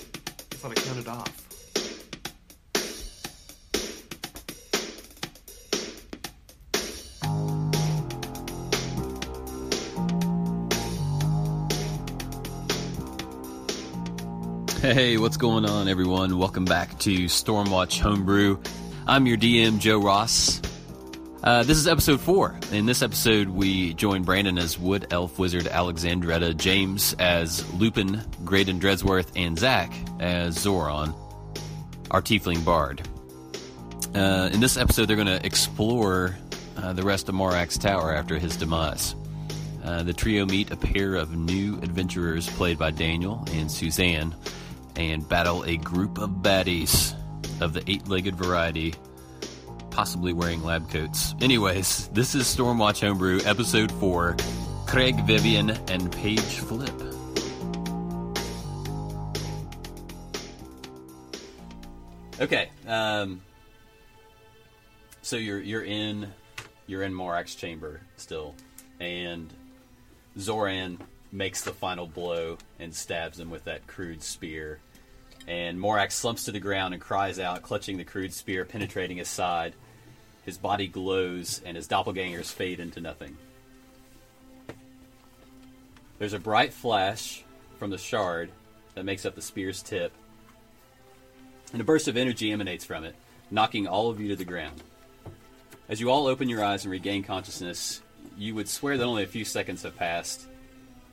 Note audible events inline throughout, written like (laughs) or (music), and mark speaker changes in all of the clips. Speaker 1: thought I counted off.
Speaker 2: (laughs) Hey, what's going on, everyone? Welcome back to Stormwatch Homebrew. I'm your DM, Joe Ross. Uh, this is episode four. In this episode, we join Brandon as Wood Elf Wizard Alexandretta, James as Lupin, Graydon Dresworth, and Zach as Zoran, our Tiefling Bard. Uh, in this episode, they're going to explore uh, the rest of Morak's Tower after his demise. Uh, the trio meet a pair of new adventurers played by Daniel and Suzanne and battle a group of baddies of the eight legged variety, possibly wearing lab coats. Anyways, this is Stormwatch Homebrew, Episode 4 Craig Vivian and Paige Flip. Okay, um, so you're you're in you're in Morak's chamber still, and Zoran makes the final blow and stabs him with that crude spear. And Morak slumps to the ground and cries out, clutching the crude spear penetrating his side. His body glows, and his doppelgangers fade into nothing. There's a bright flash from the shard that makes up the spear's tip, and a burst of energy emanates from it, knocking all of you to the ground. As you all open your eyes and regain consciousness, you would swear that only a few seconds have passed,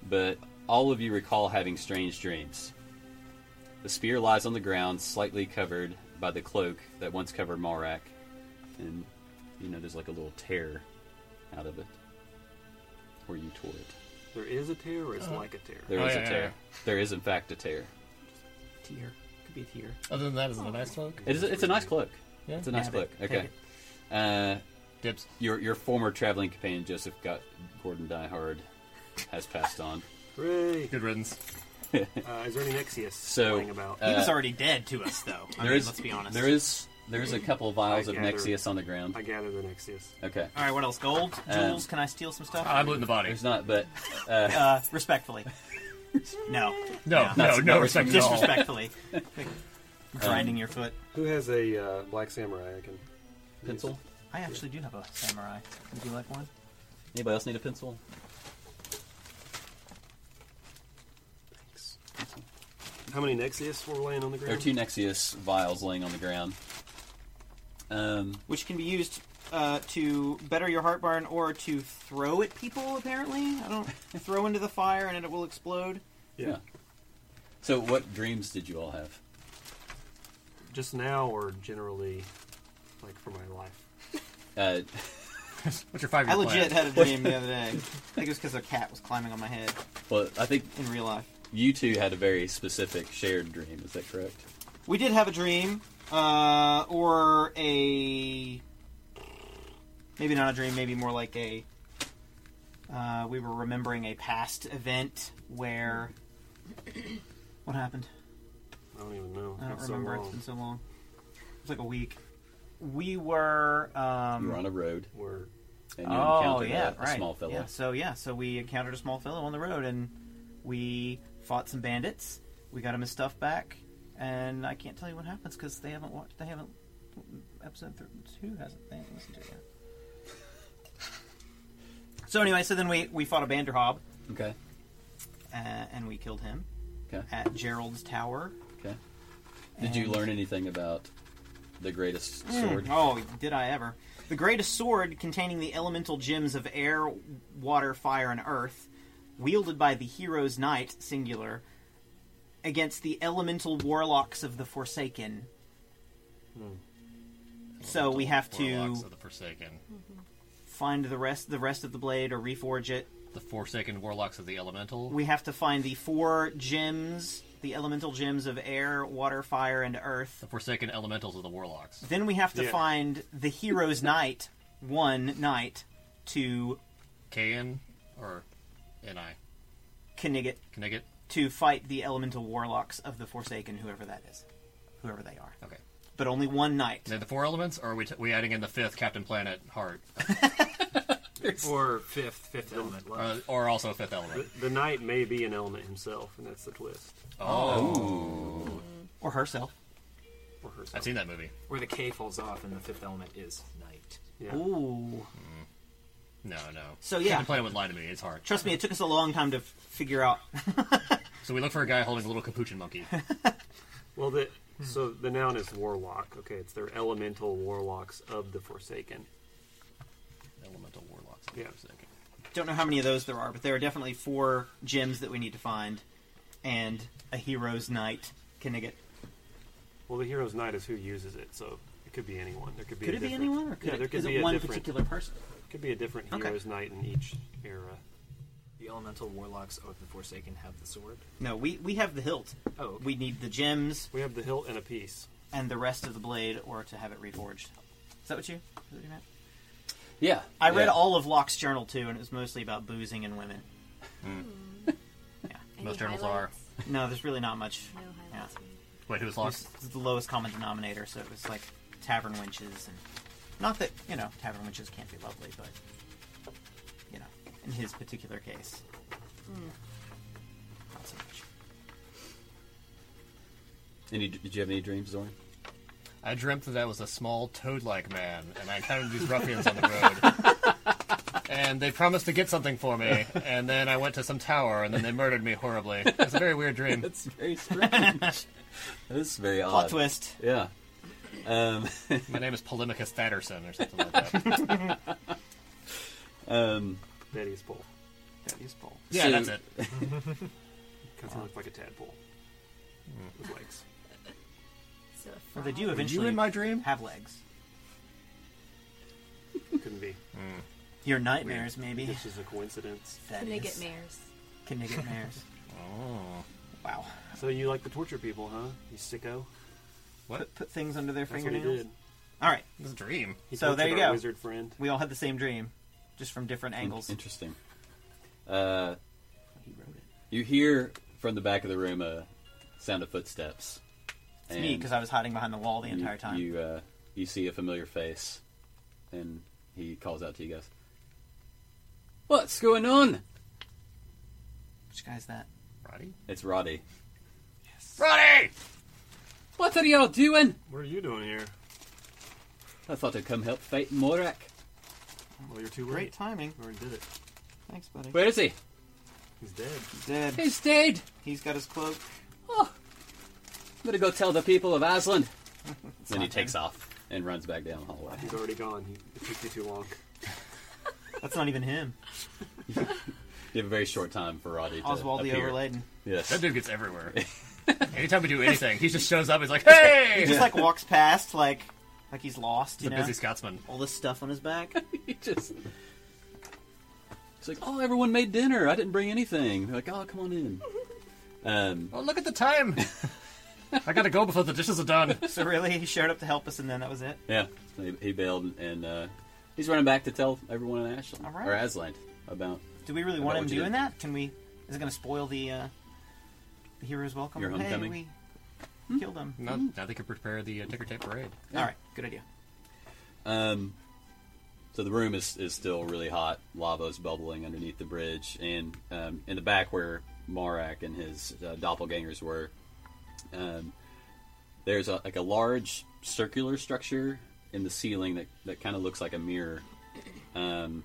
Speaker 2: but all of you recall having strange dreams. The spear lies on the ground, slightly covered by the cloak that once covered Morak, and you know there's like a little tear out of it where you tore it.
Speaker 1: There is a tear, or it's like a tear.
Speaker 2: There is
Speaker 3: Oh, yeah,
Speaker 2: a
Speaker 3: yeah,
Speaker 2: tear.
Speaker 3: yeah.
Speaker 2: There is in fact a tear.
Speaker 4: Tear. Could be a tear.
Speaker 3: Other than that, is it a nice look?
Speaker 2: It is, it's a nice cloak.
Speaker 3: Yeah.
Speaker 2: It's a nice
Speaker 4: Have
Speaker 2: cloak.
Speaker 4: it. Take
Speaker 2: Okay. Uh,
Speaker 3: Dips.
Speaker 2: your your former traveling companion Joseph Got- Gordon Diehard has passed on.
Speaker 1: Hooray!
Speaker 3: Good riddance.
Speaker 1: Uh, is there any Nexius
Speaker 2: So,
Speaker 1: playing about?
Speaker 2: uh,
Speaker 4: He was already dead to us, though. (laughs) I
Speaker 2: There
Speaker 4: mean,
Speaker 2: is-
Speaker 4: let's be honest.
Speaker 2: There is there is a couple of vials of
Speaker 1: I gather-
Speaker 2: Nexius on the ground.
Speaker 1: I gather the Nexius.
Speaker 2: Okay.
Speaker 4: All right, what else? Gold,
Speaker 2: Um,
Speaker 4: jewels. Can I steal some stuff?
Speaker 3: I'm in the body.
Speaker 2: There's not, but uh, (laughs)
Speaker 4: Uh, respectfully. No,
Speaker 3: No,
Speaker 4: Yeah.
Speaker 3: no,
Speaker 2: That's-
Speaker 3: no
Speaker 2: that
Speaker 3: respect at all.
Speaker 4: disrespectfully.
Speaker 2: Um,
Speaker 4: Grinding your foot.
Speaker 1: Who has a uh, black samurai? I can.
Speaker 2: pencil.
Speaker 4: I actually do have a samurai. Would you like one?
Speaker 2: Anybody else need a pencil?
Speaker 1: How many Nexius were laying on the
Speaker 2: There are
Speaker 1: ground?
Speaker 2: two Nexius vials laying on the ground. Um,
Speaker 4: Which can be used uh, to better your heartburn or to throw at people. Apparently, I don't
Speaker 2: (laughs)
Speaker 4: throw into the fire and it will explode.
Speaker 2: yeah. So, what dreams did you all have?
Speaker 1: Just now, or generally, like for my life.
Speaker 2: Uh, (laughs)
Speaker 3: What's your five
Speaker 4: I
Speaker 3: year
Speaker 4: legit
Speaker 3: plan?
Speaker 4: had a dream the other day. I think it was because a cat was climbing on my head
Speaker 2: well, I think
Speaker 4: in real life.
Speaker 2: you two had a very specific shared dream. Is that correct?
Speaker 4: We did have a dream, uh, or a maybe not a dream, maybe more like a. Uh, we were remembering a past event where what happened.
Speaker 1: I don't even know.
Speaker 4: I don't
Speaker 1: It's so
Speaker 4: remember. It's
Speaker 1: long.
Speaker 4: been so long. It's like a week. We were. Um,
Speaker 2: You were on a road
Speaker 1: We're
Speaker 2: and you
Speaker 4: oh
Speaker 2: encountered
Speaker 4: yeah,
Speaker 2: a, a
Speaker 4: right.
Speaker 2: small fellow.
Speaker 4: Yeah. So yeah, so we encountered a small fellow on the road, and we fought some bandits. We got him his stuff back, and I can't tell you what happens because they haven't watched. They haven't. Episode th- two hasn't. They haven't listened to it yet. (laughs) so anyway, so then we we fought a Banderhob,
Speaker 2: Okay.
Speaker 4: uh, and we killed him
Speaker 2: Okay.
Speaker 4: at Gerald's Tower.
Speaker 2: Okay. Did you
Speaker 4: And-
Speaker 2: learn anything about the greatest
Speaker 4: Mm,
Speaker 2: sword?
Speaker 4: Oh, did I ever. The greatest sword containing the elemental gems of air, water, fire, and earth, wielded by the hero's knight, singular, against the elemental warlocks of the Forsaken. So we have to
Speaker 3: Hmm. Warlocks of the Forsaken.
Speaker 4: find the rest the rest of the blade or reforge it.
Speaker 3: The Forsaken Warlocks of the Elemental.
Speaker 4: We have to find the four gems, the elemental gems of air, water, fire, and earth
Speaker 3: the Forsaken Elementals of the Warlocks.
Speaker 4: Then we have to
Speaker 1: Yeah.
Speaker 4: find the hero's knight, one knight, to
Speaker 3: KN or NI?
Speaker 4: Knigget
Speaker 3: Connecticut?
Speaker 4: to fight the elemental warlocks of the Forsaken, whoever that is, whoever they are.
Speaker 3: Okay.
Speaker 4: But only one knight.
Speaker 3: Is that the four elements, or are we, t- we adding in the fifth Captain Planet Heart?
Speaker 5: Or fifth, fifth element.
Speaker 3: Or, Uh, or also a fifth element?
Speaker 1: the knight may be an element himself, and that's the twist.
Speaker 3: Oh.
Speaker 4: or herself.
Speaker 1: or herself.
Speaker 3: I've seen that movie.
Speaker 5: Where the K falls off and the fifth element is night.
Speaker 1: Yeah.
Speaker 4: Oooo.
Speaker 3: No, no.
Speaker 4: So, yeah.
Speaker 3: Captain Planet would lie to me. It's hard.
Speaker 4: Trust me, it took us a long time to f- figure out. (laughs)
Speaker 3: So we look for a guy holding a little capuchin monkey.
Speaker 1: Well, the so the noun is warlock. Okay, it's their elemental warlocks of the Forsaken.
Speaker 3: Elemental warlocks.
Speaker 1: Yeah.
Speaker 3: Forsaken.
Speaker 4: Don't know how many of those there are, but there are definitely four gems that we need to find, and a hero's knight. Can I get?
Speaker 1: Well, the hero's knight is who uses it, so it could be anyone. There could be
Speaker 4: Could
Speaker 1: a
Speaker 4: it be
Speaker 1: different-
Speaker 4: anyone, or could
Speaker 1: yeah,
Speaker 4: it,
Speaker 1: there could
Speaker 4: is
Speaker 1: be
Speaker 4: it
Speaker 1: a
Speaker 4: one
Speaker 1: different,
Speaker 4: particular person?
Speaker 1: Could be a different
Speaker 4: Okay.
Speaker 1: hero's knight in each era.
Speaker 5: The elemental warlocks of the Forsaken have the sword.
Speaker 4: No, we we have the hilt.
Speaker 5: Oh, okay.
Speaker 4: We need the gems
Speaker 1: We have the hilt and a piece.
Speaker 4: and the rest of the blade, or to have it reforged. Is that what you? Is that what you meant?
Speaker 2: Yeah.
Speaker 4: I read
Speaker 2: yeah.
Speaker 4: all of Locke's journal too, and it was mostly about boozing and women.
Speaker 6: Any
Speaker 3: Most journals
Speaker 6: highlights?
Speaker 4: No, there's really not much. (laughs)
Speaker 6: No highlights.
Speaker 3: Wait, who's
Speaker 4: It's
Speaker 3: lost?
Speaker 4: the lowest common denominator, so it was like tavern wenches, and not that you know tavern wenches can't be lovely, but you know, in his particular case,
Speaker 6: Hmm.
Speaker 4: not so much.
Speaker 2: Any, did you have any dreams, Zoran?
Speaker 4: (laughs)
Speaker 3: I dreamt that I was a small toad-like man, and I encountered these ruffians on the road. And they promised to get something for me, and then I went to some tower, and then they murdered me horribly. It's a very weird dream.
Speaker 2: That's (laughs) very strange. that is very odd.
Speaker 4: Plot twist.
Speaker 2: Yeah. Um,
Speaker 3: My name is Polemicus Thatterson or something like that.
Speaker 2: um,
Speaker 1: Betty's pole
Speaker 4: That is bull.
Speaker 3: Yeah,
Speaker 2: So-
Speaker 3: that's it.
Speaker 1: because
Speaker 4: Uh-huh.
Speaker 1: he looked like a tadpole
Speaker 4: Hmm.
Speaker 1: with legs.
Speaker 6: So a
Speaker 4: Well, they
Speaker 6: frog.
Speaker 4: do
Speaker 3: Were you
Speaker 4: eventually
Speaker 3: in my dream?
Speaker 4: have legs.
Speaker 1: Couldn't be.
Speaker 4: Your nightmares, maybe.
Speaker 1: This is a coincidence.
Speaker 4: That
Speaker 6: Can (laughs) they
Speaker 4: is-
Speaker 6: get mares?
Speaker 4: Can they get mares?
Speaker 3: Oh.
Speaker 4: wow.
Speaker 1: So you like to torture people, huh? You sicko.
Speaker 3: What?
Speaker 4: Put things under their
Speaker 1: That's what he
Speaker 4: fingernails.
Speaker 1: did.
Speaker 4: All right,
Speaker 3: This is a dream.
Speaker 1: He
Speaker 4: So there
Speaker 1: tortured
Speaker 4: you
Speaker 1: our
Speaker 4: go.
Speaker 1: Wizard friend.
Speaker 4: we all had the same dream, just from different angles.
Speaker 2: Interesting. Uh,
Speaker 4: He wrote it.
Speaker 2: you hear from the back of the room a sound of footsteps.
Speaker 4: It's me because I was hiding behind the wall the entire time.
Speaker 2: You, uh, you see a familiar face, and he calls out to you guys. What's going on?
Speaker 4: Which guy's that?
Speaker 3: Roddy?
Speaker 2: It's Roddy.
Speaker 3: Roddy!
Speaker 2: What are y'all doing?
Speaker 1: What are you doing here?
Speaker 2: I thought I'd come help fight Morak.
Speaker 1: Well, you're too
Speaker 4: Great
Speaker 1: late.
Speaker 4: timing.
Speaker 1: already did it.
Speaker 4: Thanks, buddy.
Speaker 2: Where is he?
Speaker 1: He's dead.
Speaker 4: He's dead.
Speaker 2: He's dead.
Speaker 4: He's got his cloak.
Speaker 2: Oh, I'm gonna go tell the people of
Speaker 4: (laughs)
Speaker 2: Aslan. then he
Speaker 4: not
Speaker 2: takes
Speaker 4: him.
Speaker 2: off and runs back down the hallway.
Speaker 1: He's already gone. He, it took you too long.
Speaker 4: That's not even him.
Speaker 2: You have a very short time for Roddy to
Speaker 4: Oswald the
Speaker 2: appear. (laughs)
Speaker 4: overladen.
Speaker 2: Yes.
Speaker 3: That dude gets everywhere. Anytime we do anything, he just shows up. He's like, "Hey!"
Speaker 4: He just like walks past, like like he's lost.
Speaker 3: He's
Speaker 4: You
Speaker 3: a
Speaker 4: know,
Speaker 3: busy Scotsman.
Speaker 4: all this stuff on his
Speaker 2: (laughs)
Speaker 4: back.
Speaker 2: he just. It's like, oh, everyone made dinner. I didn't bring anything. They're like, oh, come on
Speaker 4: (laughs)
Speaker 2: in. Um,
Speaker 3: Oh, look at the time. I gotta go before the dishes are done.
Speaker 4: so really, he showed up to help us, and then that was it.
Speaker 2: yeah, he, he bailed and uh, he's running back to tell everyone in Ashland
Speaker 4: All right.
Speaker 2: or Aslan about
Speaker 4: Do we really
Speaker 2: About
Speaker 4: want him
Speaker 2: what you
Speaker 4: doing
Speaker 2: did.
Speaker 4: that? Can we? Is it going to spoil the uh, the hero's welcome?
Speaker 2: Your homecoming? Hmm?
Speaker 4: Hey, we killed him.
Speaker 3: Now, now they can prepare the uh, ticker tape parade.
Speaker 4: All right, good idea.
Speaker 2: Um, so the room is, is still really hot. Lava's bubbling underneath the bridge, and um, in the back where Marak and his uh, doppelgangers were, um, there's a, like a large circular structure in the ceiling that, that kind of looks like a mirror. Um,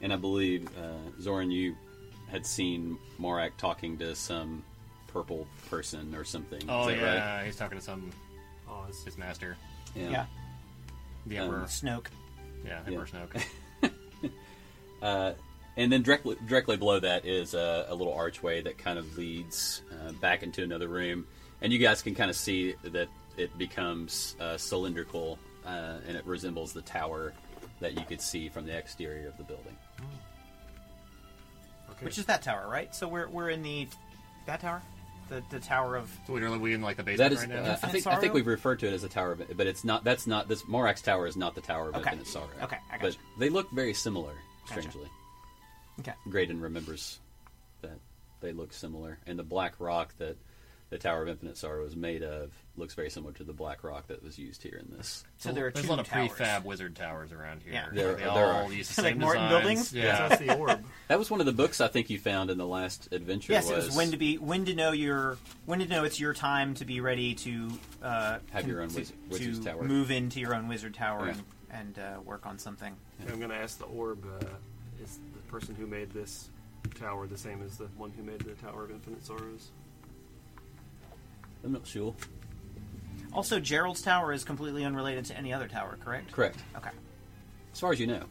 Speaker 2: and I believe uh, Zoran, you had seen Marak talking to some purple person or something. Is
Speaker 3: Oh
Speaker 2: that
Speaker 3: yeah,
Speaker 2: right?
Speaker 3: he's talking to some
Speaker 1: Oz.
Speaker 3: his master,
Speaker 4: Yeah,
Speaker 3: the
Speaker 2: Um,
Speaker 3: Emperor.
Speaker 4: Snoke.
Speaker 3: yeah,
Speaker 2: (laughs)
Speaker 3: Emperor Snoke.
Speaker 2: And then directly directly below that is a, a little archway that kind of leads uh, back into another room, and you guys can kind of see that it becomes uh, cylindrical uh, and it resembles the tower that you could see from the exterior of the building.
Speaker 1: Okay.
Speaker 4: Which is that tower, right? So we're we're in the that tower, the the tower of
Speaker 3: So we're really we in like the basement
Speaker 2: That is,
Speaker 3: right now.
Speaker 2: uh, I think I think we've referred to it as a tower, of, but it's not. That's not this Morax Tower is not the tower of
Speaker 4: Okay.
Speaker 2: Infinite Sorrow.
Speaker 4: Okay, I
Speaker 2: but
Speaker 4: gotcha.
Speaker 2: they look very similar.
Speaker 4: Gotcha.
Speaker 2: Strangely,
Speaker 4: okay.
Speaker 2: Graydon remembers that they look similar, and the black rock that the Tower of Infinite Sorrow is made of looks very similar to the black rock that was used here in this.
Speaker 4: So there are
Speaker 3: There's
Speaker 4: two
Speaker 3: a lot of
Speaker 4: towers.
Speaker 3: prefab wizard towers around here.
Speaker 4: Yeah.
Speaker 2: There-
Speaker 3: they
Speaker 2: there
Speaker 3: all
Speaker 2: are.
Speaker 3: use the (laughs)
Speaker 4: Like
Speaker 3: same
Speaker 4: Morton
Speaker 3: designs.
Speaker 4: buildings?
Speaker 3: Yeah.
Speaker 1: That's the orb.
Speaker 2: That was one of the books I think you found in the last adventure.
Speaker 4: Yes, it was when to be when to know your when to know it's your time to be ready to uh,
Speaker 2: Have your own
Speaker 4: to-
Speaker 2: wiz- wizard's
Speaker 4: to
Speaker 2: tower.
Speaker 4: move into your own wizard tower
Speaker 2: Yeah.
Speaker 4: and, and uh, work on something.
Speaker 1: I'm going to ask the orb uh, is the person who made this tower the same as the one who made the Tower of Infinite Sorrows?
Speaker 2: I'm not sure.
Speaker 4: Also, Gerald's tower is completely unrelated to any other tower, correct?
Speaker 2: Correct,
Speaker 4: Okay,
Speaker 2: as far as you know.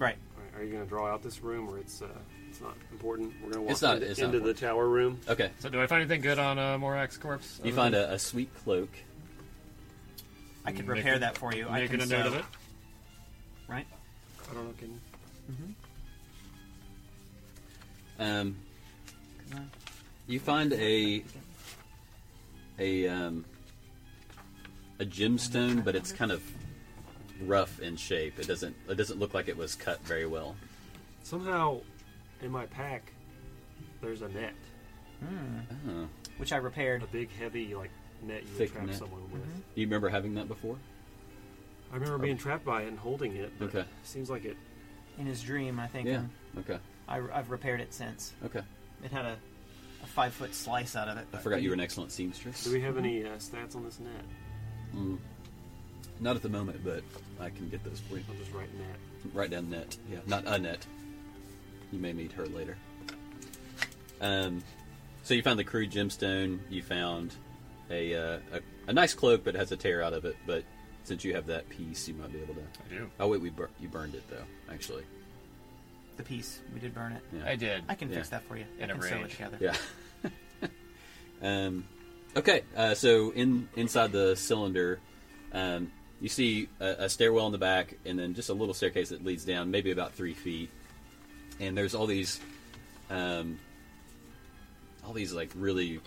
Speaker 4: right.
Speaker 1: All right, are you going to draw out this room or it's uh, it's not important? We're going to walk
Speaker 2: It's not-
Speaker 1: into,
Speaker 2: it's not
Speaker 1: into the
Speaker 2: important.
Speaker 1: tower room.
Speaker 2: Okay,
Speaker 3: So do I find anything good on uh, Morak's corpse?
Speaker 2: you find a, a sweet cloak.
Speaker 4: I could
Speaker 3: Make
Speaker 4: repair
Speaker 3: it-
Speaker 4: that for you. I can
Speaker 3: Making a note
Speaker 4: sew-
Speaker 3: of it.
Speaker 4: Right.
Speaker 1: I don't know. Can,
Speaker 2: Um,
Speaker 4: 'Cause I-
Speaker 2: you find a a um, a gemstone, but it's kind of rough in shape. It doesn't it doesn't look like it was cut very well.
Speaker 1: somehow, in my pack, there's a net.
Speaker 2: Oh.
Speaker 4: Which I repaired.
Speaker 1: A big, heavy, like, net you would
Speaker 2: Thick
Speaker 1: trap
Speaker 2: net.
Speaker 1: someone with.
Speaker 2: Do you remember having that before?
Speaker 1: I remember being trapped by it and holding it, but
Speaker 2: Oh. Okay.
Speaker 1: it seems like it.
Speaker 4: in his dream, I think.
Speaker 2: Yeah.
Speaker 4: and
Speaker 2: Okay.
Speaker 4: I, have repaired it since.
Speaker 2: Okay.
Speaker 4: It had a, a five foot slice out of it.
Speaker 2: I
Speaker 4: but-
Speaker 2: forgot you were an excellent seamstress.
Speaker 1: Do we have any uh, stats on this net?
Speaker 2: Not at the moment, but I can get those for you.
Speaker 1: I'll just write net.
Speaker 2: Write down net. Yeah, not a net. You may meet her later. Um, so you found the crude gemstone. You found a, uh, a a nice cloak, but it has a tear out of it. But since you have that piece, you might be able to.
Speaker 3: I do.
Speaker 2: Oh wait, we bur- you burned it though. Actually,
Speaker 4: The piece. We did burn it.
Speaker 2: yeah.
Speaker 3: I did.
Speaker 4: I can fix
Speaker 2: Yeah.
Speaker 4: that for you.
Speaker 3: In
Speaker 4: I
Speaker 3: a
Speaker 4: can sew it
Speaker 3: rage.
Speaker 4: together.
Speaker 2: Yeah. (laughs) um, okay, uh, so in inside the cylinder, um, you see a, a stairwell in the back, and then just a little staircase that leads down, maybe about three feet. And there's all these, um, all these like really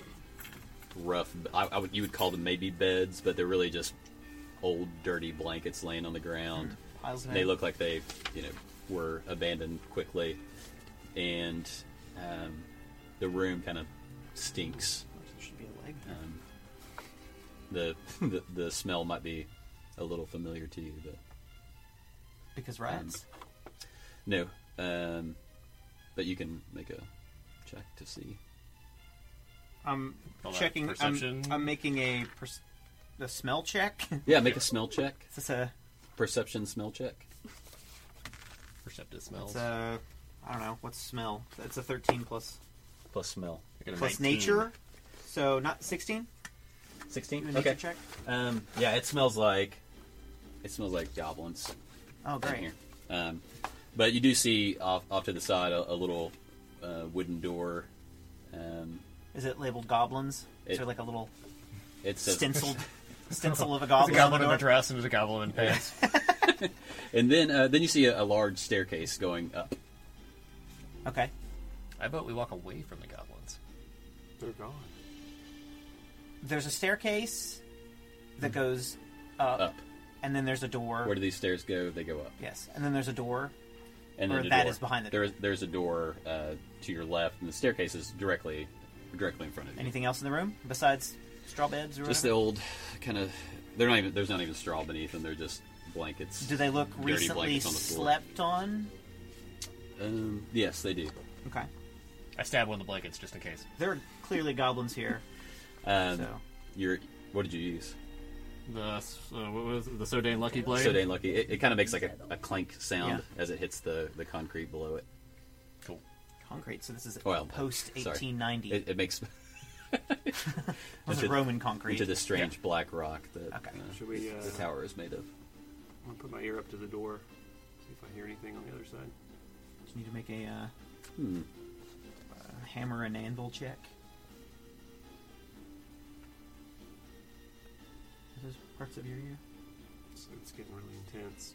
Speaker 2: rough. I, I would you would call them maybe beds, but they're really just old, dirty blankets laying on the ground.
Speaker 4: Piles of
Speaker 2: They
Speaker 4: it.
Speaker 2: look like they, you know, were abandoned quickly, and um, the room kind of stinks.
Speaker 4: There should be a leg.
Speaker 2: Um, the, (laughs) the the smell might be a little familiar to you, but
Speaker 4: Because rats.
Speaker 2: no. Um, but you can make a check to see. Um,
Speaker 4: I'm
Speaker 3: Call that
Speaker 4: checking. um, I'm,
Speaker 3: perception.
Speaker 4: I'm making a, per- a smell check. (laughs)
Speaker 2: Yeah, make a smell check,
Speaker 4: Is this a,
Speaker 2: perception smell check.
Speaker 3: Perceptive
Speaker 4: it's uh,
Speaker 3: smells.
Speaker 4: a, I don't know, what's smell? It's a 13 plus,
Speaker 2: Plus smell.
Speaker 3: I got a
Speaker 4: plus
Speaker 3: 19.
Speaker 4: nature. So not 16?
Speaker 2: Sixteen.
Speaker 4: Even nature
Speaker 2: Okay.
Speaker 4: check?
Speaker 2: Um, yeah, it smells like it smells like goblins.
Speaker 4: Oh,
Speaker 2: in
Speaker 4: great.
Speaker 2: here. Um, but you do see off, off to the side a, a little uh, wooden door. Um,
Speaker 4: Is it labeled goblins?
Speaker 2: It-
Speaker 4: Is there like a little
Speaker 2: it (laughs) says,
Speaker 4: stenciled stencil of a
Speaker 3: There's
Speaker 4: goblin? on
Speaker 3: a
Speaker 4: the
Speaker 3: goblin in a
Speaker 4: door?
Speaker 3: dress and there's a goblin in pants.
Speaker 2: (laughs)
Speaker 4: (laughs)
Speaker 2: and then uh, then you see a, a large staircase going up.
Speaker 4: Okay.
Speaker 3: I vote we walk away from the goblins.
Speaker 1: They're gone.
Speaker 4: There's a staircase that goes up,
Speaker 2: Up.
Speaker 4: and then there's a door.
Speaker 2: Hmm. Where do these stairs go? They go up.
Speaker 4: yes, and then there's a door.
Speaker 2: And
Speaker 4: Or
Speaker 2: then a
Speaker 4: that
Speaker 2: door.
Speaker 4: is behind the
Speaker 2: There's, there's a door uh, to your left, and the staircase is directly directly in front of you.
Speaker 4: Anything else in the room besides straw beds or
Speaker 2: Just the
Speaker 4: whatever?
Speaker 2: old kind of. They're not even. There's not even straw beneath them. They're just blankets.
Speaker 4: Do they look
Speaker 2: dirty
Speaker 4: recently
Speaker 2: blankets on the floor.
Speaker 4: slept on?
Speaker 2: Um, yes, they do.
Speaker 4: Okay.
Speaker 3: I stab one of the blankets just in case.
Speaker 4: There are clearly goblins here.
Speaker 2: Um,
Speaker 4: So-
Speaker 2: Your what did you use?
Speaker 3: The uh, what was it? the Sodane Lucky Blade.
Speaker 2: So dang lucky. It, it kind of makes like a, a clank sound
Speaker 4: Yeah.
Speaker 2: as it hits the, the concrete below it.
Speaker 3: Cool.
Speaker 4: Concrete. So this is
Speaker 2: Oh, Well,
Speaker 4: post
Speaker 2: sorry.
Speaker 4: 1890.
Speaker 2: It, it makes (laughs)
Speaker 4: was
Speaker 2: into-
Speaker 4: Roman concrete.
Speaker 2: into the strange black rock that
Speaker 4: Okay.
Speaker 2: uh,
Speaker 1: Should we,
Speaker 2: the-
Speaker 1: uh,
Speaker 2: the tower is made of.
Speaker 1: I'm going to put my ear up to the door, see if I hear anything on the other side.
Speaker 4: You need to make a uh,
Speaker 2: Hmm.
Speaker 4: a hammer and anvil check. Are those parts of your ear?
Speaker 1: So it's getting really intense.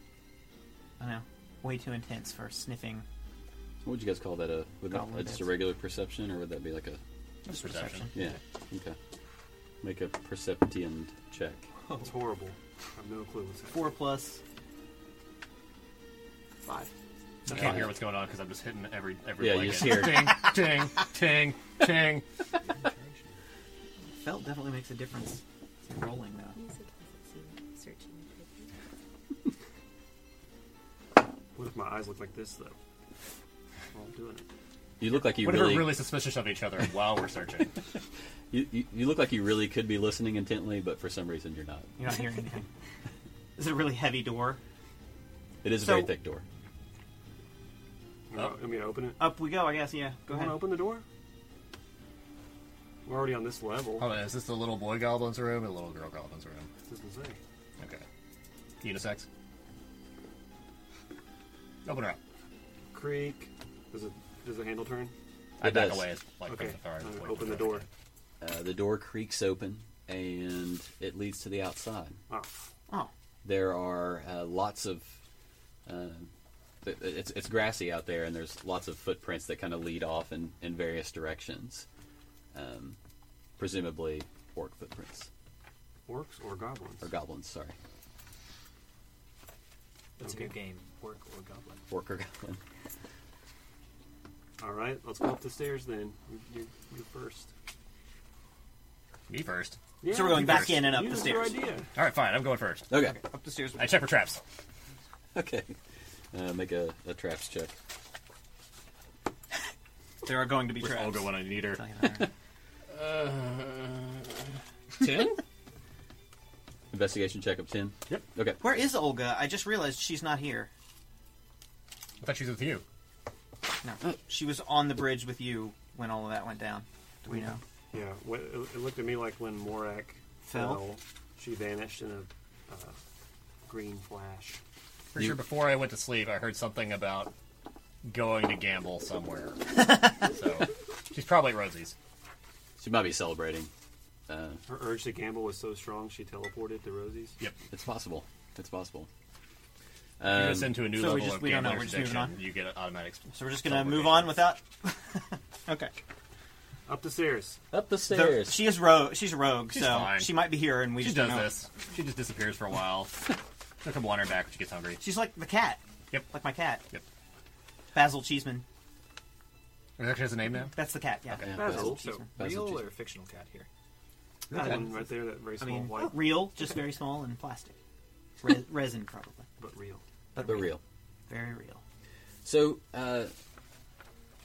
Speaker 4: I know. Way too intense for sniffing
Speaker 2: What would you guys call that? A would that,
Speaker 4: Goblin
Speaker 2: uh, just a
Speaker 4: bits.
Speaker 2: regular perception, or would that be like a
Speaker 3: Just
Speaker 4: perception.
Speaker 2: yeah? Okay. Make a perception check.
Speaker 1: It's horrible. I have no clue what's happening.
Speaker 4: Four plus five.
Speaker 3: I can't hear what's going on because I'm just hitting every every (laughs)
Speaker 2: Yeah, you
Speaker 3: blanket.
Speaker 2: just hear-
Speaker 3: ting ting ting ting.
Speaker 4: felt definitely makes a difference. It's rolling though.
Speaker 6: Music doesn't seem searching appropriate.
Speaker 1: What if my eyes look like this though? While I'm doing it.
Speaker 2: You look like (laughs) you
Speaker 3: What if we're
Speaker 2: really,
Speaker 3: really suspicious of each other while we're searching?
Speaker 2: you, you, you look like you really could be listening intently, but for some reason you're not.
Speaker 4: You're not hearing anything. (laughs) This is a really heavy door.
Speaker 2: It is a
Speaker 4: So-
Speaker 2: very thick door.
Speaker 1: You want me to open it?
Speaker 4: Up we Oh. go, I guess. Yeah, go
Speaker 1: You
Speaker 4: ahead.
Speaker 1: want to open the door? We're already on this level.
Speaker 3: (laughs)
Speaker 4: Oh.
Speaker 3: Hold on, is this the little boy goblin's room or the little girl goblin's room?
Speaker 1: Doesn't say.
Speaker 3: Okay. Unisex. Open her up.
Speaker 1: Creak. Does it? Does the handle turn?
Speaker 3: I
Speaker 2: It
Speaker 3: back
Speaker 2: does.
Speaker 3: away. Like,
Speaker 1: Okay.
Speaker 3: from the
Speaker 1: I'm
Speaker 3: fire,
Speaker 1: gonna
Speaker 3: like,
Speaker 1: open the
Speaker 3: from
Speaker 1: door.
Speaker 2: Uh, the door creaks open, and it leads to the outside.
Speaker 1: Oh,
Speaker 4: Oh,
Speaker 2: There are uh, lots of. Uh, it- it's, it's grassy out there, and there's lots of footprints that kind of lead off in, in various directions. Um, presumably, orc footprints.
Speaker 1: orcs or goblins?
Speaker 2: Or goblins, sorry.
Speaker 5: That's
Speaker 1: Okay.
Speaker 5: a new game. Orc or goblin.
Speaker 2: Orc or goblin. (laughs)
Speaker 1: All right, let's go up the stairs then. You're, you're first.
Speaker 3: Me first.
Speaker 1: Yeah,
Speaker 4: we're going
Speaker 1: you
Speaker 4: back
Speaker 1: first.
Speaker 4: in and up
Speaker 1: You
Speaker 4: the
Speaker 1: was your
Speaker 4: stairs.
Speaker 1: idea.
Speaker 3: All right, fine. I'm going first.
Speaker 2: Okay.
Speaker 4: up the stairs.
Speaker 3: I check for traps.
Speaker 2: Okay. Uh, make a, a traps check.
Speaker 4: There are going to be
Speaker 3: With
Speaker 4: traps. Oh,
Speaker 3: Olga when I need her.
Speaker 4: Tell you that.
Speaker 3: Uh, Ten?
Speaker 2: Investigation check of 10.
Speaker 1: Yep.
Speaker 2: Okay.
Speaker 4: (laughs) Where is Olga? I just realized she's not here.
Speaker 3: I thought she was with you.
Speaker 4: No, she was on the bridge with you when all of that went down. Do we know?
Speaker 1: Yeah, wh- it it looked to me like when Morak
Speaker 4: Fell?
Speaker 1: she vanished in a uh, green flash.
Speaker 3: Pretty sure before I went to sleep, I heard something about going to
Speaker 4: (laughs)
Speaker 3: gamble somewhere. so she's probably at Rosie's.
Speaker 2: She might be celebrating. Uh,
Speaker 1: Her urge to gamble was so strong she teleported to Rosie's.
Speaker 3: Yep.
Speaker 2: it's possible. It's possible.
Speaker 3: You
Speaker 2: Um,
Speaker 3: us into a new
Speaker 4: so we
Speaker 3: level
Speaker 4: just-
Speaker 3: of
Speaker 4: we don't know,
Speaker 3: gambler's
Speaker 4: we're just moving
Speaker 3: addiction,
Speaker 4: on?
Speaker 3: You get an automatic.
Speaker 4: So we're just gonna move on without. (laughs) okay.
Speaker 1: Up the stairs.
Speaker 2: up the
Speaker 4: There-
Speaker 2: stairs.
Speaker 4: she is rogue. She's a rogue, so
Speaker 3: fine.
Speaker 4: she might be here, and we
Speaker 3: She
Speaker 4: just
Speaker 3: does
Speaker 4: don't know.
Speaker 3: this. She just disappears for
Speaker 4: (laughs)
Speaker 3: a while. She'll come wandering back when she gets hungry.
Speaker 4: She's like the cat,
Speaker 3: Yep.
Speaker 4: like my cat,
Speaker 3: Yep.
Speaker 4: Basil Cheeseman.
Speaker 3: It actually has a name now.
Speaker 4: That's the cat. Yeah.
Speaker 2: Yeah,
Speaker 1: Basil.
Speaker 2: Basil.
Speaker 5: So,
Speaker 2: That's
Speaker 5: real
Speaker 2: what she-
Speaker 5: or fictional cat here?
Speaker 1: That one right there, that very
Speaker 4: I
Speaker 1: small
Speaker 4: mean, oh.
Speaker 1: white,
Speaker 4: real, just very small and plastic, (laughs) Re- resin probably,
Speaker 1: but real.
Speaker 4: but
Speaker 2: But
Speaker 4: real.
Speaker 2: real.
Speaker 4: very real.
Speaker 2: So, uh,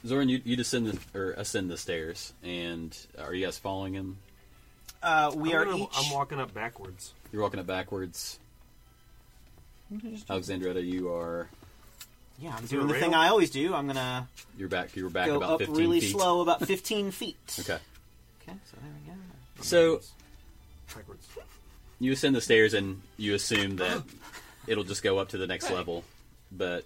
Speaker 2: Zoran, you, you descend the, or ascend the stairs, and uh, are you guys following him?
Speaker 4: Uh, we
Speaker 1: I'm,
Speaker 4: are
Speaker 1: gonna-
Speaker 4: each.
Speaker 1: I'm walking up backwards.
Speaker 2: You're walking it backwards. Alexandretta, you are.
Speaker 4: yeah, I'm
Speaker 1: Is there
Speaker 4: doing
Speaker 1: a
Speaker 4: the
Speaker 1: rail?
Speaker 4: thing I always do. I'm gonna
Speaker 2: You're back. You're back
Speaker 4: go
Speaker 2: about
Speaker 4: up
Speaker 2: 15
Speaker 4: really
Speaker 2: feet.
Speaker 4: slow, about 15 feet.
Speaker 2: (laughs) Okay.
Speaker 4: Okay, so there we go.
Speaker 2: So
Speaker 1: Backwards.
Speaker 2: you ascend the stairs and you assume that it'll just go up to the next level, but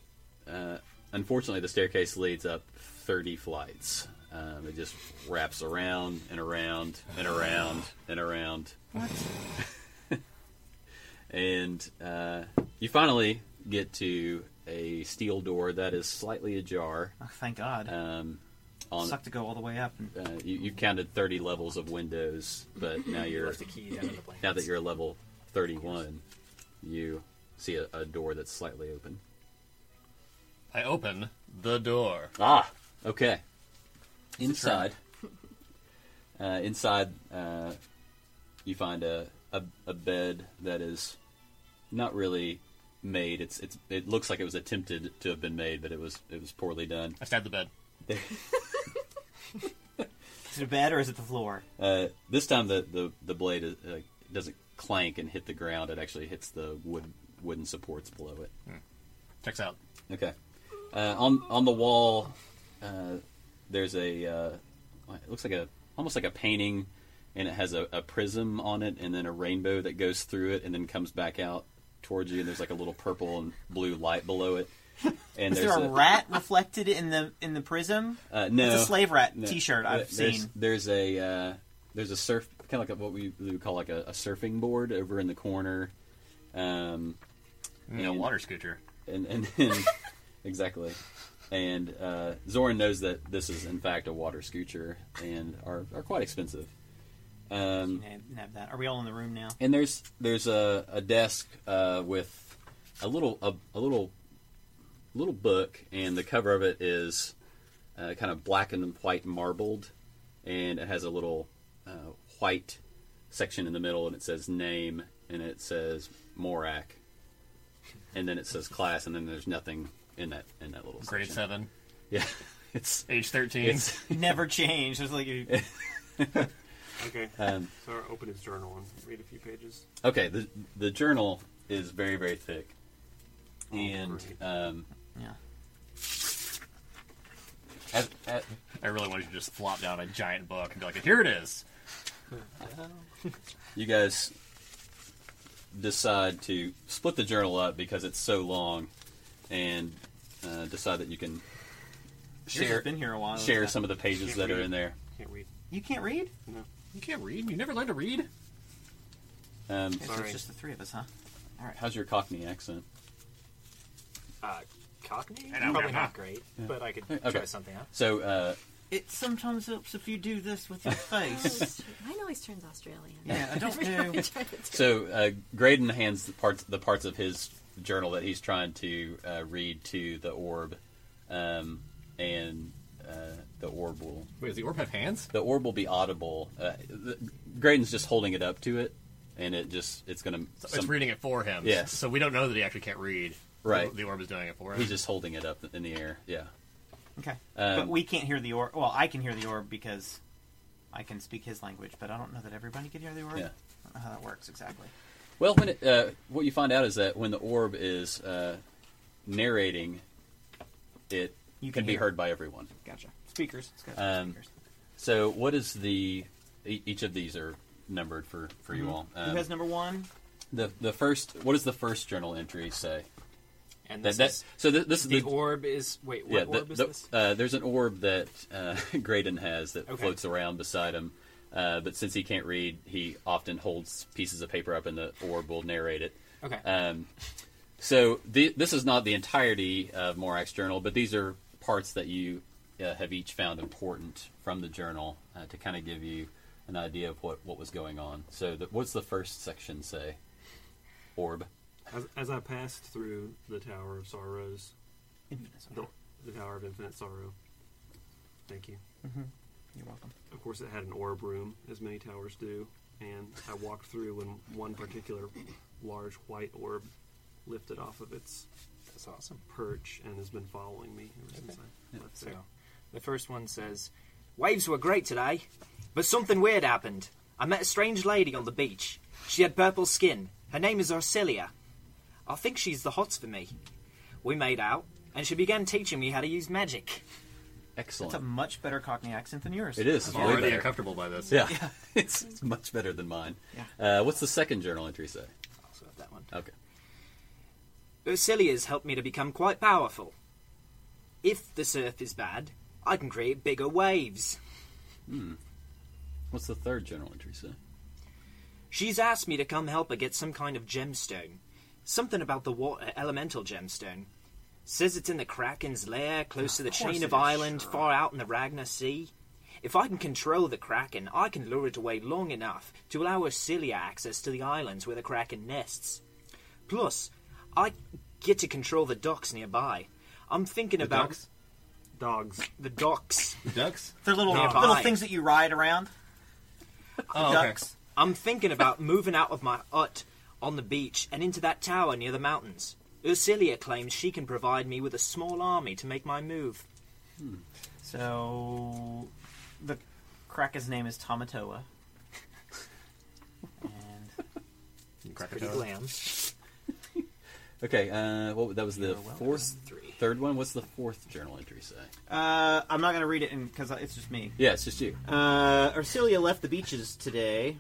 Speaker 2: uh, unfortunately, the staircase leads up 30 flights. Um, it just wraps around and around and around and around. What? (laughs) and uh, you finally get to a steel door that is slightly ajar.
Speaker 4: Oh, thank God.
Speaker 2: Um, on
Speaker 4: Suck to go all the way up. And
Speaker 2: uh, you, you counted 30 levels of windows, but now
Speaker 5: You
Speaker 2: you're
Speaker 5: left the key down in the blanket.
Speaker 2: now that you're level 31, you see a, a door that's slightly open.
Speaker 3: I open the door.
Speaker 2: Ah, okay. Inside, uh, inside, uh, you find a, a a bed that is not really made. It's it's it looks like it was attempted to have been made, but it was it was poorly done.
Speaker 3: I stab the bed.
Speaker 4: is it a bed or is it the floor?
Speaker 2: Uh, this time the the the blade is, uh, doesn't clank and hit the ground. It actually hits the wood wooden supports below it.
Speaker 3: Checks out.
Speaker 2: Okay. Uh, on on the wall, uh, there's a. Uh, it looks like a almost like a painting, and it has a, a prism on it, and then a rainbow that goes through it, and then comes back out towards you. And there's like a little purple and blue light
Speaker 4: (laughs)
Speaker 2: below it. And
Speaker 4: Is
Speaker 2: there's
Speaker 4: there a rat reflected in the in the prism?
Speaker 2: Uh, no,
Speaker 4: It's a slave rat
Speaker 2: no. Uh,
Speaker 4: T-shirt I've
Speaker 2: There's-
Speaker 4: seen.
Speaker 2: There's a uh, there's a surf kind of like a, what we we would call like a, a surfing board over in the corner. Um,
Speaker 3: You
Speaker 4: Mm.
Speaker 3: know, water scooter.
Speaker 2: and and then (laughs) exactly. And uh, Zoran knows that this is in fact a water scooter and are, are quite expensive. Um,
Speaker 4: Yeah, nab that. Are we all in the room now? (laughs)
Speaker 2: and there's there's a, a desk uh, with a little a, a little little book, and the cover of it is uh, kind of black and white marbled, and it has a little uh, white section in the middle, and it says name, and it says Morak, and then it says class, and then there's nothing in that in that little
Speaker 3: Grade
Speaker 2: section.
Speaker 3: seven,
Speaker 2: Yeah, (laughs) it's
Speaker 3: age thirteen.
Speaker 2: it's
Speaker 4: Never changed. It's like
Speaker 2: (laughs)
Speaker 4: you,
Speaker 1: Okay.
Speaker 2: um,
Speaker 1: so open his journal and read a few pages.
Speaker 2: okay. The the journal is very very thick,
Speaker 1: Oh,
Speaker 2: and
Speaker 1: great.
Speaker 2: um,
Speaker 4: yeah.
Speaker 2: at, at,
Speaker 3: I really want you to just flop down a giant book and be like, "Here it is."
Speaker 4: Oh.
Speaker 2: you guys decide to split the journal up because it's so long, and uh, decide that you can
Speaker 4: Yours
Speaker 2: share
Speaker 4: has been here a while.
Speaker 2: share some of the pages
Speaker 1: Can't
Speaker 2: that are
Speaker 1: read.
Speaker 2: in there.
Speaker 1: Can't read.
Speaker 4: You can't read.
Speaker 1: No.
Speaker 3: You can't read. You never learned to read.
Speaker 2: Um,
Speaker 4: Okay, so
Speaker 1: Sorry.
Speaker 4: it's just the three of us, huh?
Speaker 2: how's your Cockney accent?
Speaker 7: Uh, Cockney?
Speaker 3: And I'm
Speaker 7: Probably
Speaker 3: gonna-
Speaker 7: not great, but I could
Speaker 2: Okay.
Speaker 7: try something out.
Speaker 2: So uh,
Speaker 4: It sometimes helps if you do this with (laughs) your face.
Speaker 8: Mine always turns Australian.
Speaker 4: yeah, I
Speaker 6: (laughs)
Speaker 4: don't know.
Speaker 2: So uh, Graydon hands the parts the parts of his journal that he's trying to uh, read to the orb, um, and uh, the orb will
Speaker 3: Wait, does the orb have hands?
Speaker 2: the orb will be audible. Uh, the, Graydon's just holding it up to it, and it just it's gonna
Speaker 3: it's
Speaker 2: some-
Speaker 3: reading it for him.
Speaker 2: Yes.
Speaker 3: So we don't know that he actually can't read.
Speaker 2: Right.
Speaker 3: The orb is doing it for him.
Speaker 2: he's just holding it up in the air. Yeah.
Speaker 4: Okay,
Speaker 2: Um,
Speaker 4: but we can't hear the orb. Well, I can hear the orb because I can speak his language, but I don't know that everybody can hear the orb.
Speaker 2: Yeah.
Speaker 4: I don't know how that works exactly.
Speaker 2: Well, when it, uh, what you find out is that when the orb is uh, narrating, it
Speaker 4: You
Speaker 2: can
Speaker 4: can
Speaker 2: be
Speaker 4: hear.
Speaker 2: heard by everyone.
Speaker 4: Gotcha. Speakers. It's got
Speaker 2: Um,
Speaker 4: speakers.
Speaker 2: So, what is the? e- Each of these are numbered for for
Speaker 7: Mm-hmm.
Speaker 2: you all.
Speaker 4: Who
Speaker 2: Um,
Speaker 4: has number one?
Speaker 2: the the first? What does the first journal entry say?
Speaker 7: And
Speaker 2: That,
Speaker 7: this
Speaker 2: that
Speaker 7: is-
Speaker 2: so th- this is
Speaker 7: the orb is. Wait, what
Speaker 2: yeah. the-
Speaker 7: orb is
Speaker 2: the-
Speaker 7: this?
Speaker 2: uh, there's an orb that uh, (laughs) Graydon has that
Speaker 7: Okay.
Speaker 2: floats around beside him, uh, but since he can't read, he often holds pieces of paper up, and the orb will narrate it.
Speaker 7: Okay.
Speaker 2: Um, so the, this is not the entirety of Morak's journal, but these are parts that you uh, have each found important from the journal uh, to kind of give you an idea of what, what was going on. So the, what's the first section say? Orb.
Speaker 1: As, as I passed through the Tower of Sorrows,
Speaker 4: Infinite
Speaker 1: the,
Speaker 4: Sorrow.
Speaker 1: the Tower of Infinite Sorrow. Thank you.
Speaker 4: You're welcome.
Speaker 1: Of course, it had an orb room, as many towers do, and I walked through when one particular large white orb lifted off of its
Speaker 7: That's awesome.
Speaker 1: perch and has been following me ever since uh, I left
Speaker 7: So,
Speaker 1: there.
Speaker 7: the first one says, Waves were great today, but something weird happened. I met a strange lady on the beach. She had purple skin. Her name is Orsilia. I think she's the hots for me. We made out, and she began teaching me how to use magic.
Speaker 2: Excellent.
Speaker 4: It's a much better Cockney accent than yours.
Speaker 2: it is. It's
Speaker 3: I'm
Speaker 2: way
Speaker 3: already
Speaker 2: better.
Speaker 3: uncomfortable by this.
Speaker 2: Yeah, (laughs) it's, it's much better than mine. Uh, what's the second journal entry say?
Speaker 7: I also have that one.
Speaker 2: Okay.
Speaker 7: Ursilia's helped me to become quite powerful. If the surf is bad, I can create bigger waves.
Speaker 2: What's the third journal entry say?
Speaker 7: She's asked me to come help her get some kind of gemstone. Something about the water elemental gemstone. Says it's in the Kraken's lair, close to the
Speaker 4: course
Speaker 7: chain
Speaker 4: it
Speaker 7: of
Speaker 4: is,
Speaker 7: island,
Speaker 4: sure.
Speaker 7: far out in the Ragnar Sea. If I can control the Kraken, I can lure it away long enough to allow Ursilia access to the islands where the Kraken nests. Plus, I get to control the docks nearby. I'm thinking about
Speaker 3: ducks?
Speaker 1: Dogs.
Speaker 7: the docks.
Speaker 3: Ducks.
Speaker 4: They're little
Speaker 7: Yeah,
Speaker 4: little
Speaker 7: fine.
Speaker 4: things that you ride around.
Speaker 3: Oh, okay.
Speaker 4: Ducks.
Speaker 7: I'm thinking about moving out of my hut on the beach and into that tower near the mountains. Ursilia claims she can provide me with a small army to make my move.
Speaker 4: So the cracker's name is Tomatoa. (laughs) and
Speaker 7: Pretty
Speaker 3: Krakatoa.
Speaker 7: glam.
Speaker 2: Okay, uh, what, that was the
Speaker 4: You're welcome.
Speaker 2: fourth,
Speaker 7: (laughs) Three.
Speaker 2: third one. What's the fourth journal entry say?
Speaker 4: uh, I'm not going to read it because it's just me.
Speaker 2: Yeah, it's just you.
Speaker 4: Uh, Ursilia left the beaches today.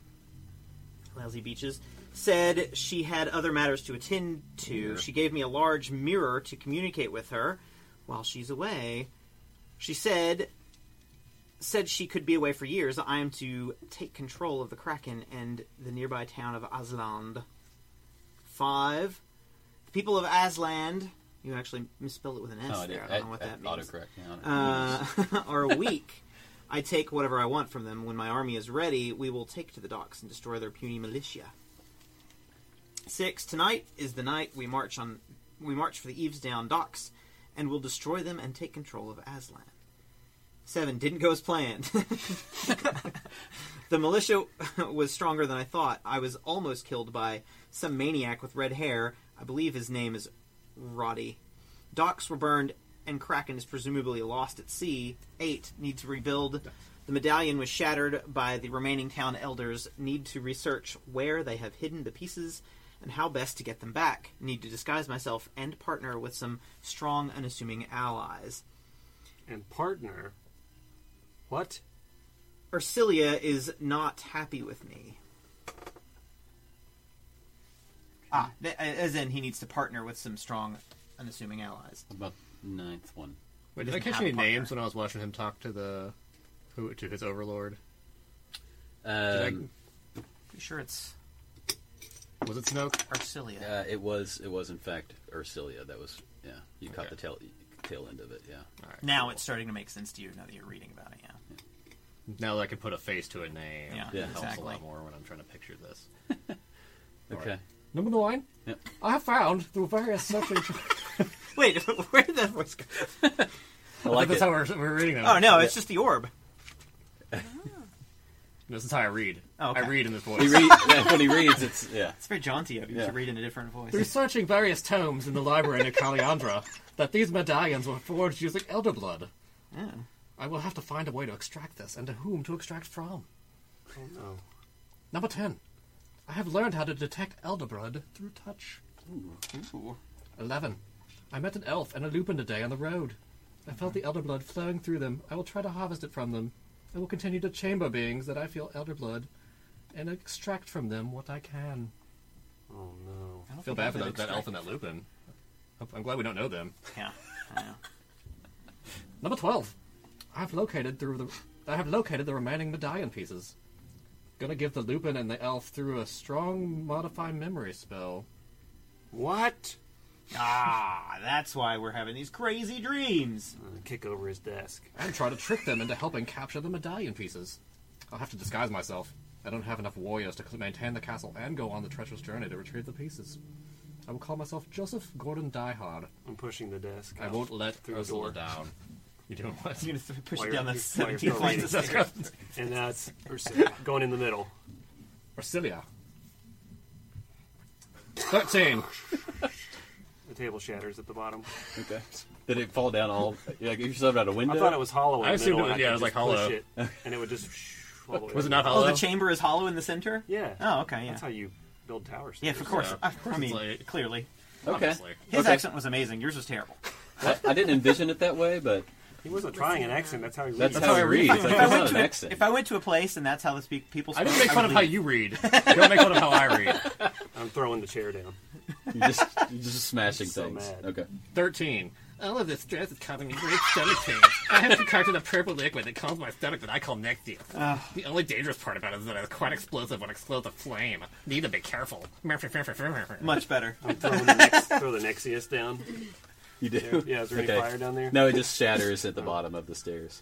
Speaker 4: Lousy beaches. Said she had other matters to attend to. She gave me a large mirror to communicate with her while she's away. She said said she could be away for years. I am to take control of the Kraken and the nearby town of Asland. Five. The people of Asland. You actually misspelled it with an S
Speaker 2: Oh, I did.
Speaker 4: there. I don't know what
Speaker 2: I- I-
Speaker 4: that means
Speaker 2: Autocorrect. Yeah, I
Speaker 4: uh, (laughs) are weak. I take whatever I want from them. When my army is ready, we will take to the docks and destroy their puny militia. Six. Tonight is the night we march on. We march for the Evesdown docks, and will destroy them and take control of Aslan. Seven. Didn't go as planned. (laughs) The militia (laughs) was stronger than I thought. I was almost killed by some maniac with red hair. I believe his name is Roddy. Docks were burned, and Kraken is presumably lost at sea. Eight need to rebuild. The medallion was shattered by the remaining town elders. Need to research where they have hidden the pieces and how best to get them back. Need to disguise myself and partner with some strong, unassuming allies.
Speaker 1: And partner. What?
Speaker 4: Ursilia is not happy with me. Ah, th- as in he needs to partner with some strong, unassuming allies.
Speaker 2: What about the ninth one?
Speaker 3: Wait,
Speaker 4: He
Speaker 3: did I
Speaker 4: doesn't
Speaker 3: catch
Speaker 4: have a
Speaker 3: any
Speaker 4: partner.
Speaker 3: names when I was watching him talk to the who, to his overlord?
Speaker 2: Um,
Speaker 4: Pretty sure it's
Speaker 3: Was it Snoke?
Speaker 4: Ursilia.
Speaker 2: uh, it was it was in fact Ursilia. That was yeah. You caught the
Speaker 3: Okay.
Speaker 2: tail tail end of it. Yeah.
Speaker 4: Now it's starting to make sense to you now that you're reading about it. Yeah.
Speaker 3: Now that I can put a face to a name,
Speaker 4: Yeah,
Speaker 3: it
Speaker 2: Yeah.
Speaker 3: helps a
Speaker 4: exactly.
Speaker 3: lot more when I'm trying to picture
Speaker 2: (laughs)
Speaker 3: this.
Speaker 2: Okay.
Speaker 3: Number nine.
Speaker 2: Yep.
Speaker 3: I found the various sections.
Speaker 4: Wait,
Speaker 7: (laughs)
Speaker 4: where did that voice go?
Speaker 2: I (laughs) like
Speaker 3: that's
Speaker 2: it.
Speaker 3: how we're, we're reading them.
Speaker 4: Oh no, it's just the orb.
Speaker 3: This is how I read.
Speaker 4: Oh, okay.
Speaker 3: I read in this
Speaker 2: He
Speaker 3: voice.
Speaker 2: read, yeah, when he reads, it's yeah.
Speaker 4: It's very jaunty of you
Speaker 2: Yeah.
Speaker 4: to read in a different voice.
Speaker 3: Researching various tomes in the library in Caliandra, that these medallions were forged using elder blood.
Speaker 4: Yeah.
Speaker 3: I will have to find a way to extract this, and to whom to extract from.
Speaker 1: Oh no.
Speaker 3: Number ten. I have learned how to detect elder blood through touch.
Speaker 4: Ooh.
Speaker 3: 11. I met an elf and a lupin today on the road. I felt the elder blood flowing through them. I will try to harvest it from them. I will continue to chamber beings that I feel elder blood and extract from them what I can.
Speaker 1: Oh no.
Speaker 4: I don't
Speaker 3: feel
Speaker 4: think
Speaker 3: bad
Speaker 4: I've
Speaker 3: for
Speaker 4: been
Speaker 3: that, that elf
Speaker 4: extracted-
Speaker 3: and that lupin. Hope- I'm glad we don't know them.
Speaker 4: Yeah. I know.
Speaker 3: (laughs) Number 12. I have located through the I have located the remaining medallion pieces. Gonna give the lupin and the elf through a strong modify memory spell.
Speaker 1: What?
Speaker 4: Ah, that's why we're having these crazy dreams.
Speaker 1: Uh, kick over his desk.
Speaker 3: and try to trick them into helping capture the medallion pieces. I'll have to disguise myself. I don't have enough warriors to maintain the castle and go on the treacherous journey to retrieve the pieces. I will call myself Joseph Gordon Diehard.
Speaker 1: I'm pushing the desk.
Speaker 3: I won't let
Speaker 1: Through the
Speaker 3: Ursula
Speaker 1: door.
Speaker 3: down. You doing what?
Speaker 4: You're gonna push
Speaker 1: Why
Speaker 4: it
Speaker 1: are
Speaker 4: down
Speaker 1: you-
Speaker 4: the
Speaker 1: why are you
Speaker 4: 17
Speaker 1: reading?
Speaker 3: (laughs)
Speaker 4: lines.
Speaker 1: And that's Ursula (laughs) going in the middle.
Speaker 3: Ursilia. Thirteen.
Speaker 1: The table shatters at the bottom.
Speaker 2: Okay. Did it fall down all? Like if you shoved out a window?
Speaker 1: I thought it was hollow. In
Speaker 3: I
Speaker 1: the
Speaker 3: assumed
Speaker 1: middle,
Speaker 3: it was-
Speaker 1: and
Speaker 3: yeah,
Speaker 1: could
Speaker 3: it was
Speaker 1: just
Speaker 3: like hollow.
Speaker 1: push it, and it would
Speaker 3: (laughs)
Speaker 1: just. all the way
Speaker 3: Was it
Speaker 1: down.
Speaker 3: not
Speaker 4: Oh,
Speaker 3: hollow?
Speaker 4: the chamber is hollow in the center.
Speaker 1: Yeah.
Speaker 4: Oh, okay, yeah.
Speaker 1: That's how you build towers.
Speaker 4: Yeah, of course.
Speaker 3: Yeah,
Speaker 4: I-
Speaker 3: of course
Speaker 4: I mean,
Speaker 3: it's like-
Speaker 4: clearly,
Speaker 2: Okay.
Speaker 3: Obviously.
Speaker 4: his
Speaker 2: Okay.
Speaker 4: accent was amazing. Yours was terrible.
Speaker 2: I, I didn't envision it that way, but
Speaker 1: He wasn't trying an accent. That's how he.
Speaker 2: that's,
Speaker 1: reads.
Speaker 2: how, it reads. Like,
Speaker 4: If I,
Speaker 2: it's
Speaker 4: went
Speaker 2: not an
Speaker 4: to a,
Speaker 2: accent.
Speaker 4: if I went to a place and that's how the speak, people
Speaker 3: I
Speaker 4: speak,
Speaker 3: didn't make fun of
Speaker 4: would
Speaker 3: how
Speaker 4: leave.
Speaker 3: you read. Don't make fun of how I read. (laughs)
Speaker 1: I'm throwing the chair down.
Speaker 2: You're just, you're just smashing
Speaker 1: So
Speaker 2: things.
Speaker 1: mad.
Speaker 2: Okay.
Speaker 3: Thirteen. All of this stress is causing me great stomach pains. I have concocted a purple liquid that calms my stomach that I call Nexium. The only dangerous part about it is that it's quite explosive when it explodes a flame. Need to be careful.
Speaker 4: Much better.
Speaker 1: Throwing the next, throw the Nexius down.
Speaker 2: You do.
Speaker 1: Yeah, is there any
Speaker 2: okay.
Speaker 1: fire down there?
Speaker 2: No, it just shatters at the bottom of the stairs.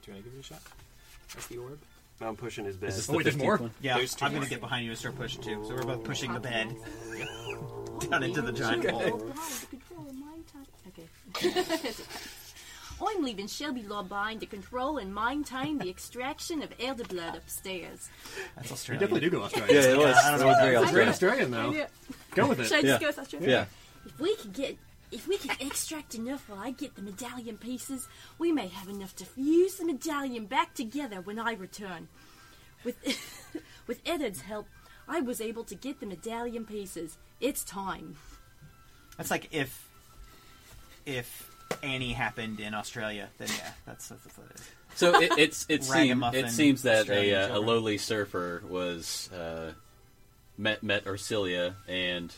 Speaker 5: Do you want to give it a shot? That's the orb.
Speaker 1: I'm pushing his bed.
Speaker 2: Is this
Speaker 3: Oh,
Speaker 2: the
Speaker 3: wait, there's
Speaker 2: 15th
Speaker 3: more?
Speaker 2: one?
Speaker 4: Yeah,
Speaker 5: There's two
Speaker 4: I'm going
Speaker 5: more.
Speaker 4: to get behind you and start pushing too. So we're both pushing the bed (laughs) down into the giant
Speaker 6: Oh,
Speaker 4: hole.
Speaker 6: Okay. (laughs) I'm leaving Shelby Law behind to control and mind time the extraction of elder blood upstairs.
Speaker 4: That's Australian.
Speaker 3: do go
Speaker 2: Yeah,
Speaker 3: Australia.
Speaker 2: it was.
Speaker 4: I don't
Speaker 2: It
Speaker 4: know
Speaker 2: was
Speaker 4: about
Speaker 2: very
Speaker 4: that.
Speaker 6: It's great.
Speaker 2: Australian.
Speaker 3: Australian
Speaker 6: Yeah.
Speaker 3: Go with
Speaker 6: Should I
Speaker 2: Yeah.
Speaker 6: just go with Australia?
Speaker 2: Yeah.
Speaker 6: If we could get, if we could extract enough while I get the medallion pieces, we may have enough to fuse the medallion back together when I return. With, (laughs) with Eddard's help, I was able to get the medallion pieces. It's time.
Speaker 4: That's like if if Annie happened in Australia, then yeah, that's, that's, that's what it is.
Speaker 2: So it, it's it seems
Speaker 4: Ragamuffin
Speaker 2: it seems that a,
Speaker 4: Australian
Speaker 2: uh, a
Speaker 4: children.
Speaker 2: lowly surfer was uh, met met Ursilia and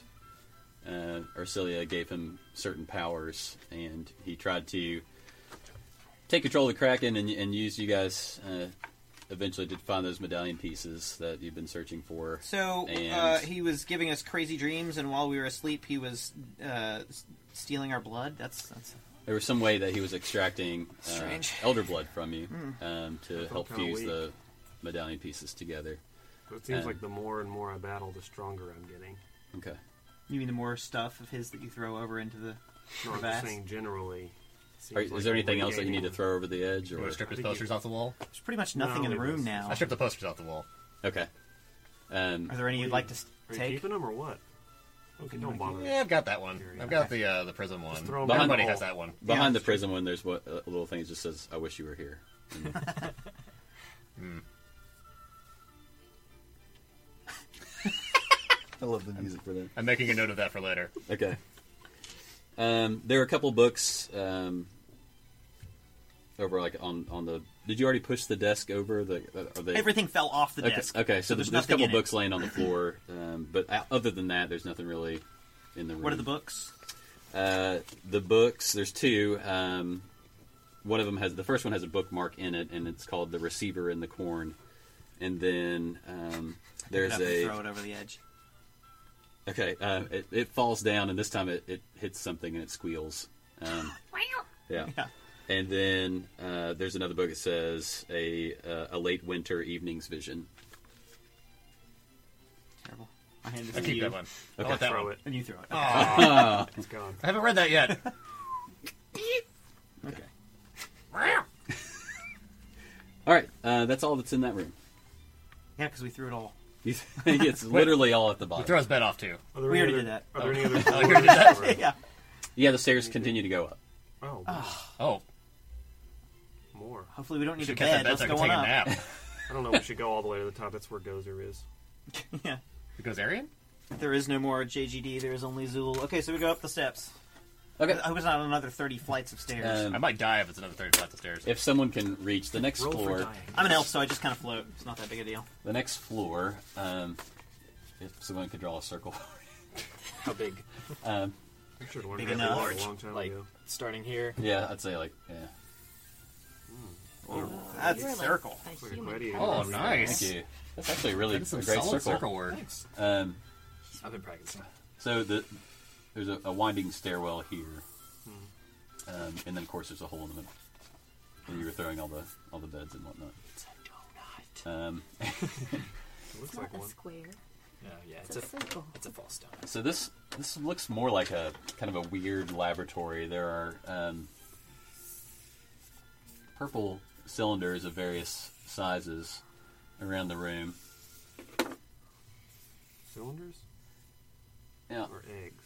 Speaker 2: uh, Ursilia gave him certain powers and he tried to take control of the Kraken and, and use you guys uh, eventually to find those medallion pieces that you've been searching for.
Speaker 4: So
Speaker 2: And-
Speaker 4: uh, he was giving us crazy dreams, and while we were asleep, he was uh, s- stealing our blood. That's that's
Speaker 2: There was some way that he was extracting uh,
Speaker 4: Strange.
Speaker 2: elder blood from you um, to
Speaker 1: felt
Speaker 2: help
Speaker 1: kinda
Speaker 2: fuse
Speaker 1: weak.
Speaker 2: the medallion pieces together.
Speaker 1: It seems
Speaker 2: Uh,
Speaker 1: like the more and more I battle, the stronger I'm getting.
Speaker 2: Okay.
Speaker 4: you mean the more stuff of his that you throw over into the
Speaker 1: No, I'm
Speaker 4: crevasse?
Speaker 1: just saying generally.
Speaker 2: Are,
Speaker 1: Seems
Speaker 2: is
Speaker 1: like
Speaker 2: there
Speaker 1: we're
Speaker 2: anything else that you need to
Speaker 1: regaining-
Speaker 2: throw over the edge?
Speaker 3: You
Speaker 2: Or
Speaker 3: want to strip his
Speaker 1: I think
Speaker 3: posters off the wall?
Speaker 4: There's pretty much nothing in the
Speaker 1: No,
Speaker 4: room
Speaker 1: it's-
Speaker 4: now.
Speaker 2: Oh.
Speaker 3: I stripped the posters off the wall.
Speaker 2: okay. Um,
Speaker 4: Are there any you'd like to s-
Speaker 1: Are you
Speaker 4: take?
Speaker 1: keeping them or what? Okay, don't bother.
Speaker 3: Yeah, I've got that one.
Speaker 1: Here we
Speaker 3: I've
Speaker 1: go.
Speaker 3: got the uh, the prism one.
Speaker 1: throw 'em
Speaker 2: in the
Speaker 3: Everybody
Speaker 1: hole.
Speaker 3: has that one.
Speaker 2: behind
Speaker 4: Yeah.
Speaker 2: the prism one, there's what a little thing that just says, "I wish you were here."
Speaker 4: Mm.
Speaker 2: (laughs) I love the music for that.
Speaker 3: I'm making a note of that for later.
Speaker 2: Okay. Um, there are a couple books um, over, like on on the. Did you already push the desk over? The uh, are they,
Speaker 4: Everything fell off the
Speaker 2: Okay,
Speaker 4: desk.
Speaker 2: okay. So, there's, a
Speaker 4: nothing
Speaker 2: couple
Speaker 4: in it.
Speaker 2: books laying on the floor, um, but o- other than that, there's nothing really in the room.
Speaker 4: What are the books?
Speaker 2: Uh, the books. There's two. Um, one of them has the first one has a bookmark in it, and it's called "The Receiver in the Corn." And then um,
Speaker 4: Pick it
Speaker 2: there's
Speaker 4: up and
Speaker 2: a
Speaker 4: throw it over the edge.
Speaker 2: Okay, uh, it, it falls down, and this time it, it hits something and it squeals. Um, yeah.
Speaker 4: Yeah.
Speaker 2: And then uh, there's another book that says a uh, a late winter evening's vision.
Speaker 4: Terrible. I hand
Speaker 3: I
Speaker 4: this to
Speaker 3: keep
Speaker 4: you,
Speaker 3: that one. Oh. I
Speaker 2: Okay,
Speaker 3: want that
Speaker 1: Throw
Speaker 3: one.
Speaker 1: it.
Speaker 4: and you throw it.
Speaker 3: Aw,
Speaker 1: It's gone.
Speaker 3: I haven't read that yet.
Speaker 4: Okay.
Speaker 2: All right, uh, that's all that's in that room. (laughs)
Speaker 4: Yeah, because we threw it all. (laughs)
Speaker 2: it's literally all at the
Speaker 3: He throws
Speaker 2: bottom.
Speaker 3: bed off too.
Speaker 1: Are there
Speaker 4: We already
Speaker 1: any other-
Speaker 4: did that.
Speaker 1: Are there any other (laughs)
Speaker 3: I already did that.
Speaker 1: floors?
Speaker 4: Yeah.
Speaker 2: Yeah, the stairs continue to go up.
Speaker 1: Oh, wow.
Speaker 3: Oh,
Speaker 1: more.
Speaker 4: Hopefully we don't
Speaker 3: you
Speaker 4: need a
Speaker 3: should catch that
Speaker 4: bed.
Speaker 3: bed
Speaker 4: Let's
Speaker 3: so I
Speaker 4: go
Speaker 3: can
Speaker 4: on
Speaker 3: take a
Speaker 4: up.
Speaker 3: nap.
Speaker 1: I don't know. We should go all the way to the top. That's where Gozer is.
Speaker 4: (laughs) yeah.
Speaker 3: Because Arian?
Speaker 4: There is no more JGD. There is only Zool. Okay, so we go up the steps.
Speaker 2: Okay.
Speaker 4: I was on another thirty flights of stairs.
Speaker 3: I
Speaker 2: Um,
Speaker 3: might die if it's another thirty flights of stairs.
Speaker 2: if someone can reach the next
Speaker 1: Roll for
Speaker 2: floor,
Speaker 1: dying.
Speaker 4: I'm an elf, so I just kind of float. It's not that big a deal.
Speaker 2: the next floor, um, if someone could draw a circle. (laughs)
Speaker 5: How big?
Speaker 1: I should have learned
Speaker 4: Big
Speaker 1: that
Speaker 4: enough.
Speaker 1: a long time
Speaker 5: Like
Speaker 1: ago.
Speaker 5: starting here.
Speaker 2: yeah, I'd say like yeah.
Speaker 4: That's
Speaker 6: You're
Speaker 4: a
Speaker 6: like
Speaker 4: circle.
Speaker 6: a
Speaker 1: Like a
Speaker 6: human
Speaker 1: gladiator.
Speaker 6: palace.
Speaker 3: oh, nice.
Speaker 2: Thank you. That's actually really a
Speaker 3: That's some
Speaker 2: great
Speaker 3: solid circle
Speaker 2: circle.
Speaker 3: work.
Speaker 2: Um,
Speaker 5: I've been practicing.
Speaker 2: So the there's a, a winding stairwell here,
Speaker 3: Hmm.
Speaker 2: um, and then of course there's a hole in the middle. And you were throwing all the all the beds and whatnot.
Speaker 5: It's a donut.
Speaker 2: Um,
Speaker 1: It looks
Speaker 6: It's not
Speaker 1: like
Speaker 6: a
Speaker 1: one.
Speaker 6: square.
Speaker 5: Yeah, yeah,
Speaker 6: It's
Speaker 5: it's
Speaker 6: a
Speaker 5: a
Speaker 6: circle.
Speaker 5: it's a false donut.
Speaker 2: so this this looks more like a kind of a weird laboratory. There are um, purple cylinders of various sizes around the room.
Speaker 1: Cylinders
Speaker 2: Yeah,
Speaker 1: or eggs?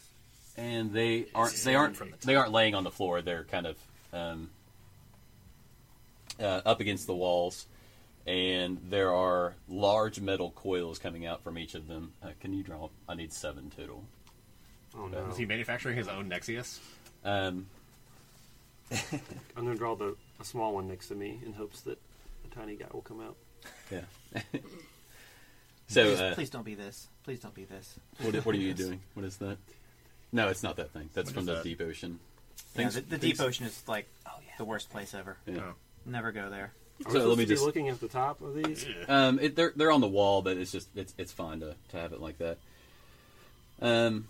Speaker 2: and they aren't they aren't
Speaker 5: from the top.
Speaker 2: they aren't laying on the floor. They're kind of um, uh, up against the walls, and there are large metal coils coming out from each of them. Uh, can you draw? I need seven total.
Speaker 1: Oh no!
Speaker 3: Is he manufacturing his own Nexius?
Speaker 2: Um,
Speaker 1: I'm gonna draw the a small one next to me in hopes that the tiny guy will come out.
Speaker 2: yeah. (laughs) so
Speaker 4: please,
Speaker 2: uh,
Speaker 4: please don't be this. Please don't be this.
Speaker 2: what, what are you doing? What is that? No, it's not that thing. That's
Speaker 3: What
Speaker 2: from
Speaker 3: is
Speaker 2: the
Speaker 3: that?
Speaker 2: deep ocean.
Speaker 4: Yeah,
Speaker 2: Things-
Speaker 4: the, the
Speaker 2: things-
Speaker 4: deep ocean is like the worst place ever.
Speaker 2: Yeah.
Speaker 3: Oh.
Speaker 4: Never go there.
Speaker 1: Are
Speaker 2: So
Speaker 1: we
Speaker 2: let
Speaker 1: supposed
Speaker 2: me
Speaker 1: to be
Speaker 2: just-
Speaker 1: looking at the top of these.
Speaker 2: Um, it, they're they're on the wall, but it's just it's it's fine to, to have it like that. Um,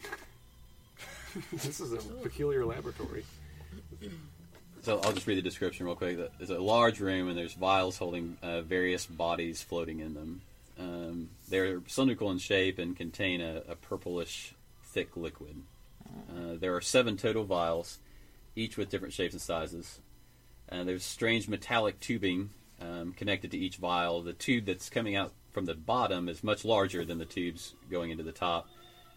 Speaker 1: (laughs) this is a peculiar laboratory.
Speaker 2: So I'll just read the description real quick. It's a large room, and there's vials holding uh, various bodies floating in them. Um, they're cylindrical in shape and contain a, a purplish, thick liquid. Uh, there are seven total vials, each with different shapes and sizes. Uh, there's strange metallic tubing um, connected to each vial. The tube that's coming out from the bottom is much larger than the tubes going into the top,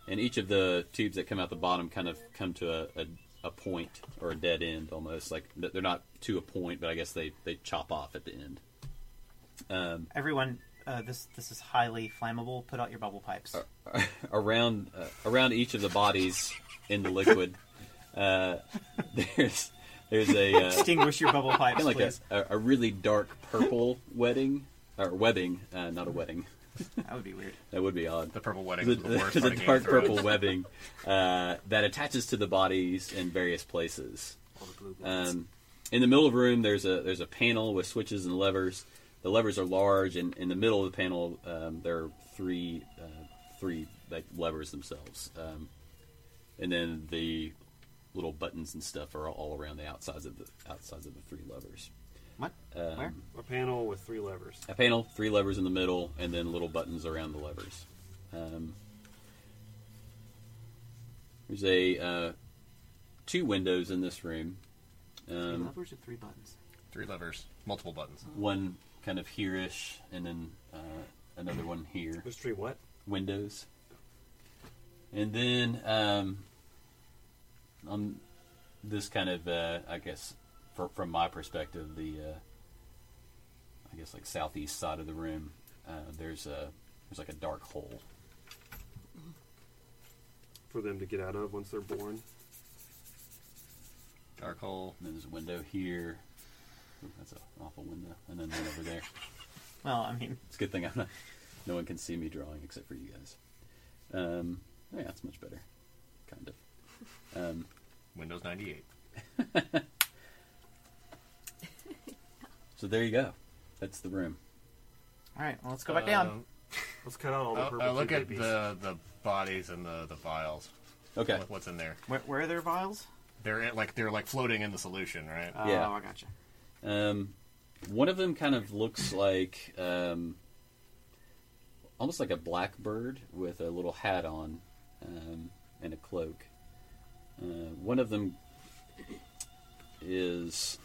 Speaker 2: and each of the tubes that come out the bottom kind of come to a, a, a point or a dead end almost. Like th- they're not to a point, but I guess they, they chop off at the end.
Speaker 4: Everyone, uh, this this is highly flammable. Put out your bubble pipes.
Speaker 2: Uh. around uh, around each of the bodies in the liquid. (laughs) uh, there's there's a uh, kind
Speaker 4: Extinguish your
Speaker 2: (laughs)
Speaker 4: bubble pipes,
Speaker 2: of like a,
Speaker 4: please.
Speaker 2: a, a really dark purple wedding or webbing, uh, not a wedding.
Speaker 4: That would be weird.
Speaker 2: That would be odd.
Speaker 3: The purple wedding
Speaker 2: The,
Speaker 3: is the worst.
Speaker 2: (laughs) there's a
Speaker 3: part of Game
Speaker 2: dark
Speaker 3: of Thrones.
Speaker 2: purple webbing uh, that attaches to the bodies in various places.
Speaker 5: All the blue ones.
Speaker 2: Um, in the middle of the room, there's a there's a panel with switches and levers. The levers are large, and in the middle of the panel, um, there are three uh, three like levers themselves, um, and then the little buttons and stuff are all around the outsides of the outsides of the three levers.
Speaker 4: What?
Speaker 2: Um,
Speaker 4: Where?
Speaker 1: A panel with three levers.
Speaker 2: A panel, three levers in the middle, and then little buttons around the levers. Um, there's a uh, two windows in this room,
Speaker 4: Three
Speaker 2: Um,
Speaker 4: levers or three buttons?
Speaker 3: Three levers, multiple buttons.
Speaker 2: one kind of here-ish, and then uh, another one here.
Speaker 1: There's three what?
Speaker 2: windows. And then um, on this kind of, uh, I guess, for, from my perspective, the uh, I guess like southeast side of the room, uh, there's a there's like a dark hole.
Speaker 1: For them to get out of once they're born.
Speaker 3: Dark hole.
Speaker 2: And then there's a window here. Ooh, that's an awful window. And then one over there.
Speaker 4: Well, I mean,
Speaker 2: It's a good thing I'm not. No one can see me drawing except for you guys. Um, yeah, that's much better, kind of. Um,
Speaker 3: Windows 98.
Speaker 2: so there you go. That's the room.
Speaker 4: all right. Well, let's go back down.
Speaker 3: Um,
Speaker 1: Let's cut out all the
Speaker 3: I'll-
Speaker 1: purple
Speaker 3: I'll Oh, Uh, look
Speaker 1: tube
Speaker 3: at
Speaker 1: babies.
Speaker 3: the, the bodies and the, the vials.
Speaker 2: Okay.
Speaker 3: What- What's in there?
Speaker 4: Where, where are their vials?
Speaker 3: They're in- like they're like floating in the solution, right?
Speaker 4: Oh,
Speaker 2: Yeah.
Speaker 4: I gotcha.
Speaker 2: Um, one of them kind of looks like um, almost like a blackbird with a little hat on um, and a cloak. Uh, one of them is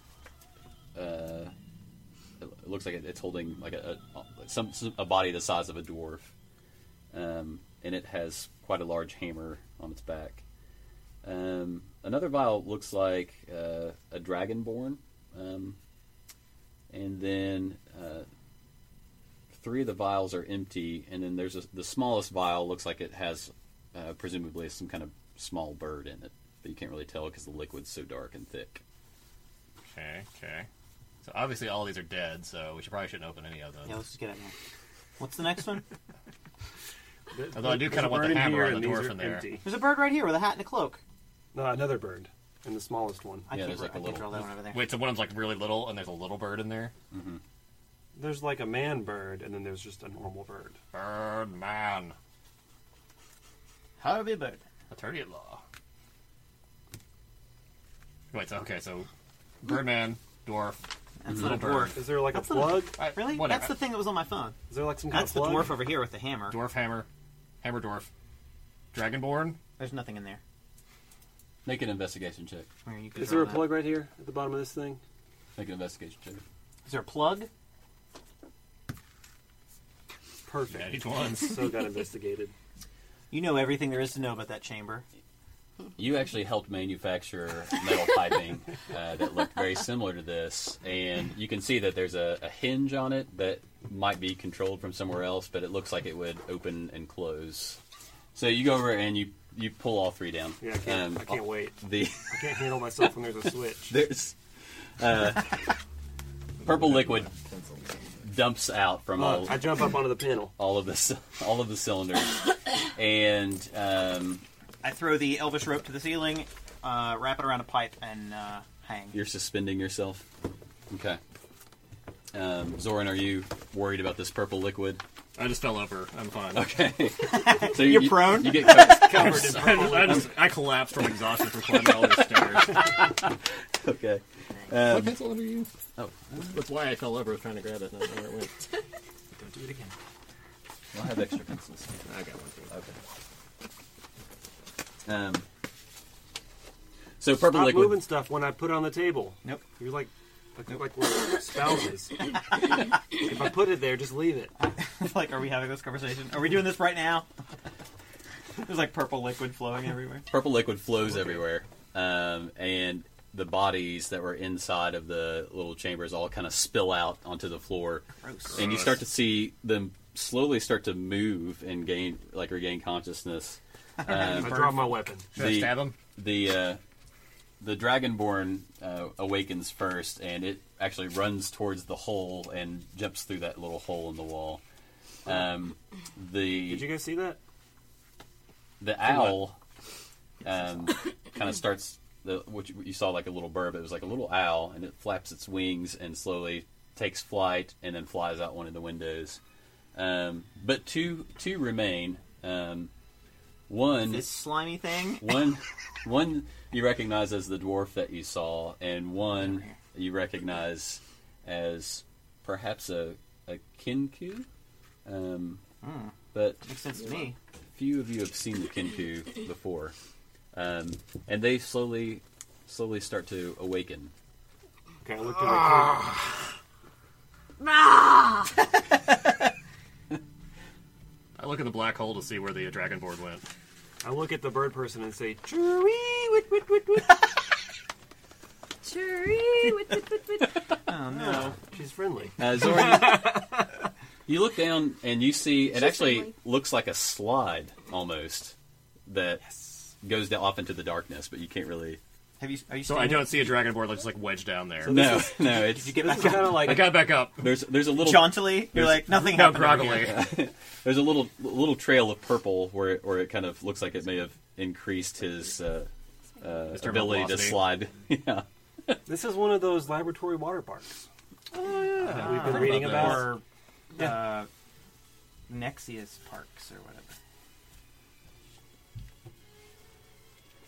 Speaker 2: uh, it looks like it- it's holding like a, a some, some a body the size of a dwarf, um, and it has quite a large hammer on its back. Um, another vial looks like uh, a dragonborn, um, and then uh, three of the vials are empty, and then there's a, the smallest vial looks like it has uh, presumably some kind of small bird in it, but you can't really tell because the liquid's so dark and thick.
Speaker 3: Okay, okay. So obviously all these are dead, so we should probably shouldn't open any of them.
Speaker 4: Yeah, let's just get out of here. What's the next (laughs) one?
Speaker 1: Th-
Speaker 3: Although I do
Speaker 1: there's
Speaker 3: kinda
Speaker 1: a
Speaker 3: want the
Speaker 1: bird in
Speaker 3: hammer
Speaker 1: here
Speaker 3: on the
Speaker 1: and these
Speaker 3: dwarf
Speaker 1: are
Speaker 3: in there.
Speaker 1: empty.
Speaker 4: There's a bird right here with a hat and a cloak.
Speaker 1: No, another bird. And the smallest one.
Speaker 4: I
Speaker 2: Yeah,
Speaker 4: can't,
Speaker 2: there's like
Speaker 4: I
Speaker 2: a
Speaker 4: can't
Speaker 2: little-
Speaker 4: draw that one over there.
Speaker 3: Wait, so one of them's like really little, and there's a little bird in there.
Speaker 1: There's like a man bird, and then there's just a normal bird.
Speaker 3: Bird man,
Speaker 4: Harvey Bird.
Speaker 3: attorney at law. Wait, so okay, so Birdman, dwarf,
Speaker 4: That's
Speaker 3: Little
Speaker 4: little dwarf.
Speaker 1: Is there like a
Speaker 4: That's
Speaker 1: plug?
Speaker 3: I-
Speaker 4: Really?
Speaker 3: whatever.
Speaker 4: That's the thing that was on my phone.
Speaker 1: Is there like some kind
Speaker 4: That's
Speaker 1: of
Speaker 4: the
Speaker 1: plug?
Speaker 4: dwarf over here with the hammer.
Speaker 3: dwarf hammer, hammer dwarf, dragonborn.
Speaker 4: There's nothing in there.
Speaker 2: Make an investigation check.
Speaker 4: Here, you can
Speaker 1: Is
Speaker 4: draw
Speaker 1: there a
Speaker 4: that.
Speaker 1: plug right here at the bottom of this thing?
Speaker 2: Make an investigation check.
Speaker 4: Is there a plug?
Speaker 1: Perfect.
Speaker 3: Daddy
Speaker 4: (laughs)
Speaker 3: ones.
Speaker 1: so got (laughs) investigated.
Speaker 4: You know everything there is to know about that chamber.
Speaker 2: You actually helped manufacture metal piping uh, that looked very similar to this, and you can see that there's a, a hinge on it that might be controlled from somewhere else, but it looks like it would open and close. So you go over and you you pull all three down.
Speaker 1: Yeah, I can't,
Speaker 2: Um,
Speaker 1: I can't wait.
Speaker 2: The (laughs)
Speaker 1: I can't handle myself when there's a switch.
Speaker 2: there's uh, purple liquid dumps out from all
Speaker 1: Look, Oh, I jump up onto the panel.
Speaker 2: all of the (laughs) c- all of the cylinders, and um,
Speaker 4: I throw the elvish rope to the ceiling, uh, wrap it around a pipe, and uh, hang.
Speaker 2: You're suspending yourself. Okay. Um, Zoran, are you worried about this purple liquid?
Speaker 3: I just fell over. I'm fine.
Speaker 2: Okay. so
Speaker 4: You're
Speaker 2: you-
Speaker 4: prone?
Speaker 2: You get covered.
Speaker 3: (laughs)
Speaker 1: Covered in
Speaker 3: I,
Speaker 1: purple.
Speaker 3: I just, I collapsed from exhaustion from climbing all those stairs.
Speaker 2: okay.
Speaker 3: what pencil are you?
Speaker 2: Oh,
Speaker 3: That's why I fell over. I was trying to grab it. And I don't know where it went.
Speaker 5: Don't do it again.
Speaker 2: I'll have extra pencils.
Speaker 3: I got one. Too.
Speaker 2: Okay. Um. So purple
Speaker 1: Stop
Speaker 2: liquid.
Speaker 1: moving stuff when I put it on the table.
Speaker 4: Nope. (laughs)
Speaker 1: You're like, like, like we're spouses. if I put it there, just leave it.
Speaker 4: like, are we having this conversation? Are we doing this right now? (laughs) There's like purple liquid flowing everywhere.
Speaker 2: purple liquid flows everywhere, um, and the bodies that were inside of the little chambers all kind of spill out onto the floor,
Speaker 4: Gross.
Speaker 2: and you start to see them slowly start to move and gain like regain consciousness.
Speaker 1: I draw my weapon.
Speaker 3: Should I
Speaker 2: The-
Speaker 3: stab him?
Speaker 2: the uh, the dragonborn uh, awakens first, and it actually runs towards the hole and jumps through that little hole in the wall. Um,
Speaker 1: Did you
Speaker 2: the
Speaker 1: guys see that?
Speaker 2: the owl um, kind of starts the what you, what you saw like a little bird, but it was like a little owl, and it flaps its wings and slowly takes flight, and then flies out one of the windows. Um, but two two remain. Um, one
Speaker 4: This slimy thing.
Speaker 2: one one you recognize as the dwarf that you saw, and one you recognize as perhaps a a kinku. Um, But
Speaker 4: Makes sense to me.
Speaker 2: few of you have seen the kinku before, um, and they slowly slowly start to awaken.
Speaker 1: Okay, I looked at her.
Speaker 8: Ah!
Speaker 3: I look at the black hole to see where the dragon board went.
Speaker 1: I look at the bird person and say, "Chirp."
Speaker 8: Chirree, wit, wit, wit, wit.
Speaker 4: (laughs) Oh no.
Speaker 1: she's friendly.
Speaker 2: Uh, Zora, you- you look down and you see it
Speaker 8: She's
Speaker 2: actually
Speaker 8: friendly.
Speaker 2: looks like a slide almost that goes down off into the darkness, but you can't really.
Speaker 4: Have you? Are you?
Speaker 3: So I
Speaker 4: standing-
Speaker 3: don't see a dragon board that's like wedged down there.
Speaker 2: No, no, it's
Speaker 4: Did you get
Speaker 1: This is
Speaker 4: back
Speaker 1: kind
Speaker 4: up?
Speaker 1: of
Speaker 3: I
Speaker 1: like
Speaker 3: got back up.
Speaker 2: there's there's a little
Speaker 4: jauntily? You're
Speaker 2: There's-
Speaker 4: like nothing
Speaker 3: Now
Speaker 4: happened. over
Speaker 3: groggily.
Speaker 4: here.
Speaker 3: (laughs)
Speaker 2: there's a little little trail of purple where it, where it kind of looks like it may have increased his uh, uh,
Speaker 3: His
Speaker 2: ability to
Speaker 3: velocity.
Speaker 2: slide. (laughs) yeah,
Speaker 1: this is one of those laboratory water parks. Oh yeah, that we've been
Speaker 3: Heard
Speaker 1: reading
Speaker 3: about
Speaker 1: about.
Speaker 3: this.
Speaker 4: Or uh, Nexius Parks or whatever.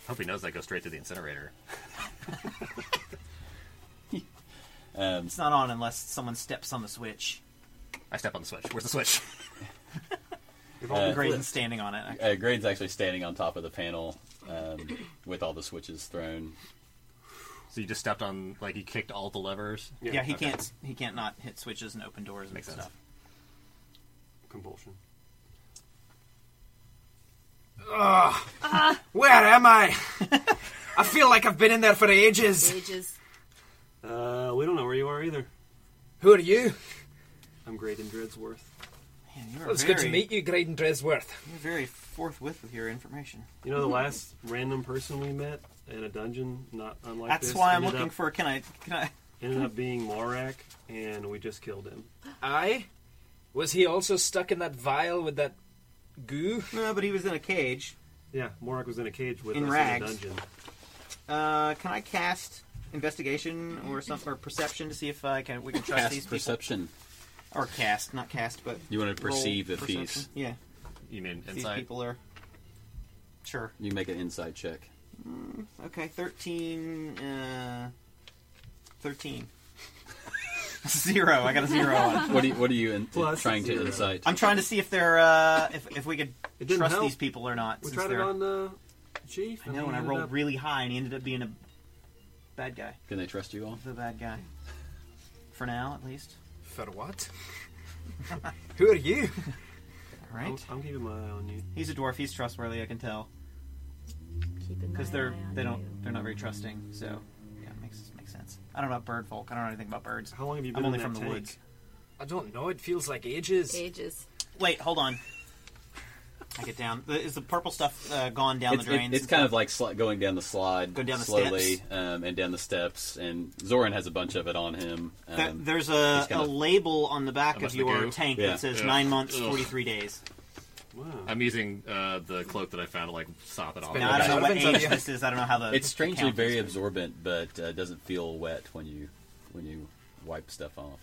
Speaker 3: Hope he knows that goes straight to the incinerator.
Speaker 2: um,
Speaker 4: It's not on unless someone steps on the switch.
Speaker 3: I step on the switch. Where's the switch? (laughs)
Speaker 1: We've all been
Speaker 4: Graydon's
Speaker 1: flipped.
Speaker 4: standing on it.
Speaker 2: uh, Graydon's actually standing on top of the panel um, with all the switches thrown.
Speaker 3: So you just stepped on, like, you kicked all the levers.
Speaker 4: Yeah, he can't. He can't not hit switches and open doors and
Speaker 3: Makes sense.
Speaker 4: stuff.
Speaker 1: Compulsion.
Speaker 7: Where am I? (laughs) I feel like I've been in there for ages.
Speaker 8: Ages.
Speaker 1: Uh, we don't know where you are either.
Speaker 7: Who are you?
Speaker 1: I'm Graydon Dreadsworth.
Speaker 4: Man, you are
Speaker 7: Well, it's
Speaker 4: very,
Speaker 7: good to meet you, Graydon Dresworth.
Speaker 4: You're very forthwith with your information.
Speaker 1: You know the last random person we met in a dungeon, not unlike
Speaker 4: That's
Speaker 1: this,
Speaker 4: why I'm
Speaker 1: ended
Speaker 4: looking
Speaker 1: up,
Speaker 4: for. Can I? Can I? (laughs)
Speaker 1: ended up being Morak, and we just killed him.
Speaker 7: I? Was he also stuck in that vial with that goo?
Speaker 4: No, but he was in a cage.
Speaker 1: Yeah, Morak was in a cage with
Speaker 4: In
Speaker 1: us
Speaker 4: rags.
Speaker 1: in a dungeon.
Speaker 4: Uh, can I cast investigation or some or perception to see if I can we can trust these
Speaker 2: Cast
Speaker 4: people
Speaker 2: perception.
Speaker 4: or cast, not cast, but
Speaker 2: You want to
Speaker 4: roll
Speaker 2: perceive if
Speaker 4: perception.
Speaker 2: he's.
Speaker 4: yeah.
Speaker 3: You mean
Speaker 4: If these
Speaker 3: inside?
Speaker 4: people are sure.
Speaker 2: You make an inside check.
Speaker 4: Okay, thirteen. Uh, thirteen. (laughs) zero. I got a zero on.
Speaker 2: (laughs) What do you, what are you in,
Speaker 1: Plus
Speaker 2: trying
Speaker 1: zero.
Speaker 2: to incite?
Speaker 4: I'm trying to see if they're uh, if if we could
Speaker 1: It didn't
Speaker 4: trust
Speaker 1: help.
Speaker 4: these people or not.
Speaker 1: We
Speaker 4: since
Speaker 1: tried it
Speaker 4: they're-
Speaker 1: on uh, Chief.
Speaker 4: I know,
Speaker 1: he
Speaker 4: and I
Speaker 1: ended
Speaker 4: rolled
Speaker 1: up-
Speaker 4: really high, and he ended up being a bad guy.
Speaker 2: Can they trust you all?
Speaker 4: The bad guy. For now, at least.
Speaker 7: For what? (laughs) Who are you?
Speaker 4: All
Speaker 1: I'm,
Speaker 4: right.
Speaker 1: I'm keeping my eye on you.
Speaker 4: He's a dwarf. He's trustworthy. I can tell because they're they don't they're not very trusting. So yeah, it makes makes sense. I don't know about bird folk. I don't know anything about birds.
Speaker 1: How long have you been
Speaker 4: I'm only
Speaker 1: in that
Speaker 4: from the
Speaker 1: tank?
Speaker 4: woods.
Speaker 7: I don't know. It feels like ages.
Speaker 8: Ages.
Speaker 4: Wait, hold on. I get down. The, is the purple stuff uh, gone down
Speaker 2: It's,
Speaker 4: the
Speaker 2: it-
Speaker 4: drains?
Speaker 2: it's kind of like sli- going down the slide
Speaker 4: Go down the
Speaker 2: slowly
Speaker 4: steps?
Speaker 2: Um, and down the steps, and Zoran has a bunch of it on him.
Speaker 4: Th-
Speaker 2: Um,
Speaker 4: there's a,
Speaker 2: kind
Speaker 4: a
Speaker 2: of-
Speaker 4: label on the back
Speaker 3: Unless
Speaker 4: of
Speaker 3: they
Speaker 4: your
Speaker 3: go.
Speaker 4: tank
Speaker 2: Yeah.
Speaker 4: that says
Speaker 3: Ugh.
Speaker 4: nine months,
Speaker 3: Ugh.
Speaker 4: forty three days.
Speaker 1: Wow.
Speaker 3: I'm using uh, the cloak that I found to, like, stop it off.
Speaker 7: been
Speaker 4: Now, I don't
Speaker 7: Okay.
Speaker 4: know what
Speaker 7: Something's
Speaker 4: age
Speaker 7: up.
Speaker 4: this is. I don't know how the
Speaker 2: it's
Speaker 4: the
Speaker 2: strangely
Speaker 4: count
Speaker 2: very
Speaker 4: is.
Speaker 2: absorbent, but uh, doesn't feel wet when you when you wipe stuff off.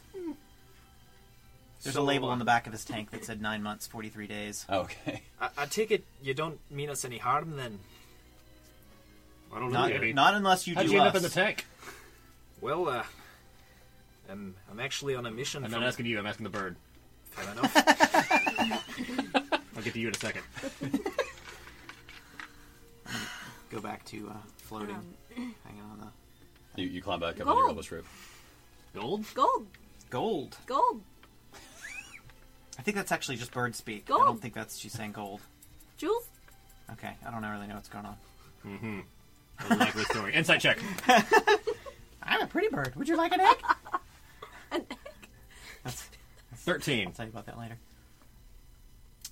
Speaker 4: There's
Speaker 7: So,
Speaker 4: a label
Speaker 7: uh,
Speaker 4: on the back of his tank that said nine months, forty three days.
Speaker 2: Oh, Okay, (laughs)
Speaker 7: I, I take it you don't mean us any harm then.
Speaker 1: I don't know.
Speaker 4: Not,
Speaker 1: yet.
Speaker 4: not unless you
Speaker 3: How'd
Speaker 4: do
Speaker 3: you end
Speaker 4: us.
Speaker 3: up in the tank?
Speaker 7: Well, uh, um, I'm actually on a mission.
Speaker 3: I'm
Speaker 7: from-
Speaker 3: not asking you, I'm asking the bird.
Speaker 7: (laughs) Fair enough.
Speaker 3: I'll get to you in a second.
Speaker 4: Go back to uh, floating,
Speaker 8: Um,
Speaker 6: Um,
Speaker 4: hanging on the
Speaker 2: you, you climb back up on your
Speaker 8: Gold.
Speaker 2: elbows rope.
Speaker 3: Gold?
Speaker 8: Gold.
Speaker 4: gold.
Speaker 8: Gold.
Speaker 4: I think that's actually just bird speak. I don't
Speaker 8: Gold.
Speaker 4: think that's she's saying gold.
Speaker 8: Jules.
Speaker 4: Okay, I don't really know what's going on.
Speaker 3: A likely story. Insight check.
Speaker 4: I'm a pretty bird. Would you like an egg?
Speaker 8: (laughs) An egg.
Speaker 4: That's,
Speaker 3: 13.
Speaker 4: I'll tell you about that later.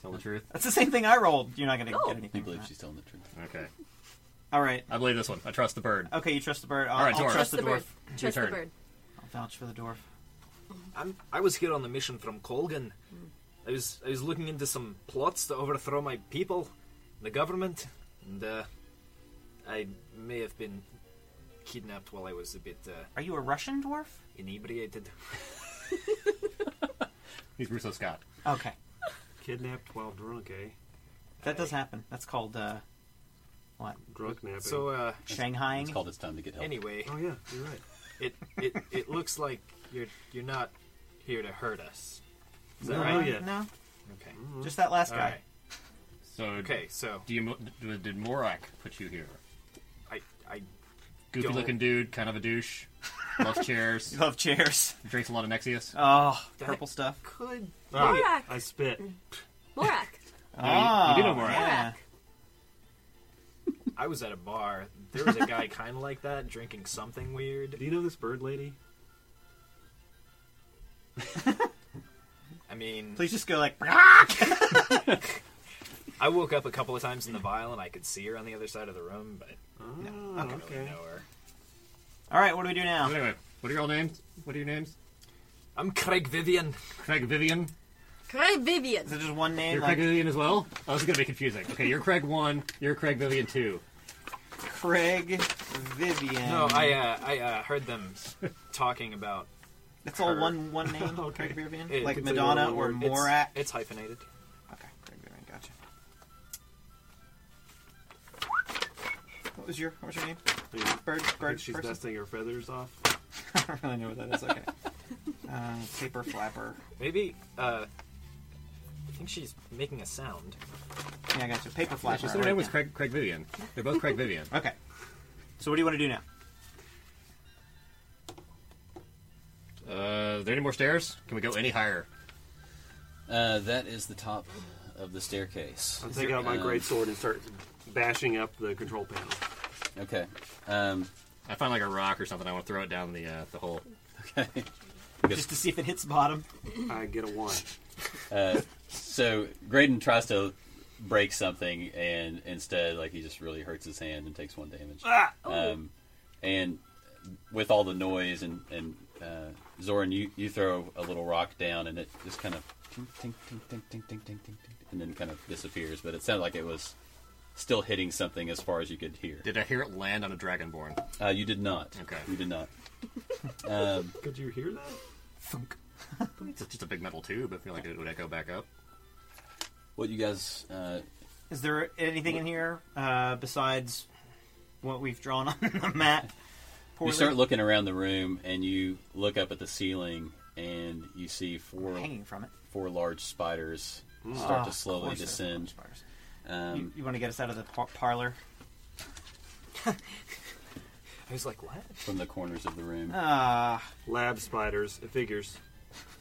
Speaker 3: Tell the truth.
Speaker 4: That's the same thing I rolled. You're not going to
Speaker 8: Gold.
Speaker 4: get
Speaker 2: I
Speaker 4: anything.
Speaker 2: believe
Speaker 4: from
Speaker 2: she's telling the truth.
Speaker 3: Okay.
Speaker 4: that. All right.
Speaker 3: I believe this one. I trust the bird.
Speaker 4: Okay, you trust the bird. I'll,
Speaker 3: All right,
Speaker 4: I'll
Speaker 3: dwarf.
Speaker 4: trust the dwarf.
Speaker 8: bird. Trust the
Speaker 3: turn.
Speaker 8: bird.
Speaker 4: I'll vouch for the dwarf.
Speaker 7: I'm, I was here on a mission from Colgan. I was I was looking into some plots to overthrow my people, the government, and uh, I may have been kidnapped while I was a bit uh,
Speaker 4: Are you a Russian dwarf?
Speaker 7: inebriated.
Speaker 3: He's Russo Scott.
Speaker 4: Okay,
Speaker 1: Kidnapped while drunk, eh?
Speaker 4: that does happen. That's called uh, what?
Speaker 1: Drunk napping.
Speaker 7: So uh,
Speaker 2: It's
Speaker 4: Shanghaiing.
Speaker 2: called it's time to get help.
Speaker 7: anyway,
Speaker 1: oh yeah, you're right.
Speaker 7: it, it it looks like you're you're not here to hurt us. Is that
Speaker 4: no, Mm-hmm.
Speaker 7: right?
Speaker 1: yeah.
Speaker 4: no,
Speaker 7: Okay.
Speaker 4: just that last
Speaker 7: Oh, Mm-hmm. All
Speaker 4: guy.
Speaker 7: right.
Speaker 3: So,
Speaker 7: Okay. So
Speaker 3: do you, mo- d- did Morak put you here?
Speaker 7: I I
Speaker 3: Goofy
Speaker 7: Don't-
Speaker 3: looking dude, kind of a douche. Loves
Speaker 7: (laughs)
Speaker 3: chairs.
Speaker 4: Love chairs.
Speaker 3: Drinks a lot of Nexius.
Speaker 4: Oh, purple stuff.
Speaker 5: Could
Speaker 1: Ah,
Speaker 6: Morak.
Speaker 1: I spit.
Speaker 6: Morak.
Speaker 4: (laughs)
Speaker 3: you- you do know more.
Speaker 4: yeah.
Speaker 7: I was at a bar. There was a guy (laughs) kind of like that drinking something weird.
Speaker 1: Do you know this bird lady?
Speaker 7: I mean,
Speaker 4: Please just go like. (laughs)
Speaker 7: I woke up a couple of times in the vial and I could see her on the other side of the room, but
Speaker 1: Oh,
Speaker 7: I don't really know her.
Speaker 4: All right, what do we do now?
Speaker 3: Anyway, what are your all names? What are your names?
Speaker 7: I'm Craig Vivian.
Speaker 3: Craig Vivian.
Speaker 6: Craig
Speaker 4: Is
Speaker 6: Vivian.
Speaker 4: it just one name?
Speaker 3: You're
Speaker 4: Like
Speaker 3: Craig Vivian as well? Oh, this is gonna be confusing. Okay, you're Craig one, you're Craig Vivian two.
Speaker 4: Craig Vivian.
Speaker 7: No, I uh, I uh, heard them talking about
Speaker 4: That's all
Speaker 7: her.
Speaker 4: one one name.
Speaker 1: Okay.
Speaker 4: Craig Vivian.
Speaker 7: It-
Speaker 4: like
Speaker 7: it's
Speaker 4: Madonna
Speaker 1: all
Speaker 4: or
Speaker 1: one
Speaker 7: it's-
Speaker 4: Morat.
Speaker 7: It's hyphenated.
Speaker 4: Okay, Craig Vivian. Gotcha. What was your What was your name?
Speaker 1: I mean,
Speaker 4: Bird.
Speaker 1: I
Speaker 4: Bird
Speaker 1: think she's
Speaker 4: person.
Speaker 1: dusting her feathers off.
Speaker 4: (laughs) I don't really know what that is. Okay. Uh, paper flapper.
Speaker 7: Maybe uh, I think she's making a sound.
Speaker 4: Yeah, I got you. Paper
Speaker 3: Yeah,
Speaker 4: flapper.
Speaker 3: Her
Speaker 4: I'll
Speaker 3: name
Speaker 4: write
Speaker 3: was
Speaker 4: down.
Speaker 3: Craig Craig Vivian. They're both Craig Vivian.
Speaker 4: Okay. So what do you want to do now?
Speaker 3: Uh, are there any more stairs? Can we go any higher?
Speaker 2: Uh, that is the top of the staircase.
Speaker 1: I take out my great sword and start bashing up the control panel.
Speaker 2: Okay. Um,
Speaker 3: I find like a rock or something. I want to throw it down the uh, the hole.
Speaker 2: okay.
Speaker 4: Just to see if it hits bottom.
Speaker 1: I get a one.
Speaker 2: So Graydon tries to break something, and instead, like he just really hurts his hand and takes one damage.
Speaker 3: Ah!
Speaker 2: Um, and with all the noise and and uh, Zoran, you you throw a little rock down, and it just kind of tink, tink, tink, tink, tink, tink, tink, tink, tink, and then kind of disappears. But it sounded like it was still hitting something as far as you could hear.
Speaker 3: Did I hear it land on a dragonborn?
Speaker 2: Uh, you did not.
Speaker 3: Okay.
Speaker 2: You did not.
Speaker 1: Could you hear that?
Speaker 3: It's just a big metal tube. I feel like it would echo back up.
Speaker 2: What you guys? Uh,
Speaker 4: Is there anything in here uh, besides what we've drawn (laughs) on the map?
Speaker 2: you
Speaker 4: Poorly-
Speaker 2: start looking around the room, and you look up at the ceiling, and you see four
Speaker 4: hanging from it.
Speaker 2: four large spiders
Speaker 4: Ah,
Speaker 2: start
Speaker 4: of
Speaker 2: to slowly
Speaker 4: course there's
Speaker 2: descend.
Speaker 4: spiders. You,
Speaker 2: Um,
Speaker 4: want to get us out of the par- parlor?
Speaker 7: I was like, what?
Speaker 2: from the corners of the room.
Speaker 4: Ah,
Speaker 1: Lab spiders. It figures.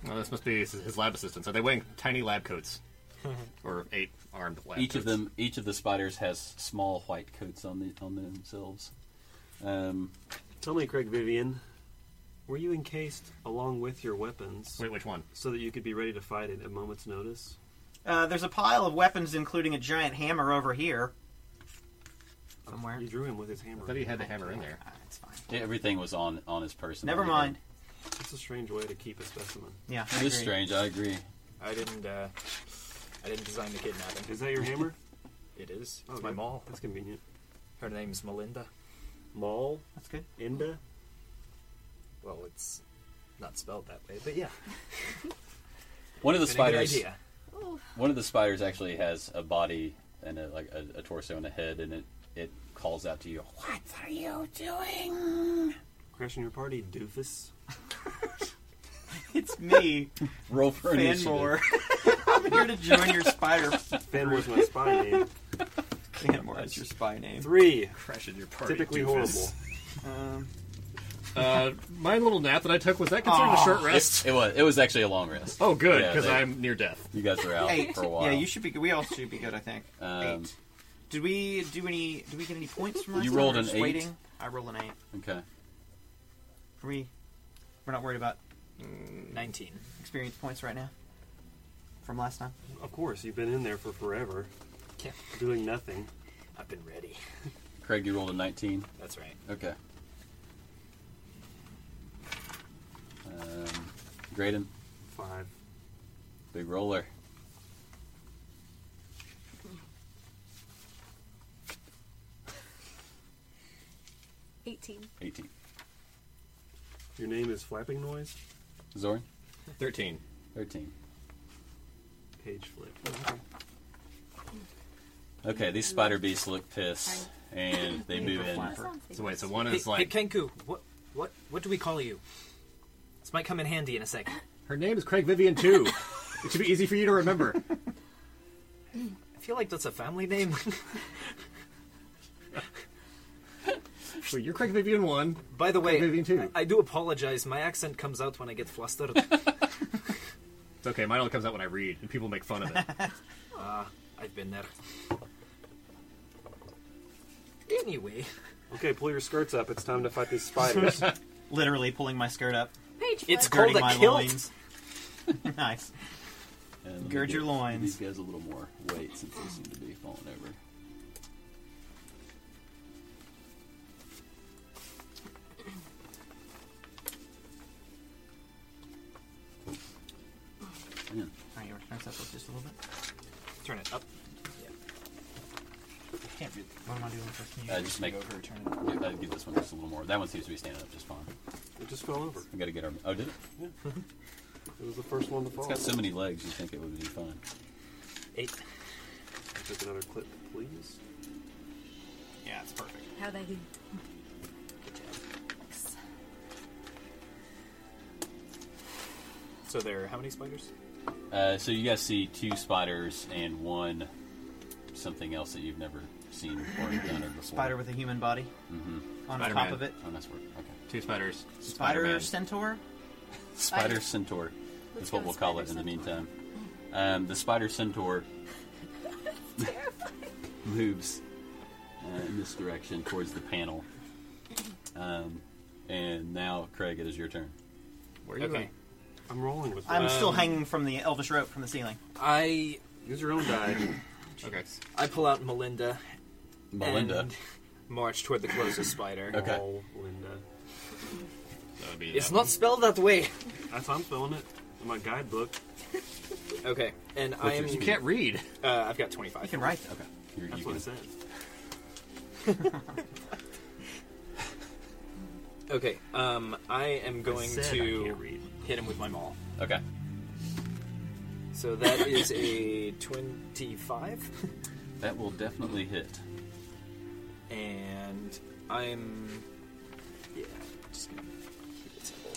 Speaker 3: Well, this must be his- his lab assistants. Are they wearing tiny lab (laughs) coats? or eight armed lab
Speaker 2: each of
Speaker 3: coats?
Speaker 2: them, each of the spiders has small white coats on the on themselves. Um,
Speaker 1: Tell me, Craig Vivian, were you encased along with your weapons
Speaker 3: Wait, which one?
Speaker 1: so that you could be ready to fight it at a moment's notice?
Speaker 4: uh, there's a pile of weapons, including a giant hammer over here. Somewhere.
Speaker 1: You drew him with his hammer.
Speaker 3: I thought he had the hammer in there.
Speaker 4: Ah, it's fine.
Speaker 2: everything was on on his person.
Speaker 4: Never mind.
Speaker 1: It's a strange way to keep a specimen.
Speaker 4: Yeah, I
Speaker 2: It is
Speaker 4: agree.
Speaker 2: strange. I agree.
Speaker 7: I didn't. Uh, I didn't design the kidnapping.
Speaker 1: Is that your
Speaker 3: (laughs)
Speaker 1: hammer?
Speaker 7: It is.
Speaker 1: Oh,
Speaker 7: It's my
Speaker 1: good.
Speaker 7: mall.
Speaker 1: That's convenient.
Speaker 7: Her name's Melinda.
Speaker 1: Maul?
Speaker 4: That's good. (laughs)
Speaker 1: Inda?
Speaker 7: Well, it's not spelled that way, but yeah.
Speaker 2: One of the
Speaker 7: Been a good
Speaker 2: spiders.
Speaker 7: idea.
Speaker 2: One of the spiders actually has a body and a, like a, a torso and a head, and it it calls out to you. (laughs) What are you doing?
Speaker 1: Crashing your party,
Speaker 3: (laughs)
Speaker 1: doofus.
Speaker 4: It's
Speaker 2: (laughs)
Speaker 4: me,
Speaker 2: Roll for initiative.
Speaker 4: Fanmore. (laughs) I'm here to join your spider.
Speaker 2: (laughs)
Speaker 4: (laughs)
Speaker 1: Fan was my spy name.
Speaker 4: Fanmore is your spy name.
Speaker 1: Three.
Speaker 3: Crashing your party.
Speaker 1: Typically horrible.
Speaker 4: Um,
Speaker 3: Uh, my little nap that I took was that considered a
Speaker 4: Aw.
Speaker 3: short rest?
Speaker 2: It was. It was actually a long rest.
Speaker 3: Oh, good,
Speaker 2: Yeah,
Speaker 3: because
Speaker 2: they-
Speaker 3: I'm near death.
Speaker 2: You guys were out
Speaker 4: eight.
Speaker 2: for a while.
Speaker 4: Yeah, you should be. We all should be good. I think.
Speaker 2: Um,
Speaker 4: eight. Did we do any? Did we get any points from last
Speaker 2: You
Speaker 4: time,
Speaker 2: rolled
Speaker 4: or
Speaker 2: an
Speaker 4: just
Speaker 2: eight.
Speaker 4: Waiting. I rolled an eight.
Speaker 2: Okay.
Speaker 4: Are we? We're not worried about
Speaker 7: Nineteen.
Speaker 4: experience points right now. From last time.
Speaker 1: Of course, you've been in there for forever,
Speaker 7: Yeah,
Speaker 1: doing nothing.
Speaker 7: I've been ready.
Speaker 2: Craig, you rolled a 19.
Speaker 7: That's right.
Speaker 2: Okay. Um, Graydon,
Speaker 1: Five.
Speaker 2: big roller.
Speaker 6: Eighteen.
Speaker 2: 18.
Speaker 1: Your name is Flapping Noise?
Speaker 2: Zoran,
Speaker 3: Thirteen.
Speaker 2: 13.
Speaker 1: Page flip.
Speaker 2: Okay, these spider beasts look pissed,
Speaker 4: (laughs)
Speaker 2: and they move in.
Speaker 3: So wait, so one
Speaker 7: Hey,
Speaker 3: is
Speaker 7: hey,
Speaker 3: like
Speaker 7: Kenku, what, what, what do we call you? This might come in handy in a second.
Speaker 3: her name is Craig Vivian too. it should be easy for you to remember.
Speaker 7: I feel like that's a family name.
Speaker 3: Wait, you're Craig Vivian one.
Speaker 7: (laughs) By the way,
Speaker 3: Craig Vivian two.
Speaker 7: I, I do apologize. My accent comes out when I get flustered.
Speaker 3: It's okay. Mine only comes out when I read, and people make fun of it.
Speaker 7: I've been there. Anyway,
Speaker 1: Okay, pull your skirts up. It's time to fight these spiders.
Speaker 4: Literally pulling my skirt up, (laughs)
Speaker 6: Page
Speaker 7: It's
Speaker 6: flip.
Speaker 7: Called
Speaker 4: girding
Speaker 7: a
Speaker 4: my
Speaker 7: kilt.
Speaker 4: loins. nice.
Speaker 2: And let me
Speaker 4: Gird your
Speaker 2: give- give
Speaker 4: loins.
Speaker 2: These guys a little more weight since they seem to be falling over. Man,
Speaker 4: Alright, your turn up just a little bit.
Speaker 7: turn it up.
Speaker 4: Can't do What am I doing first? Can you
Speaker 2: Uh, just make-
Speaker 4: go over and turn it?
Speaker 2: give- I'd give this one just a little more. That one seems to be standing up just fine.
Speaker 1: it just fell over.
Speaker 2: We got to get our. Oh, did it?
Speaker 1: It was the first one to fall.
Speaker 2: It's got so many legs. You think it would be fine?
Speaker 7: Eight.
Speaker 1: Take another clip, please.
Speaker 4: Yeah, it's perfect.
Speaker 6: How they do.
Speaker 7: So there are how many spiders?
Speaker 2: Uh, so you guys see two spiders and one something else that you've never seen or encountered before.
Speaker 4: Spider with a human body on
Speaker 3: Spider-Man.
Speaker 4: top of it.
Speaker 2: Oh, nice work. Okay.
Speaker 3: Two spiders.
Speaker 4: Spider
Speaker 3: Spider-Man.
Speaker 4: centaur.
Speaker 2: Spider centaur
Speaker 6: Let's
Speaker 2: is
Speaker 6: go
Speaker 2: what we'll
Speaker 6: with
Speaker 2: call it
Speaker 6: spider
Speaker 2: in the
Speaker 6: centaur.
Speaker 2: meantime. Um, the
Speaker 6: (laughs)
Speaker 2: spider centaur moves uh, in this direction towards the panel. Um, and now, Craig, it is your turn.
Speaker 7: Where are
Speaker 3: Okay.
Speaker 7: at?
Speaker 1: I'm rolling with
Speaker 4: I'm
Speaker 1: that.
Speaker 4: still hanging from the elvish rope from the ceiling.
Speaker 7: I
Speaker 1: Use your own die.
Speaker 3: Okay.
Speaker 7: I pull out Melinda.
Speaker 2: Melinda.
Speaker 7: And march toward the closest spider.
Speaker 2: (clears throat) Okay.
Speaker 1: Oh, Linda.
Speaker 3: That would be
Speaker 7: It's
Speaker 3: that
Speaker 7: not spelled that way.
Speaker 1: That's how I'm spelling it. In my guidebook.
Speaker 7: Okay, and I am.
Speaker 2: your
Speaker 3: one. You can't read.
Speaker 7: Uh, I've got
Speaker 4: You
Speaker 7: 25.
Speaker 4: can write that.
Speaker 2: Okay. You're,
Speaker 1: That's
Speaker 2: you
Speaker 1: what
Speaker 2: can,
Speaker 1: it said.
Speaker 7: Okay, um, I am going
Speaker 1: said I can't
Speaker 7: to
Speaker 1: read.
Speaker 7: hit him with my maul.
Speaker 2: okay.
Speaker 7: So that is a (laughs) 25,
Speaker 2: That will definitely hit.
Speaker 7: and I'm. Yeah, just gonna keep it simple.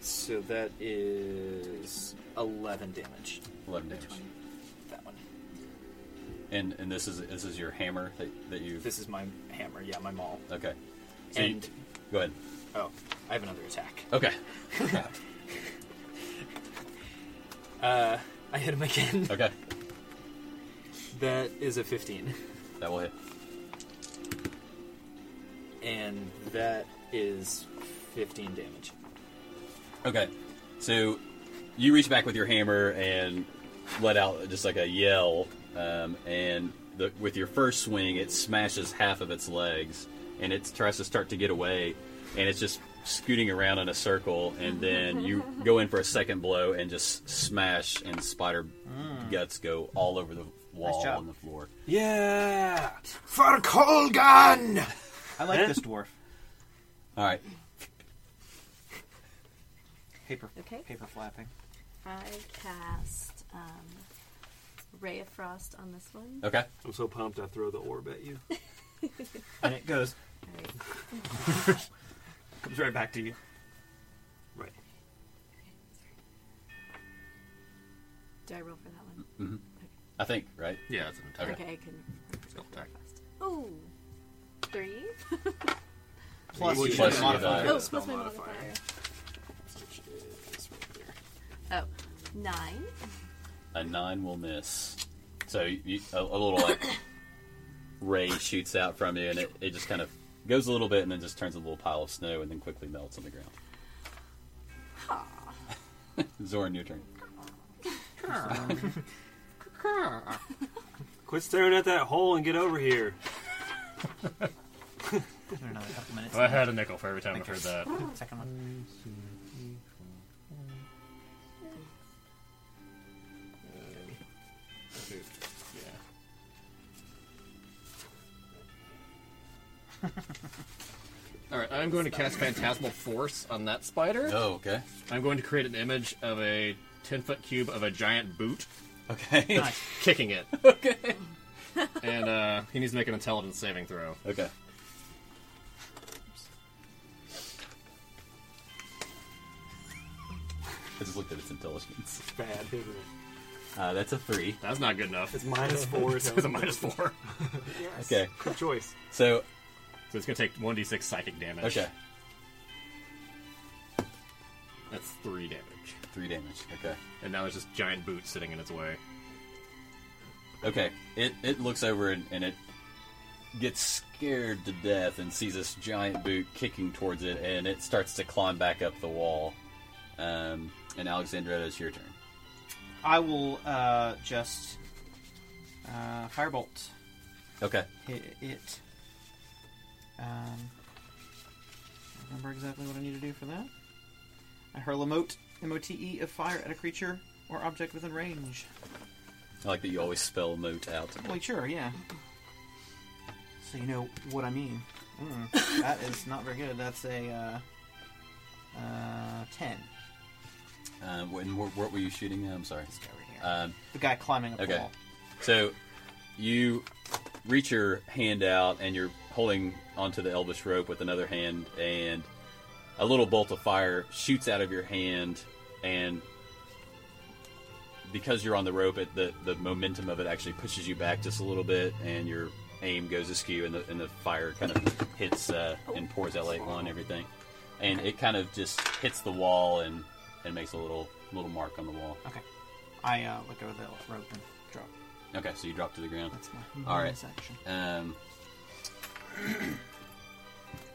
Speaker 7: So that is 11 damage.
Speaker 2: 11 damage.
Speaker 7: That one.
Speaker 2: And and this is this is your hammer that, that you.
Speaker 7: This is my hammer, yeah, my maul.
Speaker 2: Okay. So you-
Speaker 7: And.
Speaker 2: go ahead.
Speaker 7: Oh, I have another attack.
Speaker 2: Okay. (laughs)
Speaker 7: I hit him again. (laughs)
Speaker 2: Okay.
Speaker 7: That is a 15.
Speaker 2: That will hit.
Speaker 7: And that is 15 damage.
Speaker 2: Okay. So you reach back with your hammer and let out just like a yell, um, and the, with your first swing, it smashes half of its legs, and it tries to start to get away, and it's just scooting around in a circle, and then you go in for a second blow and just smash, and spider guts go all over the wall
Speaker 4: job.
Speaker 2: on the floor.
Speaker 7: Yeah! For Colgan!
Speaker 4: I like this dwarf.
Speaker 2: All right.
Speaker 4: Paper.
Speaker 6: Okay.
Speaker 4: Paper flapping.
Speaker 6: I cast um, Ray of Frost on this one.
Speaker 2: Okay.
Speaker 1: I'm so pumped I throw the orb at you.
Speaker 4: And it goes
Speaker 6: Alright.
Speaker 4: comes right back to you.
Speaker 1: Right.
Speaker 6: Do I roll for that one?
Speaker 2: I think right.
Speaker 3: Yeah, it's an attack.
Speaker 2: Okay.
Speaker 6: Okay, I can.
Speaker 3: Skill attack.
Speaker 6: Oh, three.
Speaker 4: Plus,
Speaker 1: Well,
Speaker 4: you
Speaker 1: you
Speaker 4: should
Speaker 2: should
Speaker 4: modify.
Speaker 2: have,
Speaker 6: Oh,
Speaker 2: uh,
Speaker 4: it.
Speaker 6: plus my modifier. Oh, nine.
Speaker 2: A nine will miss. So you, a, a little like ray shoots out from you, and it, it just kind of goes a little bit, and then just turns a little pile of snow, and then quickly melts on the ground. (laughs) Zoran, your turn.
Speaker 1: Quit staring at that hole and get over here.
Speaker 4: In Another couple minutes.
Speaker 3: Well, Oh, I had a nickel for every time I've heard that.
Speaker 4: Second one.
Speaker 3: (laughs) All right, I'm going to cast Phantasmal Force on that spider.
Speaker 2: Oh, okay.
Speaker 3: I'm going to create an image of a 10 foot cube of a giant boot
Speaker 2: Okay.
Speaker 4: Nice.
Speaker 3: kicking it. (laughs) and uh, he needs to make an intelligence saving throw.
Speaker 2: (laughs) Okay. I just looked at its intelligence.
Speaker 1: Bad, isn't it?
Speaker 2: Uh, that's a three.
Speaker 3: That's not good enough.
Speaker 1: It's
Speaker 7: (laughs)
Speaker 1: minus four.
Speaker 3: (laughs) It was a minus four.
Speaker 7: Yes.
Speaker 2: Okay.
Speaker 7: Good choice.
Speaker 2: So
Speaker 3: So it's gonna take one d six psychic damage.
Speaker 2: okay,
Speaker 3: That's three damage.
Speaker 2: three damage. Okay.
Speaker 3: And now there's this giant boot sitting in its way.
Speaker 2: Okay, it it looks over and, and it gets scared to death and sees this giant boot kicking towards it, and it starts to climb back up the wall. Um, and Alexandra, it's your turn.
Speaker 4: I will uh, just uh, firebolt
Speaker 2: Okay,
Speaker 4: hit it. Um, I remember exactly what I need to do for that. I hurl a mote, M-O-T-E, E, of fire at a creature or object within range.
Speaker 2: I like that you always spell moat out.
Speaker 4: Well, sure, yeah. So you know what I mean. Mm, that is not very good. That's a uh, uh, ten.
Speaker 2: Um, when, what, what were you shooting? at? I'm sorry.
Speaker 4: This guy right here.
Speaker 2: Um,
Speaker 4: the guy climbing up the
Speaker 2: okay.
Speaker 4: wall.
Speaker 2: So you reach your hand out and you're holding onto the Elvish rope with another hand, and a little bolt of fire shoots out of your hand, and because you're on the rope, it, the the momentum of it actually pushes you back just a little bit, and your aim goes askew, and the and the fire kind of hits uh, and pours out like one everything, and it kind of just hits the wall and and makes a little little mark on the wall.
Speaker 4: Okay. I uh, let go of the rope and drop.
Speaker 2: Okay, so you drop to the ground.
Speaker 4: That's my
Speaker 2: All right.
Speaker 4: bonus action.
Speaker 2: (coughs)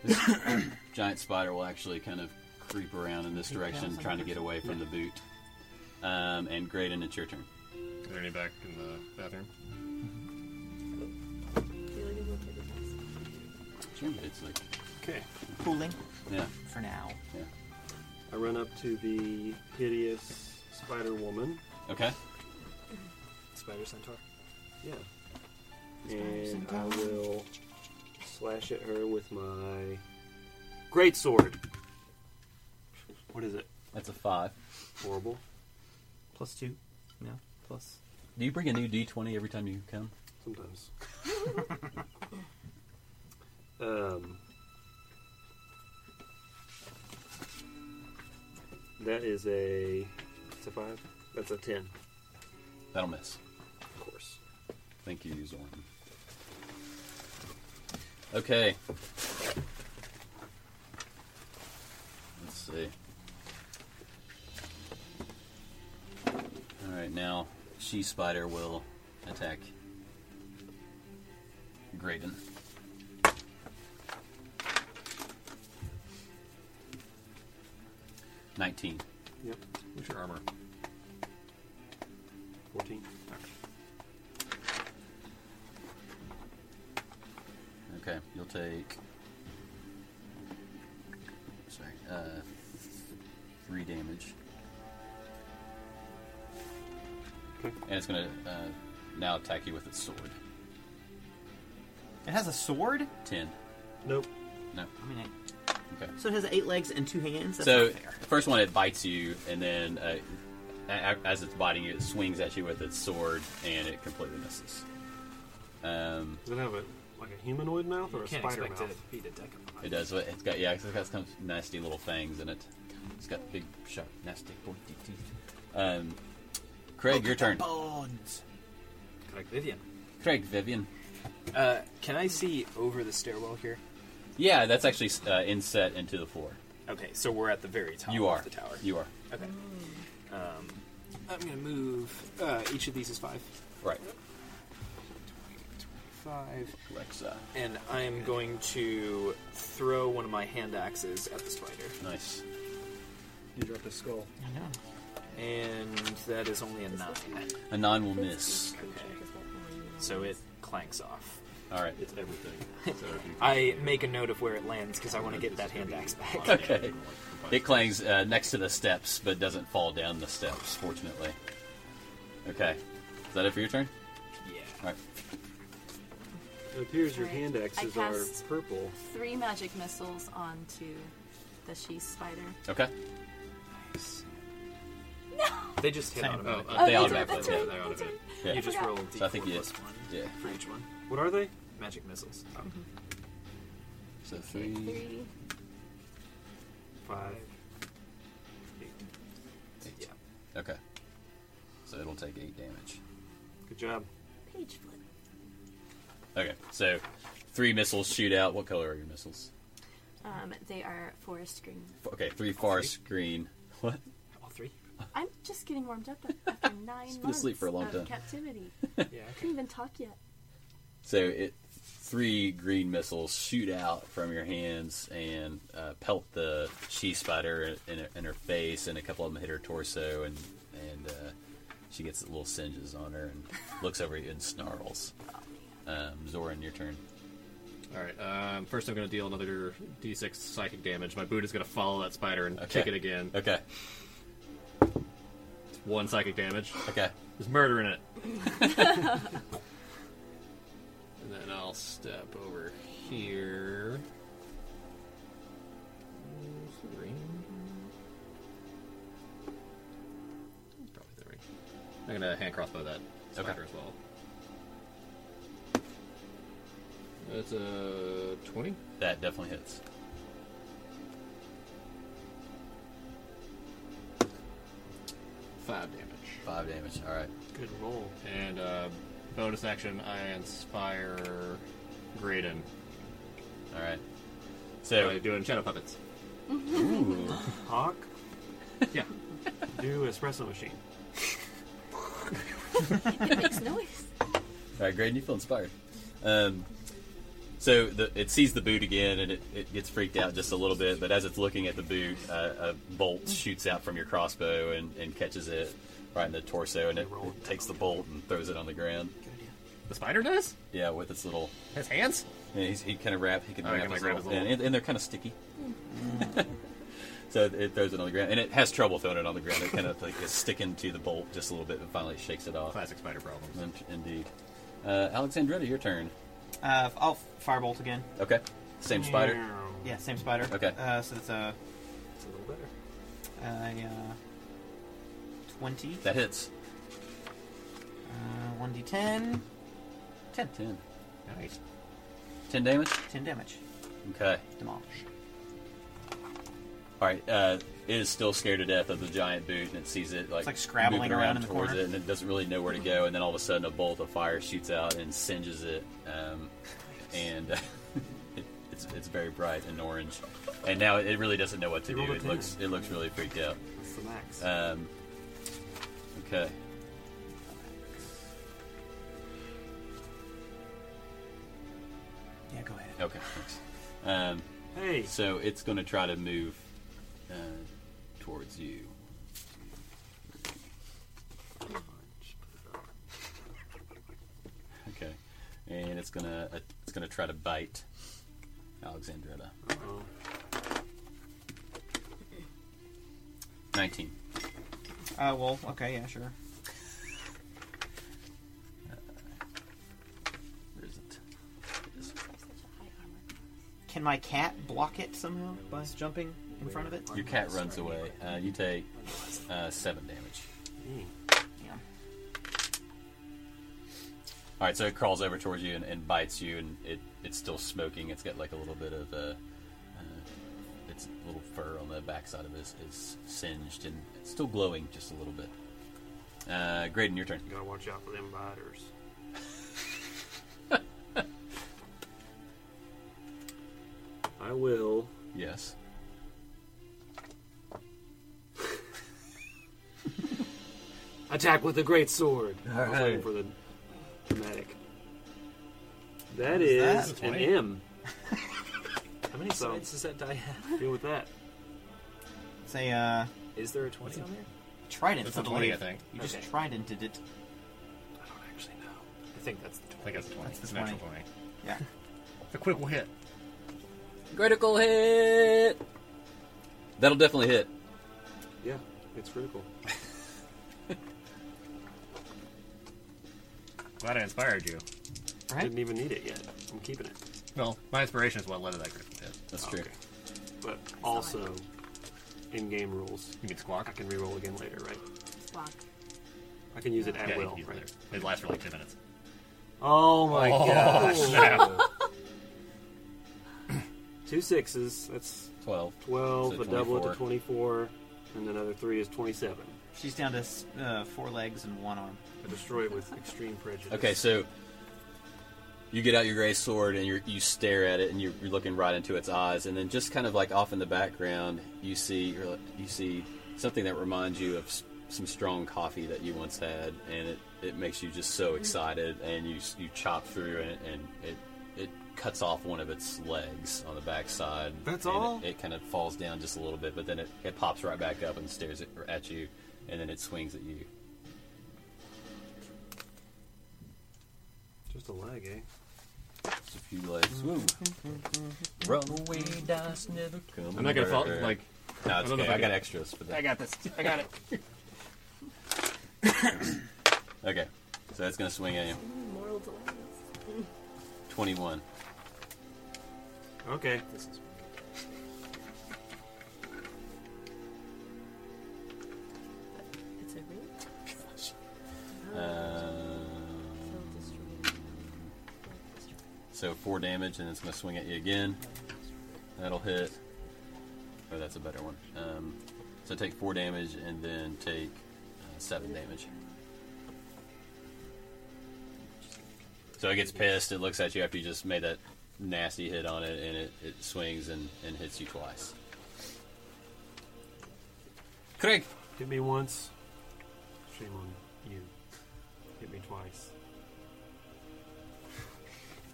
Speaker 2: Um, this giant spider will actually kind of creep around in this direction, trying to get away from the boot. Um, and Graydon, it's your turn.
Speaker 3: Is there any back in the bathroom?
Speaker 2: It's like,
Speaker 1: Okay.
Speaker 4: Cooling
Speaker 2: yeah,
Speaker 4: for now.
Speaker 2: yeah.
Speaker 1: I run up to the hideous spider woman.
Speaker 2: Okay.
Speaker 7: Spider centaur.
Speaker 1: Yeah. And I will slash at her with my great sword. What is it?
Speaker 2: That's a five.
Speaker 1: Horrible.
Speaker 4: Plus two. No. Plus.
Speaker 2: Do you bring a new D20 every time you come?
Speaker 1: (laughs) Sometimes. um, that is a. It's a five. That's a ten,
Speaker 2: That'll miss.
Speaker 1: of course.
Speaker 2: Thank you, use one. Okay. Let's see. Alright, now she spider will attack Graydon. Nineteen.
Speaker 1: Yep.
Speaker 3: What's your armor?
Speaker 1: Fourteen.
Speaker 2: Okay, you'll take. Sorry, uh, three damage.
Speaker 1: Okay.
Speaker 2: And it's gonna uh, now attack you with its sword.
Speaker 4: It has a sword.
Speaker 2: Ten.
Speaker 1: Nope.
Speaker 2: No.
Speaker 4: I mean, I-
Speaker 2: Okay.
Speaker 4: so it has eight legs and two hands. That's
Speaker 2: so
Speaker 4: not fair.
Speaker 2: the first one it bites you, and then uh, a- a- as it's biting you, it swings at you with its sword, and it completely misses. Um,
Speaker 1: Does it have a like a humanoid mouth or a
Speaker 7: Can't
Speaker 1: spider
Speaker 7: expect
Speaker 1: mouth?
Speaker 7: to beat a decapod.
Speaker 2: it does. It's got yeah. It's got some nasty little fangs in it. It's got big, sharp, nasty, pointy teeth. Um, Craig, your turn.
Speaker 7: Bones. Correct, Vivian.
Speaker 2: Craig, Vivian.
Speaker 7: Uh, can I see over the stairwell here?
Speaker 2: Yeah, that's actually uh, inset into the floor.
Speaker 7: Okay, so we're at the very top
Speaker 2: you are
Speaker 7: of Oh, the tower.
Speaker 2: You are
Speaker 7: Okay. Um, I'm gonna move. Uh, each of these is five.
Speaker 2: right.
Speaker 7: Five.
Speaker 2: Alexa,
Speaker 7: And I am going to throw one of my hand axes at the spider.
Speaker 2: nice.
Speaker 1: You dropped a skull.
Speaker 4: I know.
Speaker 7: And that is only a nine.
Speaker 2: A nine will miss.
Speaker 7: So it clanks off.
Speaker 2: All right.
Speaker 1: It's everything. So if
Speaker 2: (laughs)
Speaker 1: you-
Speaker 7: I make a note of where it lands because I want to get that hand
Speaker 1: (laughs)
Speaker 7: axe back.
Speaker 2: Okay. It clangs uh, next to the steps, but doesn't fall down the steps. Fortunately. Okay. Is that it for your turn?
Speaker 7: yeah.
Speaker 2: All right.
Speaker 1: it appears your hand
Speaker 8: Alright, I
Speaker 1: axes are
Speaker 8: cast-
Speaker 1: purple.
Speaker 8: Three magic missiles onto the she spider.
Speaker 2: Okay.
Speaker 7: Nice. They just hit
Speaker 4: Same.
Speaker 7: automatically.
Speaker 1: Oh,
Speaker 6: Oh,
Speaker 2: they
Speaker 8: that's
Speaker 2: automatically
Speaker 8: right, that's
Speaker 2: yeah,
Speaker 8: right,
Speaker 3: they're out of
Speaker 8: that's
Speaker 3: it.
Speaker 8: right.
Speaker 2: Yeah.
Speaker 7: You just
Speaker 8: forgot.
Speaker 7: roll d4
Speaker 2: So I think you-
Speaker 7: plus one
Speaker 2: yeah.
Speaker 7: for each one.
Speaker 1: What are they?
Speaker 7: Magic missiles. Oh,
Speaker 2: So three.
Speaker 8: Three.
Speaker 1: Five.
Speaker 7: Yeah.
Speaker 2: Okay. so it'll take eight damage.
Speaker 1: Good job.
Speaker 6: Page flip.
Speaker 2: Okay, so three missiles shoot out. What color are your missiles?
Speaker 8: Um, they are forest green.
Speaker 2: F- Okay, three forest green. What?
Speaker 7: All three?
Speaker 8: I'm just getting warmed up after nine
Speaker 2: been
Speaker 8: months
Speaker 2: asleep for a long
Speaker 8: of
Speaker 2: time.
Speaker 8: captivity.
Speaker 7: (laughs) Yeah.
Speaker 6: Couldn't even talk yet.
Speaker 2: So it three green missiles shoot out from your hands and uh, pelt the she spider in, her- in her face, and a couple of them hit her torso, and and uh, she gets little singes on her and looks over at you and snarls. Um, Zoran, your turn.
Speaker 3: All right. Um, first, I'm going to deal another d6 psychic damage. My boot is going to follow that spider and
Speaker 2: Okay.
Speaker 3: kick it again.
Speaker 2: Okay,
Speaker 3: It's One psychic damage.
Speaker 2: okay,
Speaker 3: Just murdering it. and then I'll step over here. Is the ring? Probably the ring. I'm gonna hand crossbow that spider
Speaker 2: Okay.
Speaker 3: as well. That's uh, a twenty.
Speaker 2: that definitely hits.
Speaker 3: Five damage.
Speaker 2: Five damage. All right.
Speaker 1: Good roll.
Speaker 3: And uh, bonus action, I inspire Graydon
Speaker 2: All right.
Speaker 3: by
Speaker 2: So,
Speaker 3: doing shadow puppets.
Speaker 2: ooh,
Speaker 1: Hawk,
Speaker 3: (laughs) Yeah.
Speaker 1: do espresso machine.
Speaker 6: It makes noise.
Speaker 2: all right, Graydon, you feel inspired. Um, so the, it sees the boot again, and it, it gets freaked out just a little bit. But as it's looking at the boot, uh, a bolt shoots out from your crossbow and, and catches it right in the torso, and it, it takes the bolt and throws it on the ground.
Speaker 3: The spider does?
Speaker 2: Yeah, with its little,
Speaker 3: His hands?
Speaker 2: and he's, he kind of wrap, he can
Speaker 3: Oh, he
Speaker 2: wrap
Speaker 3: can,
Speaker 2: his
Speaker 3: like,
Speaker 2: little,
Speaker 3: grab his little-
Speaker 2: and, and they're kind of sticky. (laughs) so it throws it on the ground, and it has trouble throwing it on the ground. It kind of like is sticking to the bolt just a little bit, and finally shakes it off.
Speaker 3: Classic spider problems.
Speaker 2: Um, Indeed. Uh, Alexandretta, your turn.
Speaker 4: Uh, I'll firebolt again.
Speaker 2: Okay. Same spider.
Speaker 4: Yeah, same spider.
Speaker 2: Okay.
Speaker 4: Uh, so that's a,
Speaker 1: It's a little
Speaker 4: a
Speaker 1: better.
Speaker 4: uh, 20.
Speaker 2: That hits.
Speaker 4: Uh, 1d10. 10.
Speaker 2: 10.
Speaker 3: Nice.
Speaker 2: 10 damage?
Speaker 4: 10 damage.
Speaker 2: Okay.
Speaker 4: Demolish.
Speaker 2: Alright, uh, it is still scared to death of the giant boot, and it sees it like,
Speaker 4: It's, like, scrabbling
Speaker 2: moving
Speaker 4: around
Speaker 2: around
Speaker 4: in the
Speaker 2: towards
Speaker 4: corner.
Speaker 2: it, and it doesn't really know where to go. And then all of a sudden, a bolt of fire shoots out and singes it,
Speaker 4: (laughs)
Speaker 2: um, and (laughs) it, it's, it's very bright and orange. And now it really doesn't know what to
Speaker 1: They rolled
Speaker 2: do.
Speaker 1: a
Speaker 2: It
Speaker 1: 10.
Speaker 2: looks it looks really freaked out.
Speaker 1: That's the max.
Speaker 2: Um, okay.
Speaker 4: Yeah, go ahead.
Speaker 2: Okay. Thanks. Um,
Speaker 1: hey,
Speaker 2: So it's going to try to move uh, towards you. Okay, and it's gonna uh, it's gonna try to bite Alexandretta.
Speaker 1: Uh-oh.
Speaker 2: Nineteen.
Speaker 4: Uh, well, okay, yeah, sure.
Speaker 2: Where is it?
Speaker 4: Can my cat block it somehow by jumping in front of it?
Speaker 2: Your cat runs away. Uh, you take uh, seven damage.
Speaker 4: Yeah.
Speaker 2: All right, so it crawls over towards you and, and bites you, and it, it's still smoking. It's got like a little bit of uh, uh, its little fur on the backside of it is, is singed, and it's still glowing just a little bit. Uh, Graydon, your turn.
Speaker 1: you gotta watch out for them biters. I will
Speaker 2: Yes.
Speaker 7: Attack with the great sword.
Speaker 1: I was waiting for the dramatic. That
Speaker 4: was
Speaker 1: is
Speaker 4: that?
Speaker 1: an M.
Speaker 7: (laughs) How many
Speaker 1: So-
Speaker 7: sides does that die have?
Speaker 1: Deal with that.
Speaker 4: It's a uh,
Speaker 7: Is there a 20 on there?
Speaker 4: trident.
Speaker 3: That's a
Speaker 4: I
Speaker 3: 20, I
Speaker 4: believe.
Speaker 3: think.
Speaker 4: You just
Speaker 7: Okay.
Speaker 4: tridented it.
Speaker 7: I don't actually know. I think that's the
Speaker 3: I
Speaker 7: 20.
Speaker 3: think that's a 20.
Speaker 4: That's the
Speaker 3: It's an actual
Speaker 4: 20.
Speaker 3: 20.
Speaker 4: Yeah.
Speaker 3: It's a quick hit.
Speaker 2: Critical hit. That'll definitely hit.
Speaker 1: Yeah, it's critical.
Speaker 3: Glad I inspired you.
Speaker 4: Right?
Speaker 1: Didn't even need it yet. I'm keeping it.
Speaker 3: Well, my inspiration is what led to that critical hit.
Speaker 2: That's
Speaker 1: Oh,
Speaker 2: true.
Speaker 1: okay. But also, in game rules,
Speaker 3: You mean
Speaker 1: I
Speaker 3: squawk?
Speaker 1: can reroll again later, right?
Speaker 8: Block.
Speaker 1: I can use it at
Speaker 3: yeah,
Speaker 1: will,
Speaker 3: you can use
Speaker 1: right?
Speaker 3: it later. It lasts for like 10 minutes.
Speaker 1: Oh my
Speaker 3: Oh, (laughs)
Speaker 1: gosh! Two sixes. That's
Speaker 2: Twelve.
Speaker 1: twelve.
Speaker 2: So
Speaker 1: a double it
Speaker 2: 24.
Speaker 1: to twenty-four, and another three is twenty-seven.
Speaker 4: She's down to uh, four legs and one
Speaker 2: (laughs)
Speaker 4: arm.
Speaker 1: I destroy it
Speaker 8: (laughs)
Speaker 1: with extreme prejudice.
Speaker 2: Okay, so you get out your gray sword and you you stare at it and you're, you're looking right into its eyes, and then just kind of like off in the background, you see you're like- you see something that reminds you of s- some strong coffee that you once had, and it, it makes you just
Speaker 7: Mm-hmm.
Speaker 2: so excited, and you s- you chop through and, and it it cuts off one of its legs on the backside.
Speaker 7: That's
Speaker 2: and
Speaker 7: all?
Speaker 2: It, it kind of falls down just a little bit, but then it, it pops right back up and stares at, at you, and then it swings at you.
Speaker 1: Just a leg, eh?
Speaker 2: Just a few legs. Woo. Runaway dice never come.
Speaker 3: I'm not gonna fall.
Speaker 2: back.
Speaker 3: Like
Speaker 2: No, it's
Speaker 3: I don't know
Speaker 2: okay.
Speaker 3: if I
Speaker 2: I got
Speaker 3: can-
Speaker 2: extras for that.
Speaker 4: got this. I got it.
Speaker 2: Okay, so that's gonna swing at you.
Speaker 6: Moral dilemmas.
Speaker 2: Twenty-one.
Speaker 7: Okay.
Speaker 8: It's a real
Speaker 2: Uh,
Speaker 8: kill destroyer.
Speaker 2: so four damage, and it's gonna swing at you again. That'll hit. Oh, that's a better one. Um, so take four damage, and then take uh, seven damage. So it gets pissed. It looks at you after you just made that nasty hit on it, and it, it swings and, and hits you twice. Craig.
Speaker 1: Hit me once. Shame on you. Hit me twice.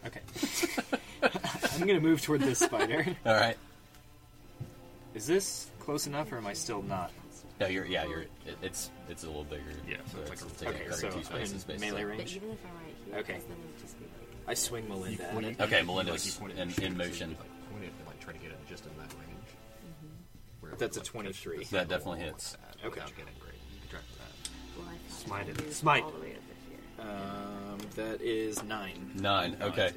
Speaker 7: Okay. (laughs) I'm gonna move toward this spider. (laughs)
Speaker 2: All right.
Speaker 7: Is this close enough, or am I still not?
Speaker 2: No, you're yeah, you're it, it's it's a little bigger.
Speaker 1: Yeah, so it's like a-
Speaker 2: taking
Speaker 7: okay,
Speaker 2: up
Speaker 7: so
Speaker 2: two
Speaker 7: I'm in
Speaker 2: spaces, basically.
Speaker 7: melee
Speaker 8: But
Speaker 7: range.
Speaker 8: even if I write here,
Speaker 7: Okay.
Speaker 8: 'cause then it would just be like
Speaker 7: I swing Melinda at it.
Speaker 2: Okay, Melinda's in, in motion.
Speaker 7: That's a 23.
Speaker 2: That definitely hits.
Speaker 7: Okay.
Speaker 8: well, I thought
Speaker 1: Smite
Speaker 8: I
Speaker 1: it.
Speaker 8: moved
Speaker 7: Smite.
Speaker 8: all the way over here.
Speaker 7: Um, that is nine.
Speaker 2: Nine. Okay.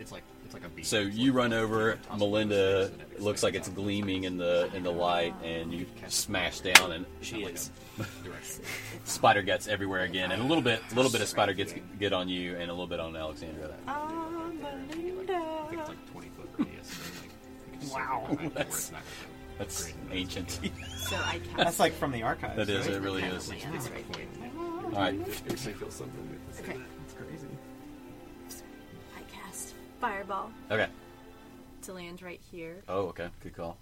Speaker 2: So you run over. Melinda looks like it's gleaming in the in the light, and you smash down, and
Speaker 7: She is.
Speaker 8: (laughs)
Speaker 2: spider guts everywhere again, and a little bit, little bit of spider gets get on you, and a little bit on Alexandra.
Speaker 4: Wow.
Speaker 2: That's, that's ancient. (laughs)
Speaker 8: So I cast.
Speaker 4: That's like from the archives.
Speaker 2: That is.
Speaker 4: right?
Speaker 2: It really is.
Speaker 8: Yeah, that's right.
Speaker 2: All right.
Speaker 1: Makes me feel something. with this.
Speaker 8: Okay.
Speaker 4: It's crazy.
Speaker 8: I cast fireball
Speaker 2: Okay.
Speaker 8: to land right here.
Speaker 2: Oh, okay. Good call.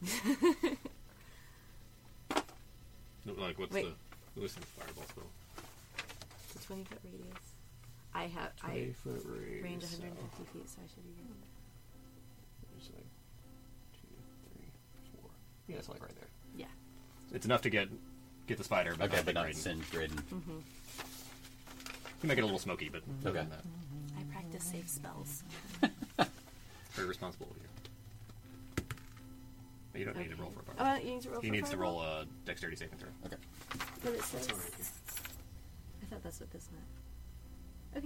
Speaker 3: like what's
Speaker 8: Wait.
Speaker 3: the what's the fireball spell?
Speaker 8: The 20 foot radius. I have I
Speaker 1: 20 foot range,
Speaker 8: range
Speaker 1: so
Speaker 8: 150 feet, so I should be good.
Speaker 1: there's like two, three, four. Yeah, it's like right there.
Speaker 8: Yeah.
Speaker 3: It's enough to get get the spider. But
Speaker 2: Okay, but not
Speaker 3: Graydon.
Speaker 2: Sindgraden.
Speaker 3: You can make it a little smoky, but other
Speaker 2: Okay.
Speaker 3: than that,
Speaker 8: I practice safe spells.
Speaker 3: very responsible here. But you don't need to roll for a
Speaker 8: Oh,
Speaker 3: fireball.
Speaker 8: well, you need to roll.
Speaker 3: He
Speaker 8: for
Speaker 3: needs to
Speaker 8: fireball?
Speaker 3: roll a dexterity saving throw.
Speaker 2: Okay.
Speaker 8: But it says. I thought that's what this meant.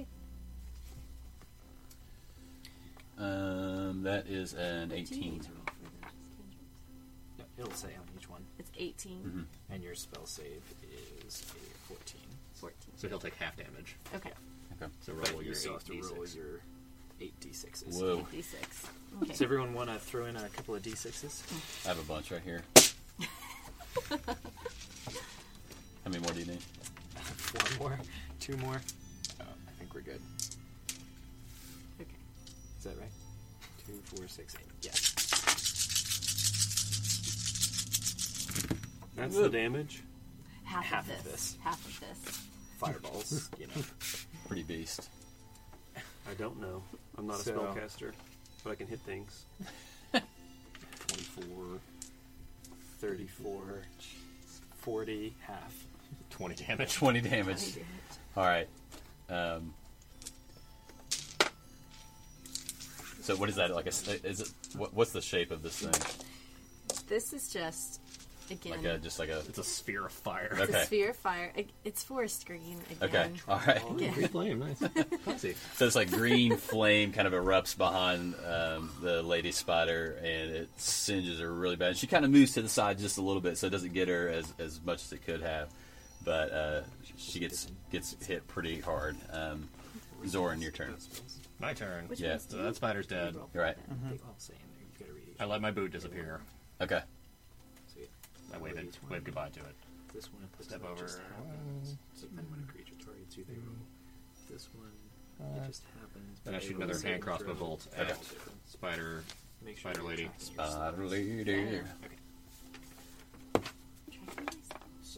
Speaker 8: Okay.
Speaker 2: Um, that is an
Speaker 8: Do you need
Speaker 2: 18.
Speaker 8: to roll for those cantrips?
Speaker 7: It'll say on each one.
Speaker 8: It's 18,
Speaker 2: Mm-hmm.
Speaker 7: And your spell save is a 14.
Speaker 8: 14.
Speaker 3: So he'll take half damage.
Speaker 8: Okay.
Speaker 2: Okay.
Speaker 3: So
Speaker 7: But
Speaker 3: roll
Speaker 7: you
Speaker 3: your
Speaker 7: still have to roll
Speaker 3: 8d6.
Speaker 7: your 8 d6s.
Speaker 2: Whoa.
Speaker 8: D6. Okay.
Speaker 7: Does everyone want to throw in a couple of d6s?
Speaker 2: I have a bunch right here. How many more do you need?
Speaker 7: One more? Two more? Oh, I think we're good.
Speaker 8: okay.
Speaker 7: Is that right? Two, four, six, eight. Yes.
Speaker 1: That's the damage.
Speaker 8: Half,
Speaker 7: Half
Speaker 8: of,
Speaker 7: of
Speaker 8: this,
Speaker 7: this.
Speaker 8: Half of this.
Speaker 7: Fireballs, you know.
Speaker 2: Pretty beast.
Speaker 1: I don't know. I'm not
Speaker 7: So-
Speaker 1: a spellcaster, but I can hit things.
Speaker 3: 24,
Speaker 7: 34, 40, half.
Speaker 3: 20 damage. (laughs)
Speaker 2: 20 damage.
Speaker 8: Okay.
Speaker 2: All right. Um, so what is that like? A s is it what, what's the shape of this thing?
Speaker 8: This is just, again,
Speaker 2: Like a just like a
Speaker 3: It's a sphere of fire.
Speaker 2: Okay.
Speaker 3: (laughs)
Speaker 8: it's a sphere of fire. Ag- It's forest green
Speaker 2: okay. Uh,
Speaker 8: again.
Speaker 2: All right.
Speaker 8: Yeah.
Speaker 3: flame,
Speaker 8: (laughs)
Speaker 3: nice. Classy.
Speaker 2: So it's like green flame kind of erupts behind um, the lady spider, and it singes her really bad. She kind of moves to the side just a little bit, so it doesn't get her as, as much as it could have. But uh, she gets gets hit pretty hard. Um, Zoran, your turn.
Speaker 3: My turn.
Speaker 8: Which
Speaker 2: Yeah,
Speaker 8: ones
Speaker 3: So
Speaker 8: do you
Speaker 3: that spider's dead.
Speaker 8: roll for
Speaker 2: You're right.
Speaker 8: then?
Speaker 7: They all say in there. You've got
Speaker 3: Oh.
Speaker 7: to read each
Speaker 3: I let my boot disappear.
Speaker 2: Okay.
Speaker 7: So, yeah.
Speaker 3: I wave it, wave goodbye to it.
Speaker 7: So
Speaker 1: This one puts
Speaker 3: Step
Speaker 1: up
Speaker 3: over.
Speaker 1: just happens. So then when a creature targets you, they roll. This one, it just happens.
Speaker 3: Then I
Speaker 1: They
Speaker 3: shoot
Speaker 1: roll
Speaker 3: another
Speaker 1: a saving
Speaker 3: hand crossbow
Speaker 1: throw.
Speaker 3: bolt
Speaker 1: Okay.
Speaker 3: at Spider.
Speaker 1: Make
Speaker 3: Spider
Speaker 1: you're
Speaker 3: lady.
Speaker 1: tracking yourself.
Speaker 2: Spider lady.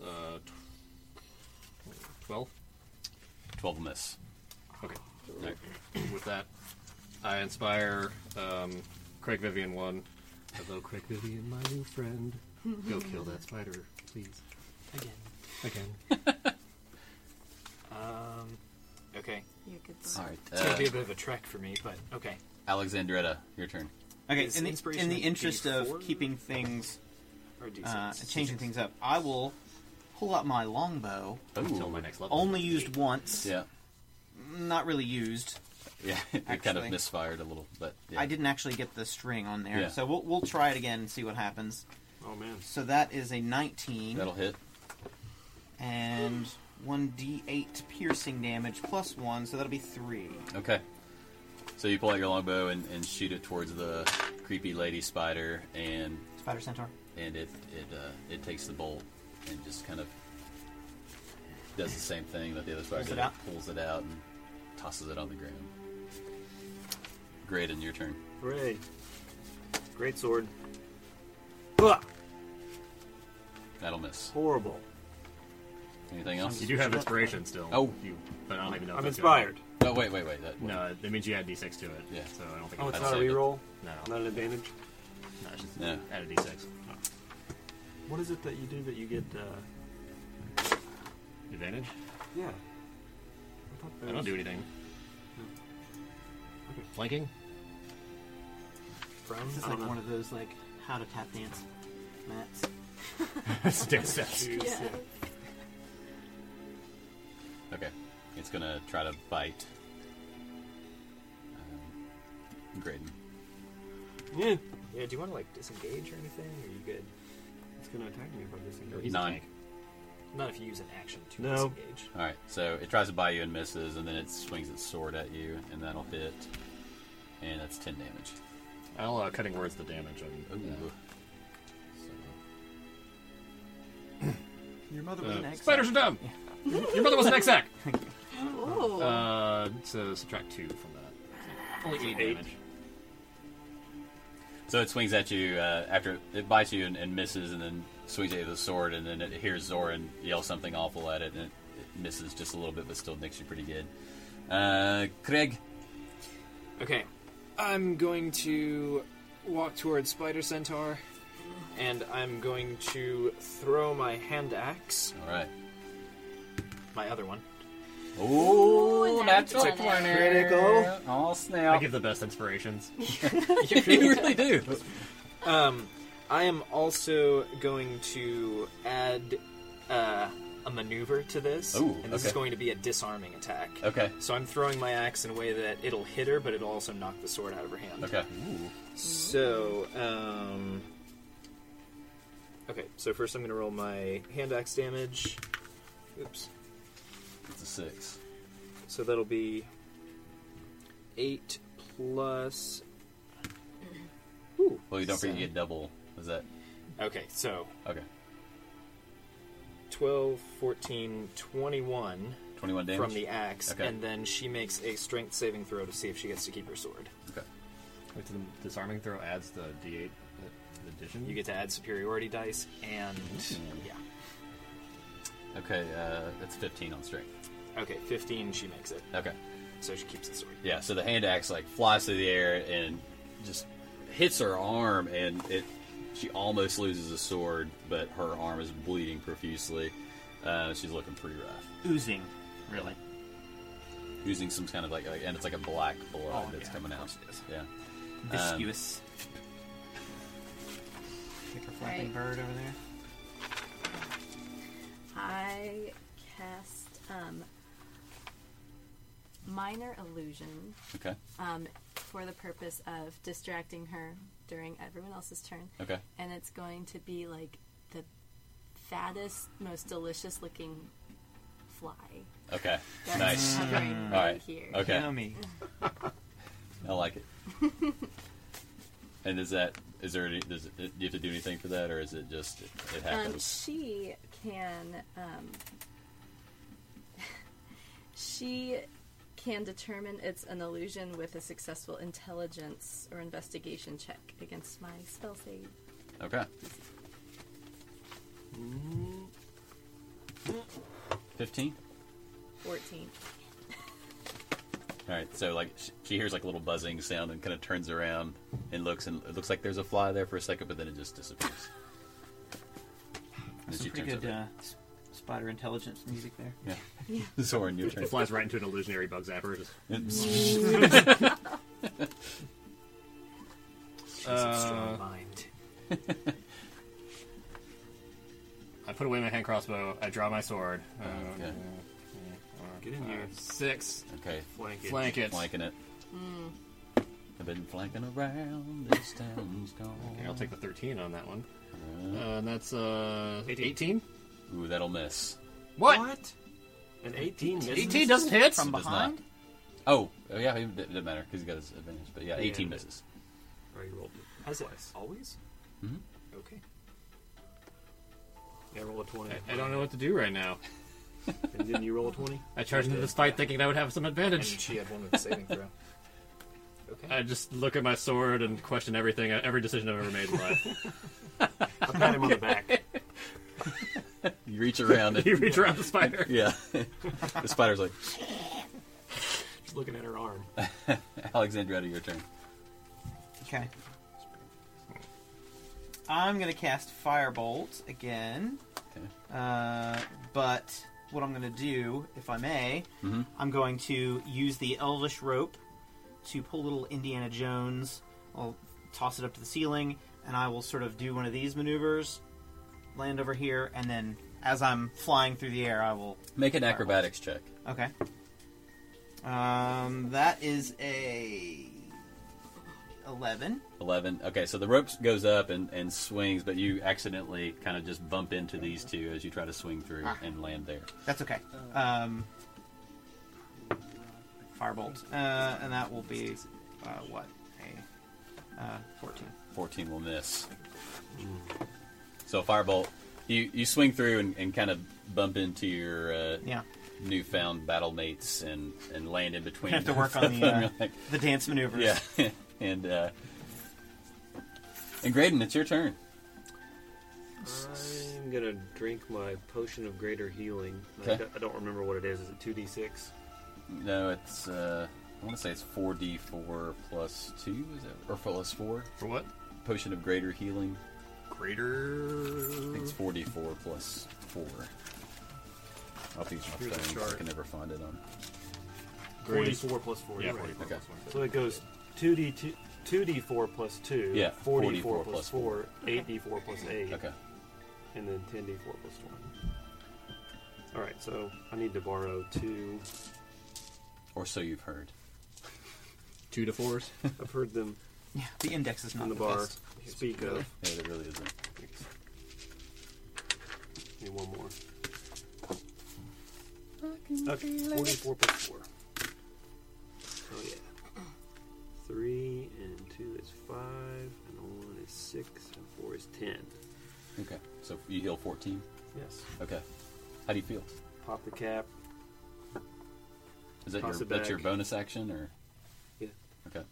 Speaker 3: Uh, Twelve.
Speaker 2: 12 will miss.
Speaker 3: Okay. With that, I inspire um, Craig Vivian one. Hello, Craig Vivian, my new friend. Go kill that spider, please.
Speaker 7: Again.
Speaker 3: Again.
Speaker 7: Um, okay.
Speaker 8: You're a good
Speaker 2: All
Speaker 8: boy.
Speaker 2: right.
Speaker 7: It's going
Speaker 2: Uh,
Speaker 7: to be a bit of a trek for me, but okay.
Speaker 2: Alexandretta, your turn.
Speaker 4: Okay,
Speaker 7: Is
Speaker 4: in the,
Speaker 7: inspiration
Speaker 4: in the
Speaker 7: a
Speaker 4: interest of
Speaker 7: D4?
Speaker 4: keeping things,
Speaker 7: Or D6.
Speaker 4: uh, changing things up, I will pull out my longbow.
Speaker 3: Until
Speaker 2: Ooh.
Speaker 3: my next level.
Speaker 4: Only used once.
Speaker 2: Yeah.
Speaker 4: Not really used.
Speaker 2: Yeah. (laughs) it kind of
Speaker 4: Actually.
Speaker 2: misfired a little, but yeah.
Speaker 4: I didn't actually get the string on there,
Speaker 2: Yeah.
Speaker 4: so we'll, we'll try it again and see what happens.
Speaker 1: Oh man.
Speaker 4: So that is a 19
Speaker 2: That'll hit.
Speaker 4: and 1d8 piercing damage plus 1, so that'll be 3.
Speaker 2: Okay. So you pull out your longbow and, and shoot it towards the creepy lady spider, and
Speaker 4: Spider Centaur.
Speaker 2: and it it uh, it takes the bolt and just kind of does the same thing that the other spider
Speaker 4: Pulls it
Speaker 2: did.
Speaker 4: out.
Speaker 2: pulls it out and tosses it on the ground. Great, and your turn.
Speaker 1: Hooray. Great sword.
Speaker 7: Ugh!
Speaker 2: That'll miss.
Speaker 1: Horrible.
Speaker 2: Anything else?
Speaker 3: You do have inspiration still.
Speaker 2: Oh.
Speaker 3: You, but I don't even know. if
Speaker 7: I'm
Speaker 3: that's
Speaker 7: inspired.
Speaker 2: No, Oh, wait, wait, wait. That,
Speaker 3: good. No, that means you add d6 to it.
Speaker 2: Yeah.
Speaker 3: So I don't think.
Speaker 1: Oh, it's
Speaker 2: I'd
Speaker 1: not a
Speaker 2: say that-
Speaker 1: reroll?
Speaker 3: No, no,
Speaker 1: Not an advantage?
Speaker 3: no, it's just
Speaker 2: No.
Speaker 3: add a d6.
Speaker 1: What is it that you do that you get, uh,
Speaker 3: Advantage.
Speaker 1: yeah. I, thought there
Speaker 3: I don't
Speaker 1: was-
Speaker 3: do anything.
Speaker 1: Okay.
Speaker 3: Flanking. (laughs)
Speaker 4: This is
Speaker 1: I
Speaker 4: like
Speaker 1: don't know.
Speaker 4: one of those, like, how to tap dance mats.
Speaker 3: Step steps.
Speaker 8: Yeah.
Speaker 2: Okay. It's gonna try to bite. Um, Graydon.
Speaker 1: Yeah.
Speaker 7: Yeah, do you want to, like, disengage or anything? Or are you good?
Speaker 1: It's gonna attack me if I disengage.
Speaker 3: He's a
Speaker 2: Nine.
Speaker 3: tank.
Speaker 7: Not if you use an action to
Speaker 1: No.
Speaker 7: disengage.
Speaker 2: All right, so it tries to buy you and misses, and then it swings its sword at you, and that'll hit, and that's ten damage.
Speaker 3: I'll uh, cutting words the damage on.
Speaker 2: Ooh.
Speaker 4: Your mother
Speaker 3: Uh,
Speaker 4: was an
Speaker 3: uh,
Speaker 4: ex.
Speaker 3: spiders are dumb. Your mother was an exact.
Speaker 8: Oh.
Speaker 3: Uh, so subtract two from that. Only eight, damage.
Speaker 2: So it swings at you uh, after it bites you and, and misses, and then swings at you with a sword, and then it hears Zoran yell something awful at it, and it, it misses just a little bit, but still nicks you pretty good. Uh, Craig,
Speaker 7: Okay. I'm going to walk towards Spider Centaur, and I'm going to throw my hand axe,
Speaker 2: all right.
Speaker 7: my other one.
Speaker 2: Oh,
Speaker 8: Ooh,
Speaker 2: natural
Speaker 8: that's a
Speaker 2: twenty.
Speaker 7: critical.
Speaker 2: Oh
Speaker 3: I
Speaker 2: snap!
Speaker 3: give the best inspirations.
Speaker 7: You
Speaker 2: (laughs) You
Speaker 7: really-
Speaker 2: really do.
Speaker 7: um, I am also going to add uh, a maneuver to this,
Speaker 2: Ooh,
Speaker 7: and this is
Speaker 2: okay.
Speaker 7: going to be a disarming attack.
Speaker 2: Okay.
Speaker 7: So I'm throwing my axe in a way that it'll hit her, but it'll also knock the sword out of her hand.
Speaker 2: Okay.
Speaker 7: So, um. Okay, so first I'm gonna roll my hand axe damage. Oops.
Speaker 2: It's a six.
Speaker 7: So that'll be 8 plus. Ooh.
Speaker 2: Well, you don't forget you
Speaker 7: seven.
Speaker 2: get double. Is that
Speaker 7: Okay, so
Speaker 2: okay?
Speaker 7: 12, 14, 21
Speaker 2: Twenty-one damage
Speaker 7: from the axe,
Speaker 2: Okay.
Speaker 7: and then she makes a strength saving throw to see if she gets to keep her sword.
Speaker 2: Okay.
Speaker 3: Wait, so the disarming throw adds the d8 the addition.
Speaker 7: You get to add superiority dice, and. Yeah.
Speaker 2: Okay, uh, that's 15 on strength.
Speaker 7: Okay, 15, she makes it.
Speaker 2: Okay.
Speaker 7: So she keeps the sword.
Speaker 2: Yeah, so the hand axe like flies through the air and just hits her arm and it she almost loses a sword, but her arm is bleeding profusely. Uh, she's looking pretty rough.
Speaker 4: Oozing, really.
Speaker 2: Using some kind of like, like and it's like a black blood that's coming out. Yeah. Um,
Speaker 4: Viscous. Like a flapping
Speaker 8: Right.
Speaker 4: bird over there.
Speaker 8: I cast um, minor illusion
Speaker 2: Okay.
Speaker 8: um, for the purpose of distracting her during everyone else's turn,
Speaker 2: Okay.
Speaker 8: and it's going to be like the fattest, most delicious looking fly
Speaker 2: Okay.
Speaker 8: that's
Speaker 2: Nice. Mm.
Speaker 8: hovering
Speaker 2: All
Speaker 8: right
Speaker 4: Um,
Speaker 2: right.
Speaker 8: here.
Speaker 2: Okay.
Speaker 4: Yummy.
Speaker 2: I like it. (laughs) And is that is there any, does it, do you have to do anything for that, or is it just it
Speaker 8: Um,
Speaker 2: happens?
Speaker 8: she can. Um, (laughs) she can determine it's an illusion with a successful intelligence or investigation check against my spell save.
Speaker 2: okay. Fifteen.
Speaker 8: 14.
Speaker 2: All right. So like sh- she hears like a little buzzing sound and kind of turns around and looks and it looks like there's a fly there for a second, but then it just disappears. And
Speaker 4: That's
Speaker 2: she
Speaker 4: some pretty
Speaker 2: turns
Speaker 4: good
Speaker 2: over.
Speaker 4: uh, s- spider intelligence music there.
Speaker 2: (laughs) yeah. Soren, your turn.
Speaker 3: It flies right into an illusionary bug zapper. Just,
Speaker 5: She's of
Speaker 3: Uh,
Speaker 4: uh,
Speaker 5: strong mind.
Speaker 3: I put away my hand crossbow. I draw my sword. Uh,
Speaker 2: okay.
Speaker 1: Get in
Speaker 3: uh,
Speaker 1: here.
Speaker 3: six.
Speaker 2: Okay.
Speaker 1: Flank it.
Speaker 3: Flank it.
Speaker 2: Flanking it.
Speaker 3: Hmm.
Speaker 2: I've been flanking around this town's (laughs) gone.
Speaker 3: Okay, I'll take the 13 on that one.
Speaker 2: Uh-huh.
Speaker 3: Uh, and that's uh,
Speaker 1: 18.
Speaker 3: 18?
Speaker 2: Ooh, that'll miss.
Speaker 3: What?
Speaker 1: An 18 misses?
Speaker 3: 18 doesn't hit?
Speaker 4: From
Speaker 2: does not.
Speaker 4: behind?
Speaker 2: Oh, oh, yeah, it doesn't matter because he got his advantage. But yeah,
Speaker 1: Yeah.
Speaker 2: 18 misses.
Speaker 1: Or you rolled it
Speaker 5: Has it
Speaker 1: twice.
Speaker 5: always?
Speaker 7: Hmm?
Speaker 5: Okay.
Speaker 1: Yeah, roll a 20.
Speaker 3: I, I don't know what to do right now.
Speaker 1: And didn't you roll a 20?
Speaker 3: I charged into this fight thinking I would have some
Speaker 7: (laughs) And
Speaker 3: advantage.
Speaker 7: she had one with the saving throw. (laughs) Uh, Okay.
Speaker 3: I just look at my sword and question everything, uh, every decision I've ever made in
Speaker 2: (laughs)
Speaker 3: life.
Speaker 1: I (laughs) pat him on the back.
Speaker 2: You reach around
Speaker 3: (laughs) you
Speaker 2: and.
Speaker 3: reach around the spider.
Speaker 2: Yeah. (laughs) the spider's like,
Speaker 1: Just looking at her arm.
Speaker 2: Alexandra, your turn.
Speaker 4: Okay. I'm gonna cast Firebolt again.
Speaker 2: Okay.
Speaker 4: Uh, but what I'm going to do, if I may,
Speaker 2: Mm-hmm.
Speaker 4: I'm going to use the Elvish rope to pull little Indiana Jones. I'll toss it up to the ceiling, and I will sort of do one of these maneuvers, land over here, and then as I'm flying through the air, I will.
Speaker 2: Make an acrobatics check.
Speaker 4: Okay. Um, that is a eleven.
Speaker 2: 11. Okay, so the rope goes up and, and swings, but you accidentally kind of just bump into these two as you try to swing through and land there.
Speaker 4: That's okay. Um, firebolt, uh, and that will be uh, what a uh, fourteen.
Speaker 2: 14 will miss. So, Firebolt, you, you swing through and, and kind of bump into your uh,
Speaker 4: Yeah,
Speaker 2: newfound battle mates and, and land in between.
Speaker 4: have to work
Speaker 2: (laughs)
Speaker 4: on the, uh,
Speaker 2: Like,
Speaker 4: the dance maneuvers.
Speaker 2: yeah, (laughs) and uh, and Graydon, it's your turn.
Speaker 1: I'm going to drink my potion of greater healing. I,
Speaker 2: Okay.
Speaker 1: don't- I don't remember what it is. Is it 2d6?
Speaker 2: No, it's uh, I want to say it's four d four plus two, is it or plus four?
Speaker 3: For what?
Speaker 2: Potion of Greater Healing. I
Speaker 3: Greater.
Speaker 2: think it's four d four plus four. I'll be my
Speaker 1: the
Speaker 2: phone. I
Speaker 1: chart.
Speaker 2: can never find it on.
Speaker 1: 44 plus 4.
Speaker 3: Yeah,
Speaker 1: you're right.
Speaker 3: 44
Speaker 2: Okay.
Speaker 3: plus one.
Speaker 1: So it goes 2d2, 2d4 plus 2,
Speaker 2: Yeah,
Speaker 1: 44
Speaker 2: plus
Speaker 1: plus 4, 8d4 plus 8,
Speaker 2: Okay.
Speaker 1: and then 10d4 plus 1. Alright, so I need to borrow 2.
Speaker 2: Or so you've heard.
Speaker 3: Two to fours.
Speaker 1: I've heard them
Speaker 4: yeah. The index is not
Speaker 1: in the
Speaker 2: Ah,
Speaker 4: the,
Speaker 1: bar
Speaker 4: best.
Speaker 1: speak of.
Speaker 2: Yeah, there really isn't.
Speaker 1: Need one more. Okay, 44 plus 4. Oh, yeah. 3 and 2 is 5, and 1 is 6, and 4 is 10.
Speaker 2: Okay. So you heal fourteen.
Speaker 1: Yes.
Speaker 2: Okay. How do you feel?
Speaker 1: Pop the cap.
Speaker 2: Is that
Speaker 1: Toss
Speaker 2: your
Speaker 1: it
Speaker 2: that's your
Speaker 1: back.
Speaker 2: bonus action or?
Speaker 1: Yeah.
Speaker 2: Okay.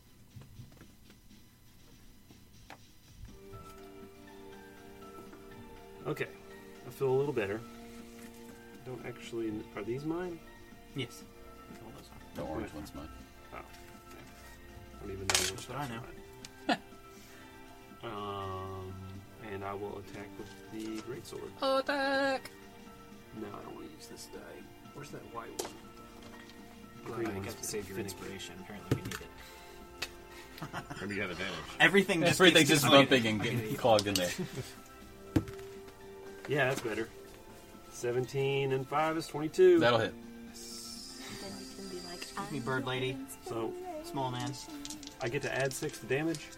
Speaker 1: Okay. I feel a little better. Don't actually. Are these mine?
Speaker 4: Yes.
Speaker 2: The orange one's mine.
Speaker 1: Oh. okay. I don't even know which
Speaker 4: what I know.
Speaker 1: mine. (laughs) um, and I will attack with the greatsword.
Speaker 2: Attack.
Speaker 1: No, I don't want to use this die.
Speaker 7: Where's that white one?
Speaker 1: Green
Speaker 7: Glad I
Speaker 1: one's
Speaker 7: got to save your
Speaker 1: finicky.
Speaker 7: inspiration. Apparently we need it.
Speaker 3: Remember, you have advantage.
Speaker 4: Everything just
Speaker 2: Everything's
Speaker 4: keeps
Speaker 2: just
Speaker 4: going.
Speaker 2: bumping and getting clogged in
Speaker 1: (laughs)
Speaker 2: there.
Speaker 1: Yeah, that's better. 17 and 5 is 22.
Speaker 2: That'll hit.
Speaker 8: Then you can be like,
Speaker 4: Excuse me, bird lady.
Speaker 1: So
Speaker 4: Small man.
Speaker 1: I get to add 6 to damage?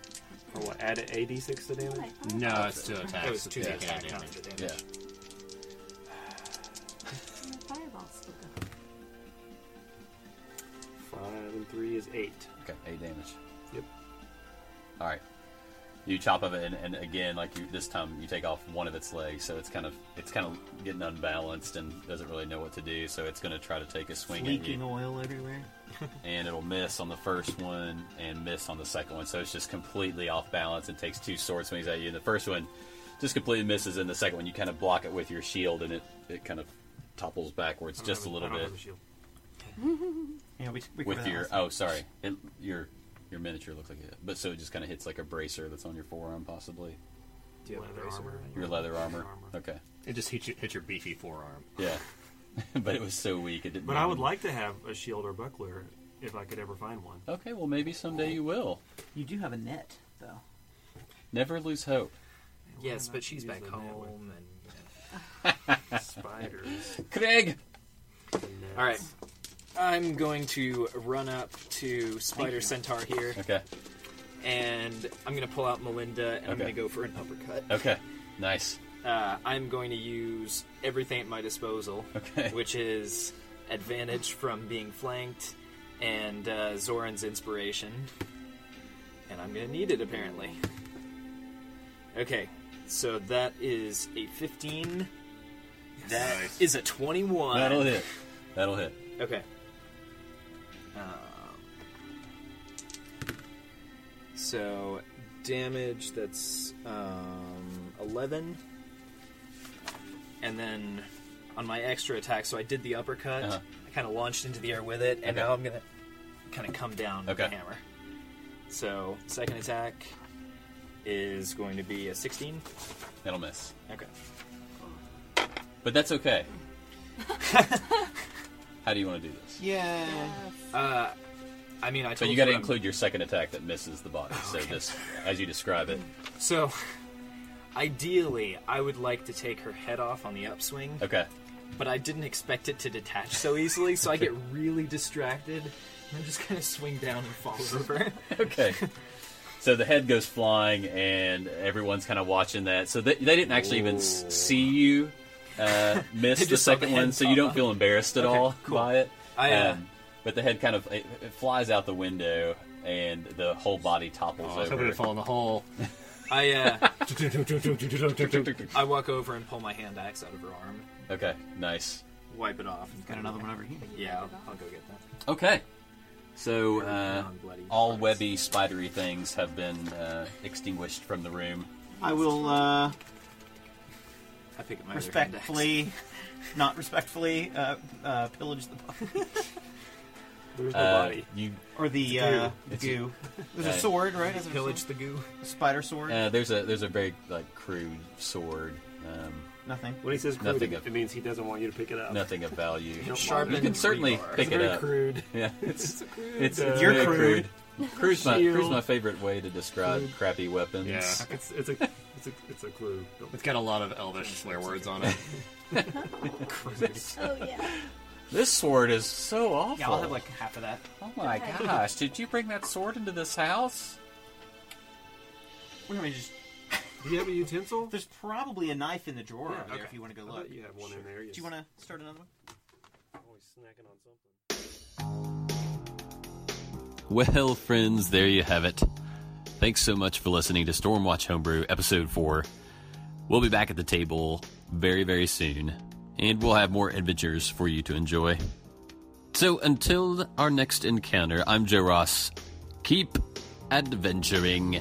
Speaker 1: Or what? Add an AD6 to damage?
Speaker 3: No, Oh, it's two attacks.
Speaker 7: That was two
Speaker 2: Yeah.
Speaker 7: d attack damage.
Speaker 2: Yeah.
Speaker 8: Fireballs will go.
Speaker 1: 5 and 3 is 8.
Speaker 2: Okay. Eight damage.
Speaker 1: Yep.
Speaker 2: All right. You chop of it, and, and again, like you, this time you take off one of its legs, so it's kind of it's kind of getting unbalanced and doesn't really know what to do. So it's going to try to take a swing at you,
Speaker 4: Leaking oil everywhere.
Speaker 2: and it'll miss on the first one and miss on the second one. So it's just completely off balance and takes two sword swings at you. And the first one just completely misses, and the second one you kind of block it with your shield, and it it kind of topples backwards just a little
Speaker 1: I don't
Speaker 2: bit
Speaker 1: have a shield.
Speaker 4: Yeah, we, we covered
Speaker 2: with
Speaker 4: that
Speaker 2: your
Speaker 4: last time.
Speaker 2: oh sorry it, your your miniature looks like it but so it just kind of hits like a bracer that's on your forearm possibly
Speaker 7: Do you have
Speaker 1: Leather
Speaker 7: a razor?
Speaker 1: armor.
Speaker 2: your leather armor
Speaker 1: Mm-hmm. armor.
Speaker 2: okay
Speaker 3: It just hit, you, hit your beefy forearm.
Speaker 2: yeah (laughs) but it was so weak it didn't
Speaker 1: But I would
Speaker 2: even-
Speaker 1: like to have a shield or buckler if I could ever find one.
Speaker 2: okay well maybe someday you will
Speaker 4: You do have a net, though.
Speaker 2: never lose hope
Speaker 7: Yes,
Speaker 1: not
Speaker 7: but
Speaker 1: use
Speaker 7: she's back
Speaker 1: the net
Speaker 7: home. And
Speaker 2: (laughs)
Speaker 1: Spiders.
Speaker 2: Craig
Speaker 1: and nets.
Speaker 7: all right, I'm going to run up to Spider Centaur here,
Speaker 2: okay
Speaker 7: and I'm going to pull out Melinda, and I'm
Speaker 2: Okay.
Speaker 7: going to go for an uppercut.
Speaker 2: okay nice
Speaker 7: Uh, I'm going to use everything at my disposal,
Speaker 2: Okay.
Speaker 7: which is advantage from being flanked and uh, Zoran's inspiration, and I'm going to need it apparently. Okay, so that is a 15. That
Speaker 3: Nice.
Speaker 7: is a 21.
Speaker 2: that'll hit that'll hit
Speaker 7: Okay. Um, so damage that's um, 11. And then on my extra attack, so I did the uppercut.
Speaker 2: Uh-huh.
Speaker 7: I kind of launched into the air with it, and
Speaker 2: Okay.
Speaker 7: now I'm going to kind of come down with
Speaker 2: Okay.
Speaker 7: the hammer. So, second attack is going to be a 16.
Speaker 2: that'll miss
Speaker 7: Okay.
Speaker 2: but that's
Speaker 7: (laughs)
Speaker 2: okay how do you want to do this
Speaker 4: Yeah.
Speaker 7: Uh, I mean, I told
Speaker 2: but you
Speaker 7: got
Speaker 2: got to include your second attack that misses the body so just as you describe it
Speaker 7: Mm. So, (laughs) ideally, I would like to take her head off on the upswing,
Speaker 2: okay (laughs)
Speaker 7: but I didn't expect it to detach so easily, so I get really distracted. And I'm just kind of swing down and fall over.
Speaker 2: Okay. So the head goes flying, and everyone's kind of watching that. So they, they didn't actually even s- see you
Speaker 7: (laughs)
Speaker 2: uh, miss
Speaker 7: They
Speaker 2: the
Speaker 7: just saw the
Speaker 2: second
Speaker 7: head
Speaker 2: one, so you
Speaker 7: pop
Speaker 2: don't
Speaker 7: up.
Speaker 2: feel embarrassed at
Speaker 7: Okay,
Speaker 2: all
Speaker 7: cool.
Speaker 2: by it.
Speaker 7: I, uh,
Speaker 2: Um. but the head kind of it, it flies out the window, and the whole body topples
Speaker 3: Oh, I was hoping
Speaker 2: over.
Speaker 3: to fall in the hole. (laughs)
Speaker 7: I uh,
Speaker 3: That's
Speaker 7: I walk over and pull my hand axe out of her arm,
Speaker 2: Okay, nice.
Speaker 7: wipe it off. And
Speaker 4: Got another one over here.
Speaker 7: Yeah, I'll, I'll go get that.
Speaker 2: Okay. So uh,
Speaker 7: Non-bloody
Speaker 2: all
Speaker 7: parts.
Speaker 2: webby, spidery things have been uh, extinguished from the room.
Speaker 4: I will uh,
Speaker 7: I pick up my other hand axe.
Speaker 4: respectfully, not respectfully, uh, uh, pillage the body.
Speaker 1: There's no
Speaker 2: Uh,
Speaker 1: body.
Speaker 2: you
Speaker 4: or the uh,
Speaker 2: It's a-
Speaker 1: (laughs)
Speaker 4: goo. There's
Speaker 2: Uh,
Speaker 4: a sword, right? Is there a
Speaker 7: Pillage the goo.
Speaker 4: sword? spider sword.
Speaker 2: uh, there's a there's a very like crude sword. Um,
Speaker 4: Nothing.
Speaker 1: When he says crude,
Speaker 2: Nothing
Speaker 1: it,
Speaker 2: of-
Speaker 1: it means he doesn't want you to pick it up.
Speaker 2: nothing of value.
Speaker 1: Don't
Speaker 7: Sharpened
Speaker 2: You can certainly
Speaker 7: rebar.
Speaker 2: pick
Speaker 1: It's
Speaker 2: it
Speaker 1: very
Speaker 2: up.
Speaker 1: crude.
Speaker 2: Yeah, it's
Speaker 1: Crude,
Speaker 2: it's,
Speaker 1: uh,
Speaker 2: it's
Speaker 4: You're
Speaker 2: very
Speaker 4: crude.
Speaker 2: crude. Crude's my,
Speaker 1: Shield.
Speaker 2: crude's my favorite way to describe crappy weapons.
Speaker 3: Yeah.
Speaker 1: It's, it's a it's a it's
Speaker 2: (laughs)
Speaker 1: a clue. Don't-
Speaker 3: It's got a lot of elvish swear words on it.
Speaker 8: Oh yeah.
Speaker 2: This sword is so awful.
Speaker 4: Yeah, I'll have like half of that.
Speaker 2: oh my
Speaker 8: Okay.
Speaker 2: gosh, did you bring that sword into this house?
Speaker 4: We're gonna just.
Speaker 1: Do you have a utensil?
Speaker 4: There's probably a knife in the drawer
Speaker 1: Yeah,
Speaker 4: over there
Speaker 1: okay.
Speaker 4: if you want to go
Speaker 1: I
Speaker 4: look.
Speaker 1: bet you have one in there.
Speaker 4: Do you want to start another one?
Speaker 1: Always snacking on something.
Speaker 2: Well, friends, there you have it. Thanks so much for listening to Stormwatch Homebrew Episode 4. We'll be back at the table very, very soon, and we'll have more adventures for you to enjoy. So until our next encounter, I'm Joe Ross. Keep adventuring.